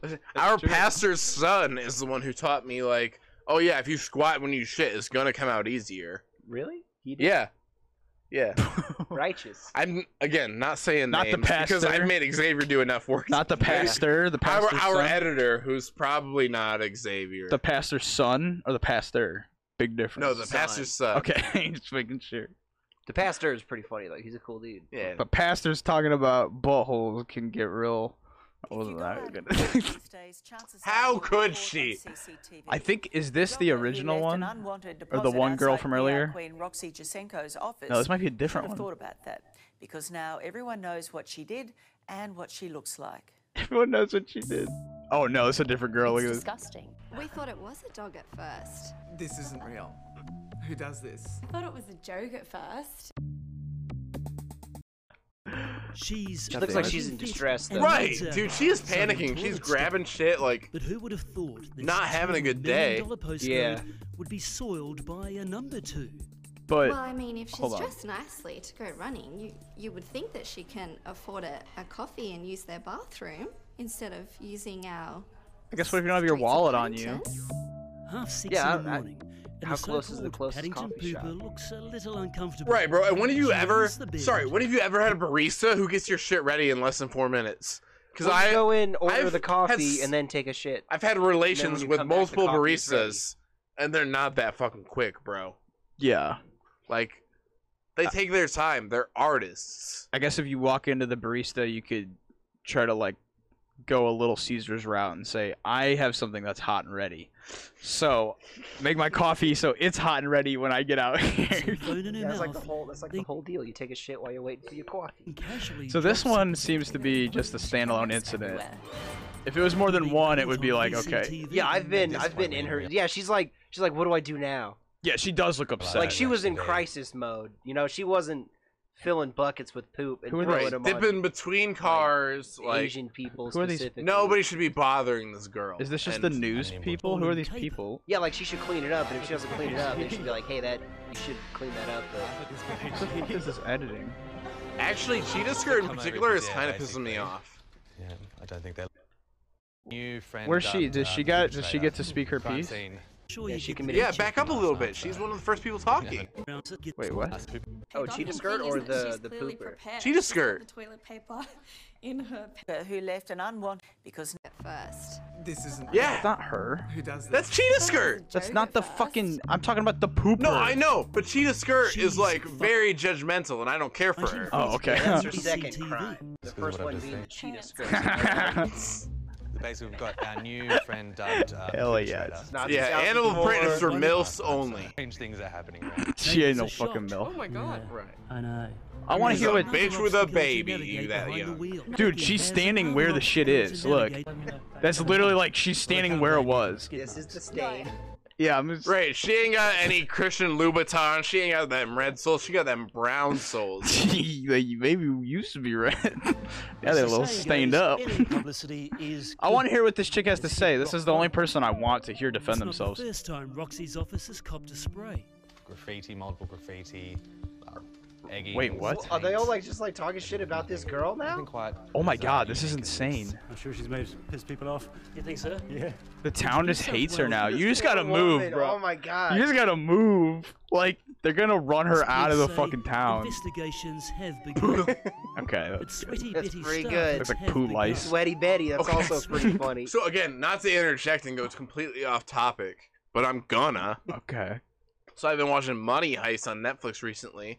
[SPEAKER 3] man.
[SPEAKER 4] Our pastor's son is the one who taught me, like, oh yeah, if you squat when you shit, it's gonna come out easier.
[SPEAKER 5] Really? He did?
[SPEAKER 4] Yeah. Yeah.
[SPEAKER 3] <sighs>
[SPEAKER 5] Righteous.
[SPEAKER 4] I'm again not saying
[SPEAKER 3] Not the
[SPEAKER 4] names because
[SPEAKER 3] pastor.
[SPEAKER 4] I've made Xavier do enough work.
[SPEAKER 3] <laughs> Not the pastor, the
[SPEAKER 4] Our,
[SPEAKER 3] pastor's
[SPEAKER 4] our
[SPEAKER 3] son.
[SPEAKER 4] editor, who's probably not Xavier.
[SPEAKER 3] the pastor's son or the pastor? Big difference.
[SPEAKER 4] No, the pastor's son.
[SPEAKER 3] Okay, <laughs> just making sure.
[SPEAKER 5] The pastor is pretty funny though. He's a cool dude.
[SPEAKER 4] Yeah.
[SPEAKER 3] But pastors talking about buttholes can get real. I wasn't that <laughs> good.
[SPEAKER 4] How could she?
[SPEAKER 3] I think is this the original one or the one girl from earlier?
[SPEAKER 8] Queen Roxy Jasenko's office.
[SPEAKER 3] No, this might be a different
[SPEAKER 8] Should have
[SPEAKER 3] one.
[SPEAKER 8] Thought about that because now everyone knows what she did and what she looks like.
[SPEAKER 3] Everyone knows what she did. Oh no, it's a different girl. Look at this.
[SPEAKER 9] disgusting. We thought it was a dog at first.
[SPEAKER 23] This isn't real. Who does this?
[SPEAKER 9] I thought it was a joke at first.
[SPEAKER 24] She's
[SPEAKER 5] She looks like she's in distress, though.
[SPEAKER 4] Right, dude, she is panicking. She's grabbing shit like.
[SPEAKER 24] But who would have thought this
[SPEAKER 4] not having a good day?
[SPEAKER 24] $2 million postcode
[SPEAKER 4] Yeah.
[SPEAKER 24] would be soiled by a number two.
[SPEAKER 9] well, I mean, if she's
[SPEAKER 24] hold on.
[SPEAKER 9] dressed nicely to go running, you you would think that she can afford a, a coffee and use their bathroom instead of using our.
[SPEAKER 3] I guess what if you don't have your wallet on you?
[SPEAKER 24] Half six
[SPEAKER 3] Yeah,
[SPEAKER 24] in the
[SPEAKER 3] I- I-
[SPEAKER 24] morning. and
[SPEAKER 3] how
[SPEAKER 24] the
[SPEAKER 3] close is the
[SPEAKER 24] so-called
[SPEAKER 3] closest
[SPEAKER 24] Paddington
[SPEAKER 3] coffee shop?
[SPEAKER 24] pooper looks a little uncomfortable.
[SPEAKER 4] Right, bro. And when have you
[SPEAKER 24] She
[SPEAKER 4] ever?
[SPEAKER 24] rolls the bed.
[SPEAKER 4] Sorry, when have you ever had a barista who gets your shit ready in less than four minutes? Because
[SPEAKER 5] Well, you
[SPEAKER 4] I
[SPEAKER 5] go in, order
[SPEAKER 4] I've
[SPEAKER 5] the
[SPEAKER 4] had
[SPEAKER 5] coffee,
[SPEAKER 4] s-
[SPEAKER 5] and then take a shit.
[SPEAKER 4] I've had
[SPEAKER 5] And then when
[SPEAKER 4] relations
[SPEAKER 5] you
[SPEAKER 4] with
[SPEAKER 5] come back, the
[SPEAKER 4] multiple
[SPEAKER 5] coffee's ready.
[SPEAKER 4] baristas, and they're not that fucking quick, bro.
[SPEAKER 3] Yeah.
[SPEAKER 4] Like, they
[SPEAKER 5] Uh,
[SPEAKER 4] take their time. They're artists.
[SPEAKER 3] I guess if you walk into the barista, you could try to like go a little Caesar's route and say, "I have something that's hot and ready." So, make my coffee so it's hot and ready when I get out <laughs> here.
[SPEAKER 5] Yeah, that's like the whole. That's like the whole deal. You take a shit while you're waiting for your coffee.
[SPEAKER 3] so this one seems to be just a standalone incident. If it was more than one, it would be like, okay.
[SPEAKER 5] Yeah, oh I've been, I've been in her. Yeah, she's like, she's like, what do I do now?
[SPEAKER 3] Yeah, she does look upset.
[SPEAKER 5] Like she was in crisis mode. You know, she wasn't filling buckets with poop and
[SPEAKER 4] Who are
[SPEAKER 5] throwing
[SPEAKER 4] these-
[SPEAKER 5] them
[SPEAKER 4] dipping between cars, like,
[SPEAKER 5] Asian people
[SPEAKER 4] who are these-
[SPEAKER 5] specifically.
[SPEAKER 4] Nobody should be bothering this girl.
[SPEAKER 3] Is this just the news people? Who are these people?
[SPEAKER 5] Yeah, like she should clean it up, and if she doesn't clean it up, then she'd be like, hey, that you should clean that up.
[SPEAKER 3] What the fuck is this editing?
[SPEAKER 4] Actually, Cheetah Skirt in particular is kind of pissing me off.
[SPEAKER 25] Yeah, I don't think they. New friend.
[SPEAKER 3] Where's she?
[SPEAKER 25] um,
[SPEAKER 3] Does she
[SPEAKER 25] um,
[SPEAKER 3] got? Does she
[SPEAKER 25] trader.
[SPEAKER 3] get to speak her piece?
[SPEAKER 25] Francine.
[SPEAKER 24] Sure you
[SPEAKER 5] she
[SPEAKER 24] could-
[SPEAKER 5] committed
[SPEAKER 4] Yeah, back up a little bit. She's one of the first people talking.
[SPEAKER 5] Wait, what? Oh, cheetah skirt or the the
[SPEAKER 9] clearly
[SPEAKER 5] pooper?
[SPEAKER 9] prepared.
[SPEAKER 4] Cheetah skirt.
[SPEAKER 9] The toilet paper <laughs> in her
[SPEAKER 8] Who left an unwanted because
[SPEAKER 9] at first.
[SPEAKER 23] This isn't.
[SPEAKER 3] Yeah. That's not her.
[SPEAKER 23] Who does this?
[SPEAKER 4] That's Cheetah Skirt.
[SPEAKER 3] That's not the fucking. I'm talking about the pooper.
[SPEAKER 4] No, I know, but Cheetah Skirt is like very judgmental, and I don't care for her.
[SPEAKER 3] Oh, okay.
[SPEAKER 5] That's her second crime. The first
[SPEAKER 2] what I'm
[SPEAKER 5] one
[SPEAKER 2] just
[SPEAKER 5] being the
[SPEAKER 2] saying.
[SPEAKER 5] cheetah skirt.
[SPEAKER 3] <laughs>
[SPEAKER 2] Basically, we've got our new friend dubbed. Uh,
[SPEAKER 3] Hell yeah.
[SPEAKER 2] Perpetrator.
[SPEAKER 5] It's not-
[SPEAKER 4] Yeah,
[SPEAKER 5] Sounds
[SPEAKER 4] animal
[SPEAKER 5] more
[SPEAKER 4] print is for
[SPEAKER 5] funny.
[SPEAKER 4] MILFs only.
[SPEAKER 2] Strange things are happening. Right?
[SPEAKER 3] She ain't no
[SPEAKER 24] It's a
[SPEAKER 3] fucking
[SPEAKER 24] shot.
[SPEAKER 3] milf.
[SPEAKER 23] Oh my god.
[SPEAKER 24] Yeah,
[SPEAKER 23] Right.
[SPEAKER 24] I know.
[SPEAKER 3] I wanna
[SPEAKER 24] There's
[SPEAKER 3] hear what-
[SPEAKER 24] another
[SPEAKER 4] Bitch with a
[SPEAKER 24] obstacle as you
[SPEAKER 4] baby, you
[SPEAKER 24] navigate
[SPEAKER 4] that
[SPEAKER 24] behind the
[SPEAKER 4] young.
[SPEAKER 24] wheel.
[SPEAKER 3] Dude, she's
[SPEAKER 24] There's
[SPEAKER 3] standing
[SPEAKER 24] another
[SPEAKER 3] where the
[SPEAKER 24] obstacle
[SPEAKER 3] shit
[SPEAKER 24] as you
[SPEAKER 3] is. Look,
[SPEAKER 24] navigate-
[SPEAKER 3] that's literally like she's standing where it was.
[SPEAKER 6] This is the stain.
[SPEAKER 3] Yeah, I'm just.
[SPEAKER 4] Right, she ain't got any Christian Louboutin. She ain't got them red soles. She got them
[SPEAKER 3] <laughs>
[SPEAKER 4] brown soles.
[SPEAKER 3] They maybe used to be red. <laughs> now they're a
[SPEAKER 24] As the
[SPEAKER 3] little stained
[SPEAKER 24] saying
[SPEAKER 3] up. <laughs>
[SPEAKER 24] goes, any publicity is
[SPEAKER 3] I want to
[SPEAKER 24] good.
[SPEAKER 3] hear what this chick has to say. This is the only person I want to hear
[SPEAKER 24] It's
[SPEAKER 3] defend
[SPEAKER 24] not
[SPEAKER 3] themselves.
[SPEAKER 24] The first time Roxy's officers copped a spray.
[SPEAKER 2] graffiti, multiple graffiti, uh, egging.
[SPEAKER 3] Wait, what?
[SPEAKER 5] Are they all like just like talking shit about this girl now?
[SPEAKER 2] Quite.
[SPEAKER 3] Oh my god, this is insane.
[SPEAKER 10] I'm sure she's made pissed people off.
[SPEAKER 24] You think so?
[SPEAKER 10] Yeah.
[SPEAKER 3] The town just hates her now. You just
[SPEAKER 5] Poor
[SPEAKER 3] gotta
[SPEAKER 5] woman,
[SPEAKER 3] move,
[SPEAKER 5] Oh
[SPEAKER 3] bro.
[SPEAKER 5] my god.
[SPEAKER 3] You just gotta move. Like they're gonna run her out of the
[SPEAKER 24] Police say
[SPEAKER 3] fucking town. <laughs>
[SPEAKER 24] Investigations have begun.
[SPEAKER 3] Okay.
[SPEAKER 24] But sweaty
[SPEAKER 5] That's
[SPEAKER 24] Betty
[SPEAKER 5] pretty
[SPEAKER 24] staff
[SPEAKER 5] good.
[SPEAKER 3] Looks like
[SPEAKER 24] have
[SPEAKER 3] poo
[SPEAKER 24] begun.
[SPEAKER 3] lice.
[SPEAKER 5] <laughs> Sweaty Betty. That's
[SPEAKER 4] Okay. <laughs>
[SPEAKER 5] also pretty funny.
[SPEAKER 4] So again, not to interject and go completely off topic, but I'm gonna.
[SPEAKER 3] Okay.
[SPEAKER 4] So I've been watching Money Heist on Netflix recently,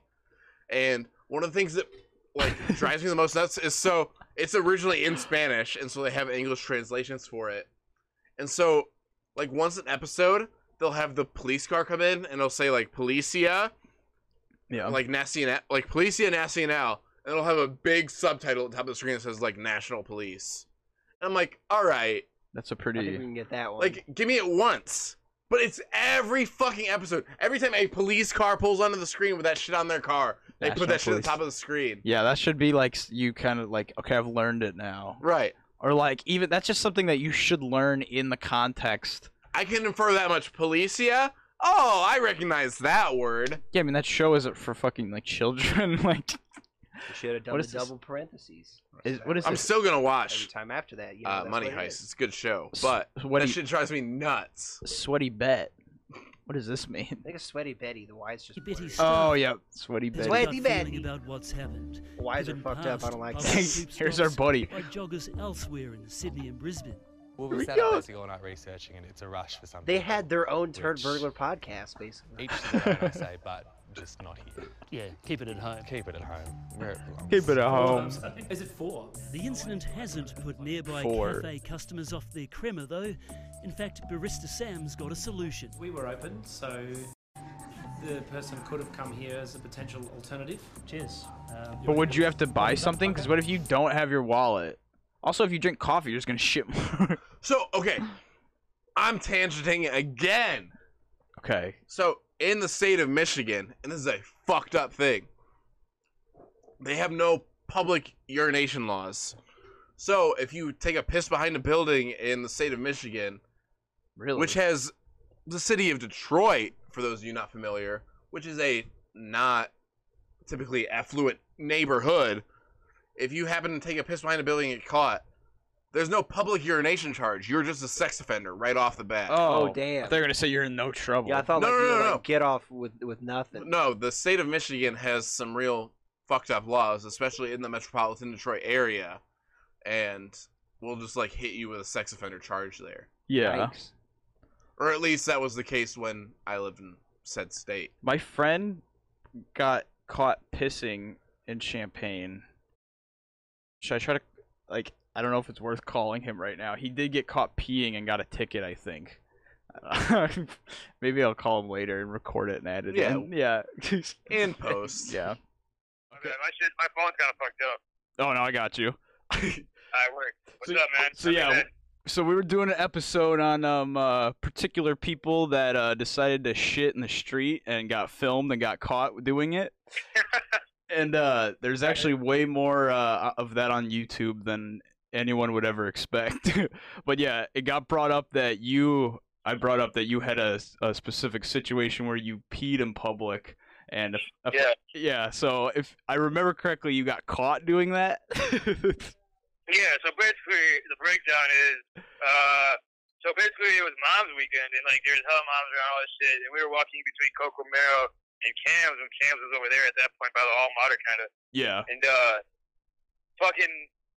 [SPEAKER 4] and one of the things that like drives me the most nuts is so it's originally in Spanish, and so they have English translations for it, and so like once an episode they'll have the police car come in and they'll say like Policia,
[SPEAKER 3] Yeah.
[SPEAKER 4] like Nacional, like Policia Nacional, and it'll have a big subtitle at the top of the screen that says like National Police, and I'm like, all right.
[SPEAKER 3] That's a
[SPEAKER 5] I think we
[SPEAKER 3] pretty.
[SPEAKER 5] can get that one.
[SPEAKER 4] Like, give me it once. But it's every fucking episode. Every time a police car pulls onto the screen with that shit on their car, they
[SPEAKER 3] National
[SPEAKER 4] put that shit at
[SPEAKER 3] police.
[SPEAKER 4] the top of the screen.
[SPEAKER 3] Yeah, that should be like s- you kind of like okay, I've learned it now.
[SPEAKER 4] Right.
[SPEAKER 3] Or like even that's just something that you should learn in the context.
[SPEAKER 4] I can infer that much. Policia? Oh, I recognize that word.
[SPEAKER 3] Yeah, I mean that show isn't for fucking like children. <laughs> like
[SPEAKER 5] should have done
[SPEAKER 3] What
[SPEAKER 5] the
[SPEAKER 3] is this?
[SPEAKER 5] double parentheses.
[SPEAKER 3] is, what is
[SPEAKER 4] I'm
[SPEAKER 3] this?
[SPEAKER 4] still gonna
[SPEAKER 5] Every
[SPEAKER 4] watch
[SPEAKER 5] time after that, you know,
[SPEAKER 4] uh,
[SPEAKER 5] that's
[SPEAKER 4] Money
[SPEAKER 5] what it
[SPEAKER 4] Heist.
[SPEAKER 5] is.
[SPEAKER 4] It's a good show,
[SPEAKER 3] S-
[SPEAKER 4] but
[SPEAKER 3] what
[SPEAKER 4] that
[SPEAKER 3] do you-
[SPEAKER 4] shit drives me nuts.
[SPEAKER 3] sweaty bet. What does this mean?
[SPEAKER 5] I think it's Sweaty Betty. The Y's just.
[SPEAKER 24] Betty
[SPEAKER 5] blurred.
[SPEAKER 24] Staff
[SPEAKER 3] <laughs> Oh yeah, sweaty
[SPEAKER 24] has
[SPEAKER 3] bet.
[SPEAKER 5] Betty. Sweaty
[SPEAKER 24] a gut feeling
[SPEAKER 5] Betty.
[SPEAKER 24] about what's happened.
[SPEAKER 5] Why's
[SPEAKER 24] given
[SPEAKER 5] it fucked up?
[SPEAKER 24] past
[SPEAKER 5] I don't like
[SPEAKER 24] public
[SPEAKER 5] that.
[SPEAKER 24] sweep
[SPEAKER 3] <laughs> Here's our
[SPEAKER 24] stops
[SPEAKER 3] buddy.
[SPEAKER 24] By joggers elsewhere in Sydney and Brisbane.
[SPEAKER 2] Well,
[SPEAKER 3] Here we
[SPEAKER 2] we sat up
[SPEAKER 3] go.
[SPEAKER 2] basically all night researching, and it's a rush for something.
[SPEAKER 5] <laughs> They had their own turd
[SPEAKER 2] Which-
[SPEAKER 5] burglar podcast, basically.
[SPEAKER 2] Each to their own, I say, but just not here.
[SPEAKER 24] Yeah, keep it at home.
[SPEAKER 2] Keep it at home. Where it belongs.
[SPEAKER 3] Keep it at home.
[SPEAKER 23] Is it four?
[SPEAKER 24] The incident hasn't put nearby
[SPEAKER 3] Four.
[SPEAKER 24] cafe customers off their crema, though. In fact, Barista Sam's got a solution.
[SPEAKER 23] We were open, so the person could have come here as a potential alternative. Uh,
[SPEAKER 24] Cheers.
[SPEAKER 3] But would you have to buy something? Because what if you don't have your wallet? Also, if you drink coffee, you're just gonna shit more. <laughs>
[SPEAKER 4] So,
[SPEAKER 5] <sighs>
[SPEAKER 4] okay. I'm tangenting again.
[SPEAKER 3] okay.
[SPEAKER 4] So in the state of Michigan, and this is a fucked up thing, they have no public urination laws. So if you take a piss behind a building in the state of Michigan,
[SPEAKER 3] Really?
[SPEAKER 4] which has the city of Detroit, for those of you not familiar, which is a not typically affluent neighborhood, if you happen to take a piss behind a building and get caught, there's no public urination charge. You're just a sex offender right off the bat.
[SPEAKER 5] Oh, damn.
[SPEAKER 3] They're gonna say you're in no trouble.
[SPEAKER 5] Yeah, I thought
[SPEAKER 4] No,
[SPEAKER 5] like
[SPEAKER 4] no,
[SPEAKER 5] you were,
[SPEAKER 4] no, no.
[SPEAKER 5] like get off with with nothing.
[SPEAKER 4] No, the state of Michigan has some real fucked up laws, especially in the metropolitan Detroit area, and we'll just like hit you with a sex offender charge there.
[SPEAKER 3] yeah.
[SPEAKER 5] Yikes.
[SPEAKER 4] Or at least that was the case when I lived in
[SPEAKER 3] <laughs>
[SPEAKER 4] said state.
[SPEAKER 3] My friend got caught pissing in champagne. Should I try to like I don't know if it's worth calling him right now. He did get caught peeing and got a ticket, I think. <laughs> Maybe I'll call him later and record it and edit it.
[SPEAKER 4] Yeah.
[SPEAKER 3] in. Yeah. <laughs>
[SPEAKER 4] In post.
[SPEAKER 3] yeah.
[SPEAKER 12] Okay, my shit, my phone's kind of fucked up.
[SPEAKER 3] Oh no, I got you. <laughs>
[SPEAKER 12] I work. What's
[SPEAKER 3] So-
[SPEAKER 12] up, man?
[SPEAKER 3] So yeah, w- so we were doing an episode on um uh, particular people that uh, decided to shit in the street and got filmed and got caught doing it. and uh, there's actually way more uh, of that on YouTube than anyone would ever expect. <laughs> but yeah, it got brought up that you I brought up that you had a, s- a specific situation where you peed in public. And if, if-
[SPEAKER 12] Yeah.
[SPEAKER 3] yeah, so if I remember correctly, you got caught doing that. <laughs>
[SPEAKER 12] Yeah, so basically the breakdown is uh, So basically, it was Mom's weekend, and like there was hella moms around all this shit, and we were walking between Coco Mero and Cam's, and Cam's was over there at that point by the All Mater kind of.
[SPEAKER 3] Yeah.
[SPEAKER 12] And uh, fucking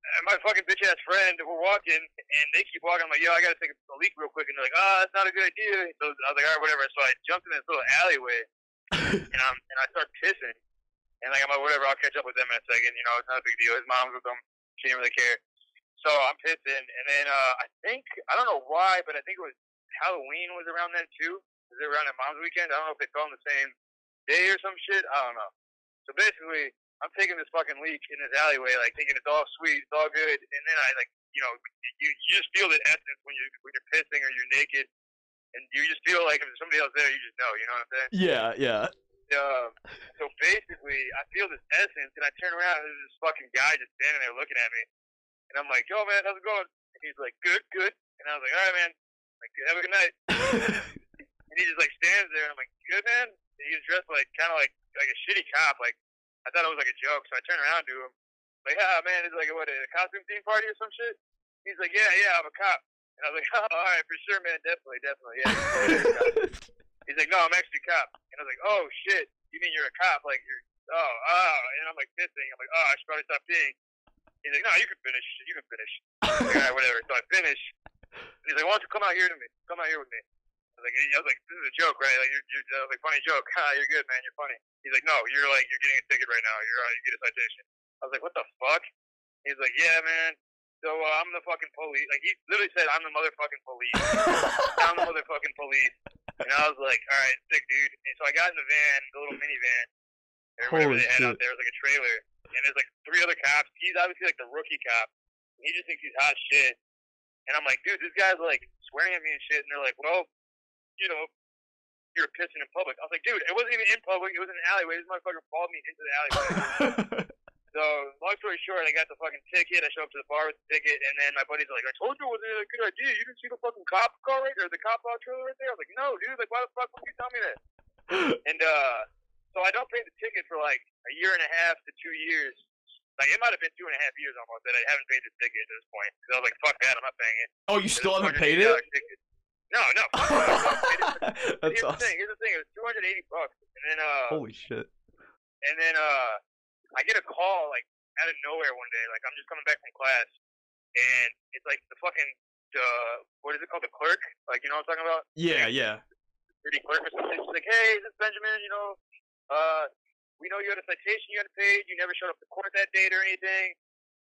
[SPEAKER 12] and my fucking bitch ass friend, we're walking, and they keep walking. I'm like, yo, I gotta take a leak real quick, and they're like, ah, that's not a good idea. So I was like, all right, whatever. So I jumped in this little alleyway, and I'm and I start pissing, and like I'm like, whatever, I'll catch up with them in a second. You know, it's not a big deal. His mom's with them. She didn't really care. So I'm pissing, and then uh, I think I don't know why, but I think it was Halloween was around then too. Was it around at Mom's weekend? I don't know if they fell on the same day or some shit. I don't know. So basically, I'm taking this fucking leak in this alleyway, like thinking it's all sweet, it's all good, and then I like, you know, you, you just feel the essence when you when you're pissing or you're naked, and you just feel like if there's somebody else there, you just know, you know what I'm saying?
[SPEAKER 3] Yeah, yeah.
[SPEAKER 12] Um, so basically, I feel this essence, and I turn around, and there's this fucking guy just standing there looking at me, and I'm like, "Yo, man, how's it going?" And he's like, "Good, good." And I was like, "All right, man, like have a good night." and he just like stands there, and I'm like, "Good, man." And he's dressed like kind of like like a shitty cop, like I thought it was like a joke, so I turn around to him, like, ah, man, it's like what a costume theme party or some shit. He's like, yeah, yeah, I'm a cop, and I was like, <laughs> oh, all right, for sure, man, definitely, definitely, yeah. He's like, no, I'm actually a cop, and I was like, oh shit, you mean you're a cop? Like you're, oh, oh, and I'm like pissing, I'm like, oh, I should probably stop peeing. He's like, no, you can finish, you can finish. I'm like, all right, whatever. So I finish. He's like, why don't you come out here to me? Come out here with me. I was like, I was like, this is a joke, right? Like, you're, you're that was like funny joke. <laughs> Ah, you're good, man. You're funny. He's like, no, you're like, you're getting a ticket right now. You're, uh, you get a citation. I was like, what the fuck? He's like, yeah, man. So uh, I'm the fucking police. Like, he literally said, I'm the motherfucking
[SPEAKER 11] <laughs>
[SPEAKER 12] police. I'm the motherfucking police. And I was like, all right, sick, dude. And so I got in the van, the little minivan, or whatever
[SPEAKER 11] Holy
[SPEAKER 12] they had out
[SPEAKER 11] shit.
[SPEAKER 12] there. It was like a trailer, and there's like three other cops. He's obviously like the rookie cop. And he just thinks he's hot shit. And I'm like, dude, this guy's like swearing at me and shit. And they're like, well, you know, you were pissing in public. I was like, dude, it wasn't even in public. It was in an alleyway. This motherfucker followed me into the alleyway.
[SPEAKER 3] <laughs>
[SPEAKER 12] so, long story short, I got the fucking ticket. I show up to the bar with the ticket, and then my buddies are like, I told you it wasn't a good idea. You didn't see the fucking cop car right there, the cop out trailer right there. I was like, no, dude, like, why the fuck would you tell me
[SPEAKER 3] <laughs>
[SPEAKER 12] that? and, uh, so I don't pay the ticket for like a year and a half to two years. Like, it might have been two and a half years almost that I haven't paid the ticket at this point. Because I was like, fuck that, I'm not paying it.
[SPEAKER 3] Oh, you still haven't paid it?
[SPEAKER 12] $280 ticket. No, no, fuck that, I'm not paying it. But
[SPEAKER 3] <laughs> That's
[SPEAKER 12] here's the
[SPEAKER 3] awesome.
[SPEAKER 12] thing. Here's the thing. It was 280 bucks, and then uh,
[SPEAKER 3] Holy shit.
[SPEAKER 12] and then uh, I get a call like out of nowhere one day. Like I'm just coming back from class, and it's like the fucking uh, what is it called? The clerk? Like you know what I'm talking about?
[SPEAKER 3] Yeah, yeah.
[SPEAKER 12] Security clerk or something. She's like, hey, this is Benjamin. You know, uh, we know you had a citation you had to pay. You never showed up to court that date or anything.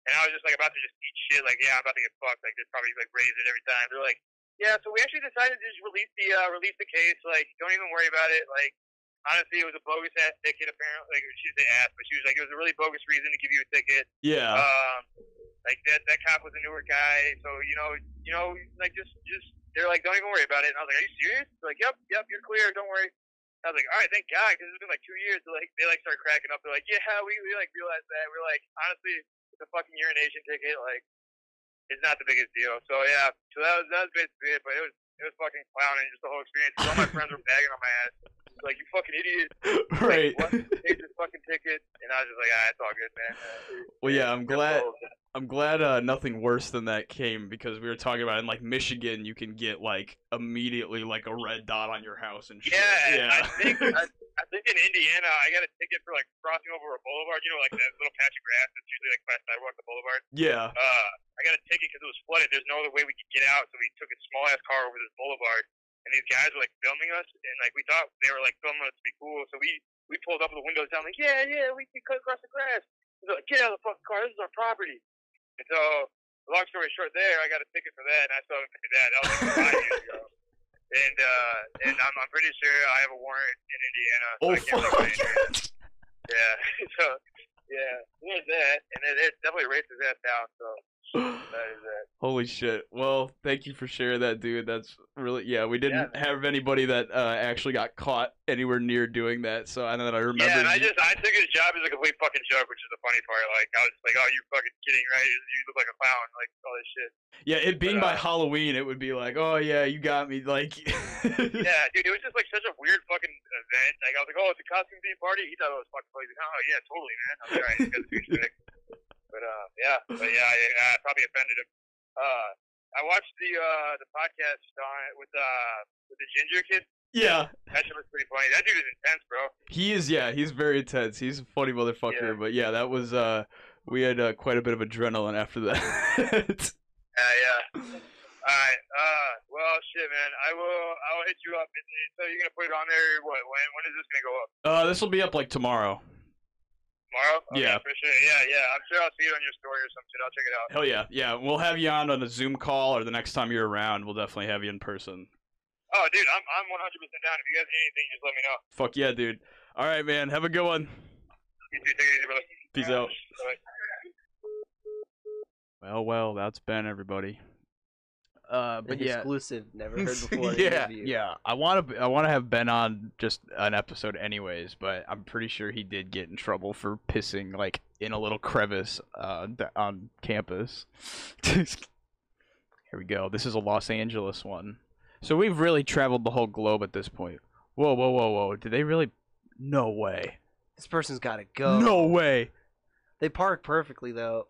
[SPEAKER 12] And I was just like about to just eat shit. Like yeah, I'm about to get fucked. Like they probably like raise it every time. They're like. Yeah, so we actually decided to just release the uh, release the case. Like, don't even worry about it. Like, honestly, it was a bogus ass ticket. Apparently, like she didn't ass, but she was like, it was a really bogus reason to give you a ticket.
[SPEAKER 3] Yeah. <laughs>
[SPEAKER 12] Um, like that that cop was a newer guy, so you know, you know, like just just they're like, don't even worry about it. And I was like, are you serious? They're like, yep, yep, you're clear. Don't worry. I was like, all right, thank God, because it's been like two years. So, like they like start cracking up. They're like, yeah, we, we like realized that. We're like, honestly, it's a fucking urination ticket. Like, it's not the biggest deal. So yeah, so that was that was basically it. But it was it was fucking clowning just the whole experience. All my friends were bagging on my ass, like you fucking idiot.
[SPEAKER 3] Right. <laughs>
[SPEAKER 12] Like, what? Take this fucking ticket, and I was just like, ah, it's all good, man. Uh,
[SPEAKER 3] Well, yeah, I'm glad. I'm glad uh, nothing worse than that came because we were talking about in like Michigan, you can get like immediately like a red dot on your house and shit.
[SPEAKER 12] Yeah, I think I, I think in Indiana, I got a ticket for like crossing over a boulevard. You know, like that little patch of grass that's usually like by the sidewalk, the boulevard.
[SPEAKER 3] <laughs> Yeah.
[SPEAKER 12] Uh, I got a ticket because it was flooded. There's no other way we could get out, so we took a small ass car over this boulevard. And these guys were like filming us, and like we thought they were like filming us to be cool. So we we pulled up with the windows down, like yeah, yeah, we can cut across the grass. He's like, get out of the fucking car. This is our property. And so, long story short, there I got a ticket for that, and I still haven't paid that. That was like five years ago. And uh, and I'm, I'm pretty sure I have a warrant in Indiana. so
[SPEAKER 3] Oh,
[SPEAKER 12] I can't really claim it. Yeah. <laughs> so yeah, there's that, and it, it definitely races that down. So that is that.
[SPEAKER 3] <laughs> Holy shit. Well, thank you for sharing that, dude. That's really yeah. We didn't have anybody that uh, actually got caught anywhere near doing that, so I know that I remember.
[SPEAKER 12] Yeah, and I
[SPEAKER 3] you-
[SPEAKER 12] just I took his job as a complete fucking joke, which is the funny part. Like I was just like, oh, you fucking kidding, right? You look like a clown, like all this shit.
[SPEAKER 3] yeah, it being by Halloween, it would be like, oh yeah, you got me. Like,
[SPEAKER 12] yeah, dude, it was just like such a weird fucking event. Like I was like, oh, it's a costume themed party. He thought it was fucking crazy. Oh yeah, totally, man. I'm like, all right, this
[SPEAKER 3] <laughs>
[SPEAKER 12] guy's a douchebag. But uh, yeah, but yeah, I, I probably offended him. Uh, I watched the uh, the podcast on with uh with the ginger kid.
[SPEAKER 3] Yeah.
[SPEAKER 12] That shit was pretty funny. That dude is intense, bro.
[SPEAKER 3] He is, yeah, he's very intense. He's a funny motherfucker, but yeah, that was uh we had uh, quite a bit of adrenaline after that.
[SPEAKER 12] <laughs> Yeah, yeah. All right. Uh, well, shit, man. I will. I will hit you up. And, and so you're gonna put it on there. What? When? When is this gonna go up?
[SPEAKER 3] uh this will be up like tomorrow.
[SPEAKER 12] Tomorrow? Okay,
[SPEAKER 3] Yeah.
[SPEAKER 12] For sure. Yeah, yeah. I'm sure I'll see it on your story or some shit. I'll check it out.
[SPEAKER 3] Hell yeah. Yeah, we'll have you on on a Zoom call or the next time you're around, we'll definitely have you in person.
[SPEAKER 12] Oh, dude, I'm I'm 100 percent down. If you guys need anything, just let me know.
[SPEAKER 3] Fuck yeah, dude. All right, man. Have a good one.
[SPEAKER 12] You too. Take it easy, brother.
[SPEAKER 3] Peace out.
[SPEAKER 12] Bye.
[SPEAKER 3] Well, well, that's Ben, everybody. Uh, but yeah,
[SPEAKER 5] exclusive, never heard before.
[SPEAKER 3] yeah,
[SPEAKER 5] interview.
[SPEAKER 3] yeah. I want to, I want to have Ben on just an episode, anyways. But I'm pretty sure he did get in trouble for pissing like in a little crevice uh, d- on campus. <laughs> Here we go. This is a Los Angeles one. So we've really traveled the whole globe at this point. Whoa, whoa, whoa, whoa! Did they really? No way.
[SPEAKER 5] This person's got to go.
[SPEAKER 3] No way.
[SPEAKER 5] They park perfectly though.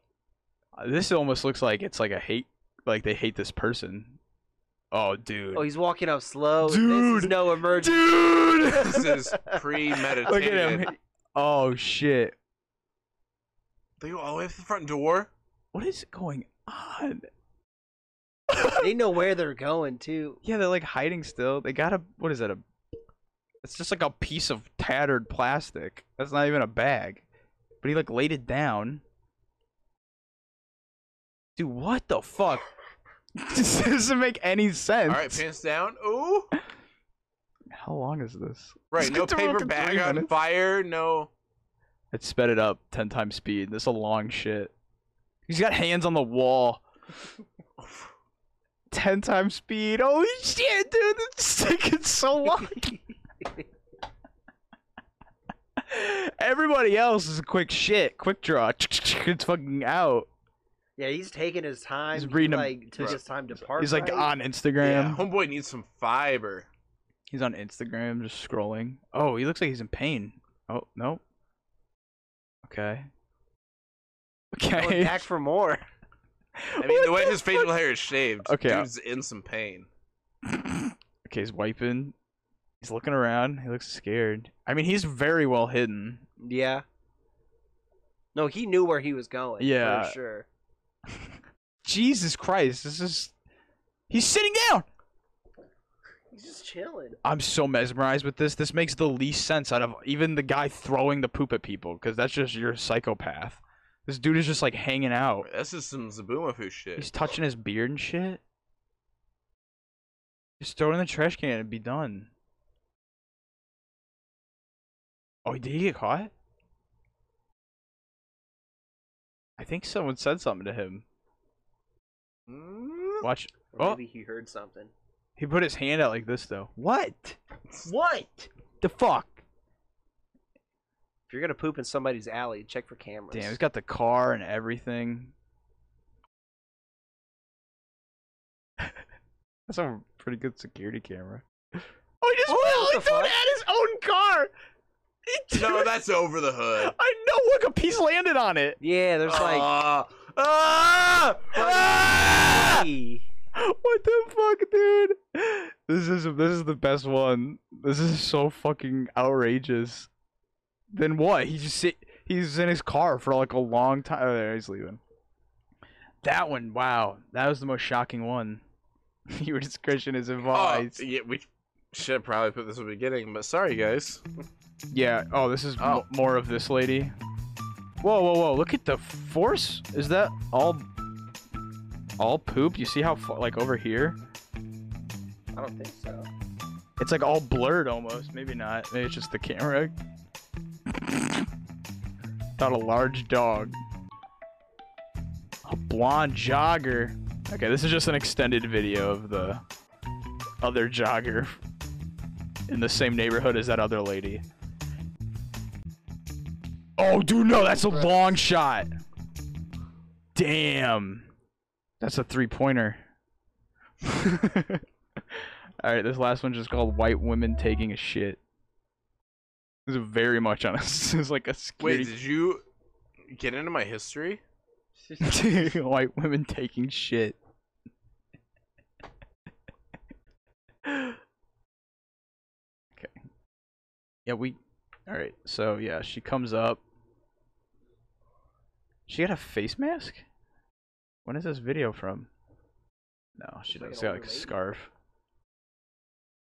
[SPEAKER 3] Uh, This almost looks like it's like a hate, like they hate this person. Oh, dude.
[SPEAKER 5] Oh, he's walking up slow. Dude, this is no emergency.
[SPEAKER 3] <laughs>
[SPEAKER 5] <laughs>
[SPEAKER 3] Dude,
[SPEAKER 4] <laughs> This is premeditated.
[SPEAKER 3] Look at him. Oh shit.
[SPEAKER 4] They go all the way up to the front door.
[SPEAKER 3] What is going on?
[SPEAKER 5] they know where they're going too.
[SPEAKER 3] Yeah, they're like hiding still. They got a what is that? A it's just like a piece of tattered plastic. That's not even a bag. But he like laid it down. Dude, what the fuck? <laughs> this doesn't make any sense.
[SPEAKER 4] All right, pants down. Ooh.
[SPEAKER 3] How long is this? Let's
[SPEAKER 4] Right, no
[SPEAKER 3] get to work
[SPEAKER 4] paper
[SPEAKER 3] in
[SPEAKER 4] bag
[SPEAKER 3] three
[SPEAKER 4] on
[SPEAKER 3] minutes.
[SPEAKER 4] fire. No.
[SPEAKER 3] It sped it up ten times speed. This is a long shit. He's got hands on the
[SPEAKER 4] <laughs>
[SPEAKER 3] wall. ten times speed. Holy shit, dude! This is taking so long. <laughs> Everybody else is a quick shit, quick draw. <laughs> It's fucking out.
[SPEAKER 5] Yeah, he's taking his time.
[SPEAKER 3] He's
[SPEAKER 5] He's
[SPEAKER 3] reading him-
[SPEAKER 5] reading like took
[SPEAKER 3] Bro.
[SPEAKER 5] his time to park.
[SPEAKER 3] He's like
[SPEAKER 5] right.
[SPEAKER 3] on
[SPEAKER 4] Yeah,
[SPEAKER 3] Instagram.
[SPEAKER 4] homeboy needs some fiber.
[SPEAKER 3] He's on Instagram, just scrolling. Oh, he looks like he's in pain. Oh no. Okay.
[SPEAKER 5] Going
[SPEAKER 3] Okay.
[SPEAKER 5] back Oh, for more. <laughs>
[SPEAKER 3] <laughs>
[SPEAKER 4] I mean, the way his facial hair is shaved,
[SPEAKER 3] Okay, uh, I-
[SPEAKER 4] dude's in some pain.
[SPEAKER 3] Okay, he's wiping. He's looking around. He looks scared. I mean, he's very well hidden.
[SPEAKER 5] Yeah. No, he knew where he was going.
[SPEAKER 3] Yeah.
[SPEAKER 5] for sure.
[SPEAKER 3] Jesus Christ, this is. He's sitting down!
[SPEAKER 5] He's just chilling.
[SPEAKER 3] I'm so mesmerized with this. This makes the least sense out of even the guy throwing the poop at people, because that's just your psychopath. This dude is just like hanging out.
[SPEAKER 4] This is some Zabumafu shit.
[SPEAKER 3] He's touching his beard and shit. Just throw it in the trash can and be done. Oh, did he get caught? I think someone said something to him. Watch.
[SPEAKER 5] Or
[SPEAKER 3] Oh,
[SPEAKER 5] maybe he heard something.
[SPEAKER 3] he put his hand out like this though. What?
[SPEAKER 5] What?
[SPEAKER 3] The fuck?
[SPEAKER 5] If you're gonna poop in somebody's alley, check for cameras.
[SPEAKER 3] Damn, he's got the car and everything. <laughs> That's a pretty good security camera. Oh, he just
[SPEAKER 5] he threw it
[SPEAKER 3] at his own car.
[SPEAKER 4] <laughs> No, that's over the hood.
[SPEAKER 3] <laughs> I know. Look, a piece landed on it.
[SPEAKER 5] Yeah,
[SPEAKER 4] <laughs>
[SPEAKER 5] there's like
[SPEAKER 4] Ah! ah! Ah!
[SPEAKER 5] hey,
[SPEAKER 3] What the fuck, dude? This is this is the best one. This is so fucking outrageous. Then what? He just sit. He's in his car for like a long time. Oh, there he's leaving. That one, wow, that was the most shocking one. <laughs> Your discretion is
[SPEAKER 4] Oh,
[SPEAKER 3] advised.
[SPEAKER 4] yeah, we should probably put this at the beginning, but sorry,
[SPEAKER 3] Mm-hmm.
[SPEAKER 4] guys.
[SPEAKER 3] Yeah. Oh, this is
[SPEAKER 4] Oh.
[SPEAKER 3] mo- more of this lady. Whoa, whoa, whoa! Look at the force. Is that all? All poop. You see how fa- like over here?
[SPEAKER 5] I don't think so.
[SPEAKER 3] It's like all blurred almost. Maybe not. Maybe it's just the camera. Thought a large dog. A blonde jogger. Okay, this is just an extended video of the other jogger in the same neighborhood as that other lady. Oh, dude, no, that's a long shot. Damn. That's a three <laughs> pointer. All right, this last one's just called "White Women Taking a Shit." This is very much on us. This is like a <laughs>
[SPEAKER 4] Wait,
[SPEAKER 3] scary
[SPEAKER 4] did you get into my history?
[SPEAKER 3] <laughs> white women taking shit. Yeah, we. All right. So yeah, she comes up. She got a face mask. When is this video from? No, she does. She got like a scarf.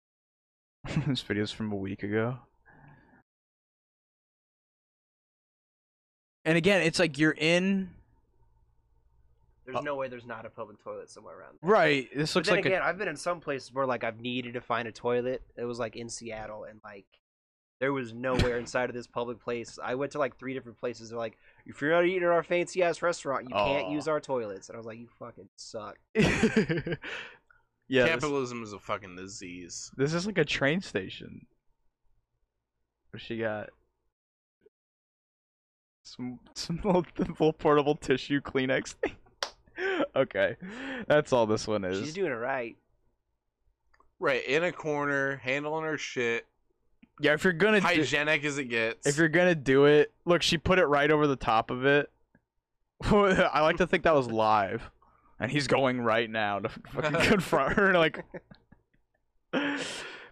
[SPEAKER 3] <laughs> this video's from a week ago. And again, it's like you're in.
[SPEAKER 5] There's no way there's not a public toilet somewhere around. There.
[SPEAKER 3] Right. This Oh.
[SPEAKER 5] But
[SPEAKER 3] looks
[SPEAKER 5] then
[SPEAKER 3] like
[SPEAKER 5] again,
[SPEAKER 3] a,
[SPEAKER 5] i I've been in some places where like I've needed to find a toilet. It was like in Seattle, and like there
[SPEAKER 3] <laughs>
[SPEAKER 5] was nowhere inside of this public place. I went to like three different places. They're like, if you're not eating at our fancy ass restaurant, you can't
[SPEAKER 4] Aw.
[SPEAKER 5] use our toilets. And I was like, you fucking suck.
[SPEAKER 3] <laughs> yeah. this-
[SPEAKER 4] Capitalism is a fucking disease.
[SPEAKER 3] This is like a train station. What she got? Some some <laughs> little, little portable tissue Kleenex <laughs> thing. okay, that's all this one is.
[SPEAKER 5] She's doing it right.
[SPEAKER 4] Right, in a corner, handling her shit.
[SPEAKER 3] yeah, if you're gonna do,
[SPEAKER 4] Hygienic as it gets.
[SPEAKER 3] if you're gonna do it, look, she put it right over the top of it. <laughs> I like to think that was live, and he's going right now to <laughs> fucking confront her. Like, <laughs>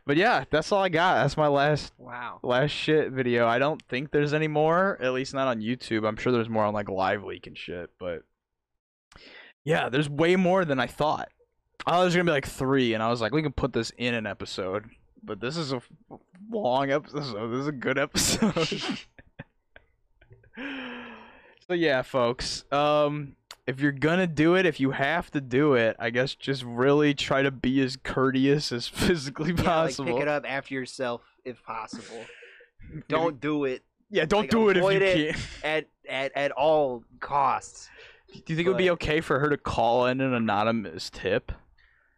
[SPEAKER 3] but yeah, that's all I got. That's my last <laughs>
[SPEAKER 5] Wow.
[SPEAKER 3] last shit video. I don't think there's any more, at least not on YouTube. I'm sure there's more on like Live Leak and shit, but yeah, there's way more than I thought. I thought there's gonna be like three, and I was like, we can put this in an episode, but this is a f- long episode. This is a good <laughs> episode. so yeah, folks. Um, if you're gonna do it, if you have to do it, I guess just really try to be as courteous as <laughs> physically
[SPEAKER 5] Yeah, like
[SPEAKER 3] possible.
[SPEAKER 5] pick it up after yourself if possible.
[SPEAKER 3] <laughs>
[SPEAKER 5] Don't do it.
[SPEAKER 3] Yeah, don't
[SPEAKER 5] Like,
[SPEAKER 3] do it if you
[SPEAKER 5] avoid it
[SPEAKER 3] can't.
[SPEAKER 5] At at at all costs.
[SPEAKER 3] Do you think it would be okay for her to call in an anonymous tip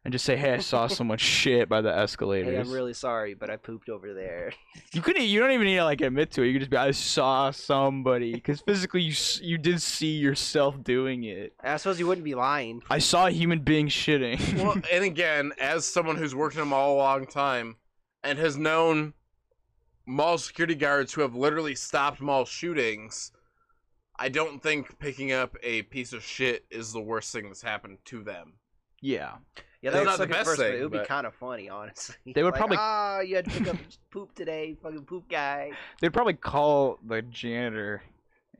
[SPEAKER 3] and just say, "Hey, I
[SPEAKER 5] <laughs>
[SPEAKER 3] saw so much shit by the escalators"?
[SPEAKER 5] Hey, I'm really sorry, but I pooped over there.
[SPEAKER 3] You couldn't. e, You don't even need to like admit to it. You could just be, "I saw somebody," because physically you s- you did see yourself doing it.
[SPEAKER 5] I suppose you wouldn't be lying.
[SPEAKER 3] I saw a human being shitting. <laughs>
[SPEAKER 4] well, <laughs> and again, as someone who's worked in a mall a long time and has known mall security guards who have literally stopped mall shootings, I don't think picking up a piece of shit is the worst thing that's happened to them.
[SPEAKER 3] Yeah.
[SPEAKER 5] Yeah,
[SPEAKER 4] It's
[SPEAKER 5] that would
[SPEAKER 4] not the
[SPEAKER 5] suck at
[SPEAKER 4] best
[SPEAKER 5] first, but
[SPEAKER 4] thing,
[SPEAKER 5] it would be
[SPEAKER 4] but-
[SPEAKER 5] kind of funny, honestly.
[SPEAKER 3] They would
[SPEAKER 5] <laughs> Like,
[SPEAKER 3] probably-
[SPEAKER 5] Ah, you had to pick up poop today, fucking poop guy.
[SPEAKER 3] They'd probably call the janitor,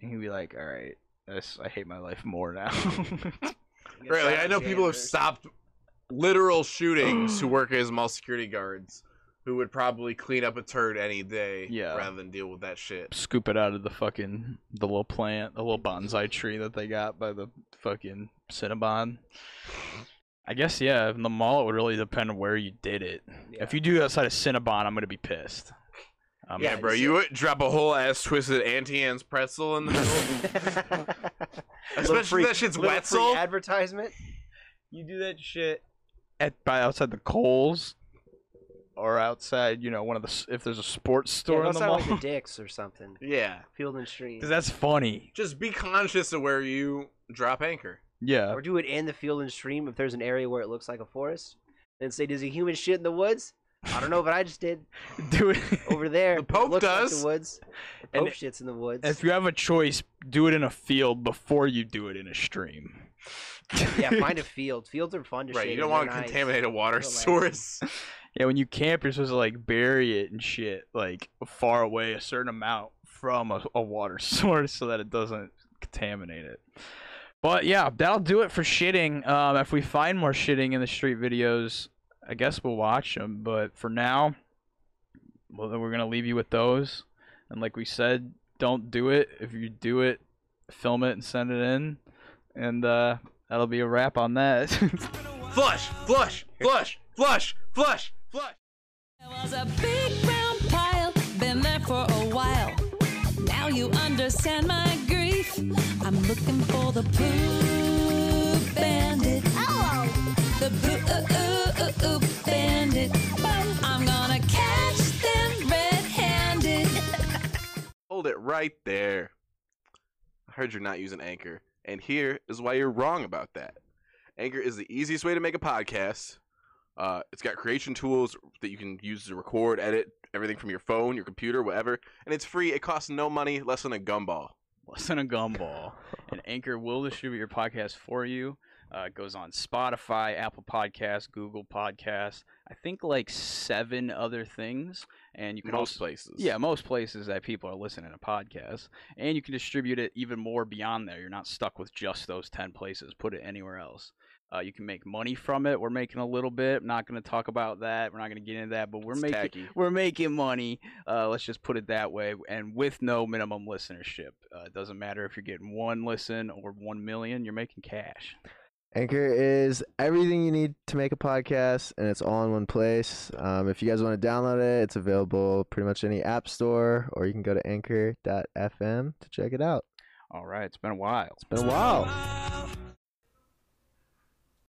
[SPEAKER 3] and he'd be like, "All right, this, I hate my life more now." <laughs>
[SPEAKER 4] Right, like, I know people have stopped <clears throat> literal shootings who work as mall security guards who would probably clean up a turd any day
[SPEAKER 3] Yeah.
[SPEAKER 4] rather than deal with that shit.
[SPEAKER 3] Scoop it out of the fucking the little plant, the little bonsai tree that they got by the fucking Cinnabon. I guess yeah, in the mall it would really depend on where you did it. If you do it outside of Cinnabon, I'm gonna be pissed. Um, I'm
[SPEAKER 4] yeah,
[SPEAKER 3] not-
[SPEAKER 4] bro, you would drop a whole ass twisted Auntie Anne's pretzel in the middle.
[SPEAKER 5] <laughs>
[SPEAKER 4] Especially if that shit's
[SPEAKER 5] little
[SPEAKER 4] Wetzel.
[SPEAKER 5] Free advertisement. You do that shit.
[SPEAKER 3] at by outside the Coles or outside, you know, one of the s- if there's a sports store
[SPEAKER 5] yeah,
[SPEAKER 3] in the
[SPEAKER 5] outside,
[SPEAKER 3] mall. <laughs>
[SPEAKER 5] like the dicks
[SPEAKER 4] <laughs>
[SPEAKER 5] or something.
[SPEAKER 4] <laughs> Yeah.
[SPEAKER 5] Field and Stream.
[SPEAKER 3] Cause that's funny.
[SPEAKER 4] Just be conscious of where you drop anchor.
[SPEAKER 3] Yeah.
[SPEAKER 5] Or do it in the field and stream if there's an area where it looks like a forest. Then say, does a human shit in the woods? I don't know, but I just did.
[SPEAKER 3] Do it <laughs>
[SPEAKER 5] over there.
[SPEAKER 4] <laughs>
[SPEAKER 5] The
[SPEAKER 4] Pope
[SPEAKER 5] looks Like
[SPEAKER 4] does.
[SPEAKER 5] the woods. The
[SPEAKER 3] And
[SPEAKER 5] Pope shits in the woods.
[SPEAKER 3] If you have a choice, do it in a field before you do it in a stream. <laughs>
[SPEAKER 5] yeah,
[SPEAKER 4] <laughs>
[SPEAKER 5] find a field. Fields are fun to
[SPEAKER 4] Right,
[SPEAKER 5] shade
[SPEAKER 4] you don't
[SPEAKER 5] and
[SPEAKER 4] want to
[SPEAKER 5] they're nice.
[SPEAKER 4] contaminate a water
[SPEAKER 3] <laughs>
[SPEAKER 5] Relax.
[SPEAKER 4] source.
[SPEAKER 3] Yeah, when you camp, you're supposed to like bury it and shit, like far away a certain amount from a, a water <laughs> source so that it doesn't contaminate it. But yeah, that'll do it for shitting. Um, if we find more shitting in the street videos, I guess we'll watch them. But for now, well, then we're gonna leave you with those. And like we said, don't do it. If you do it, film it and send it in, and uh, that'll be a wrap on that. <laughs>
[SPEAKER 4] Flush, flush, flush, flush, flush.
[SPEAKER 1] was a big brown pile, been there for a while. Now you understand my grief. I'm looking for the poop bandit. Hello! The poop ooh, ooh, ooh, bandit. I'm gonna catch them red handed.
[SPEAKER 4] Hold it right there. I heard you're not using Anchor, and here is why you're wrong about that. Anchor is the easiest way to make a podcast. Uh, it's got creation tools that you can use to record, edit everything from your phone, your computer, whatever, and it's free. It costs no money, less than a gumball.
[SPEAKER 3] less than a gumball. and Anchor will distribute your podcast for you. Uh, it goes on Spotify, Apple Podcasts, Google Podcasts. I think like seven other things, and you can
[SPEAKER 11] Most
[SPEAKER 3] also,
[SPEAKER 11] places.
[SPEAKER 3] Yeah, most places that people are listening to podcasts, and you can distribute it even more beyond there. You're not stuck with just those ten places. Put it anywhere else. Uh, you can make money from it. We're making a little bit. I'm not going to talk about that. We're not going to get into that. But we're
[SPEAKER 11] It's
[SPEAKER 3] making
[SPEAKER 11] tacky.
[SPEAKER 3] we're making money. Uh, let's just put it that way. And with no minimum listenership, uh, it doesn't matter if you're getting one listen or one million. You're making cash.
[SPEAKER 19] Anchor is everything you need to make a podcast, and it's all in one place. Um, if you guys want to download it, it's available pretty much any app store, or you can go to anchor.fm to check it out.
[SPEAKER 3] All right, it's been a while. It's
[SPEAKER 19] been a while.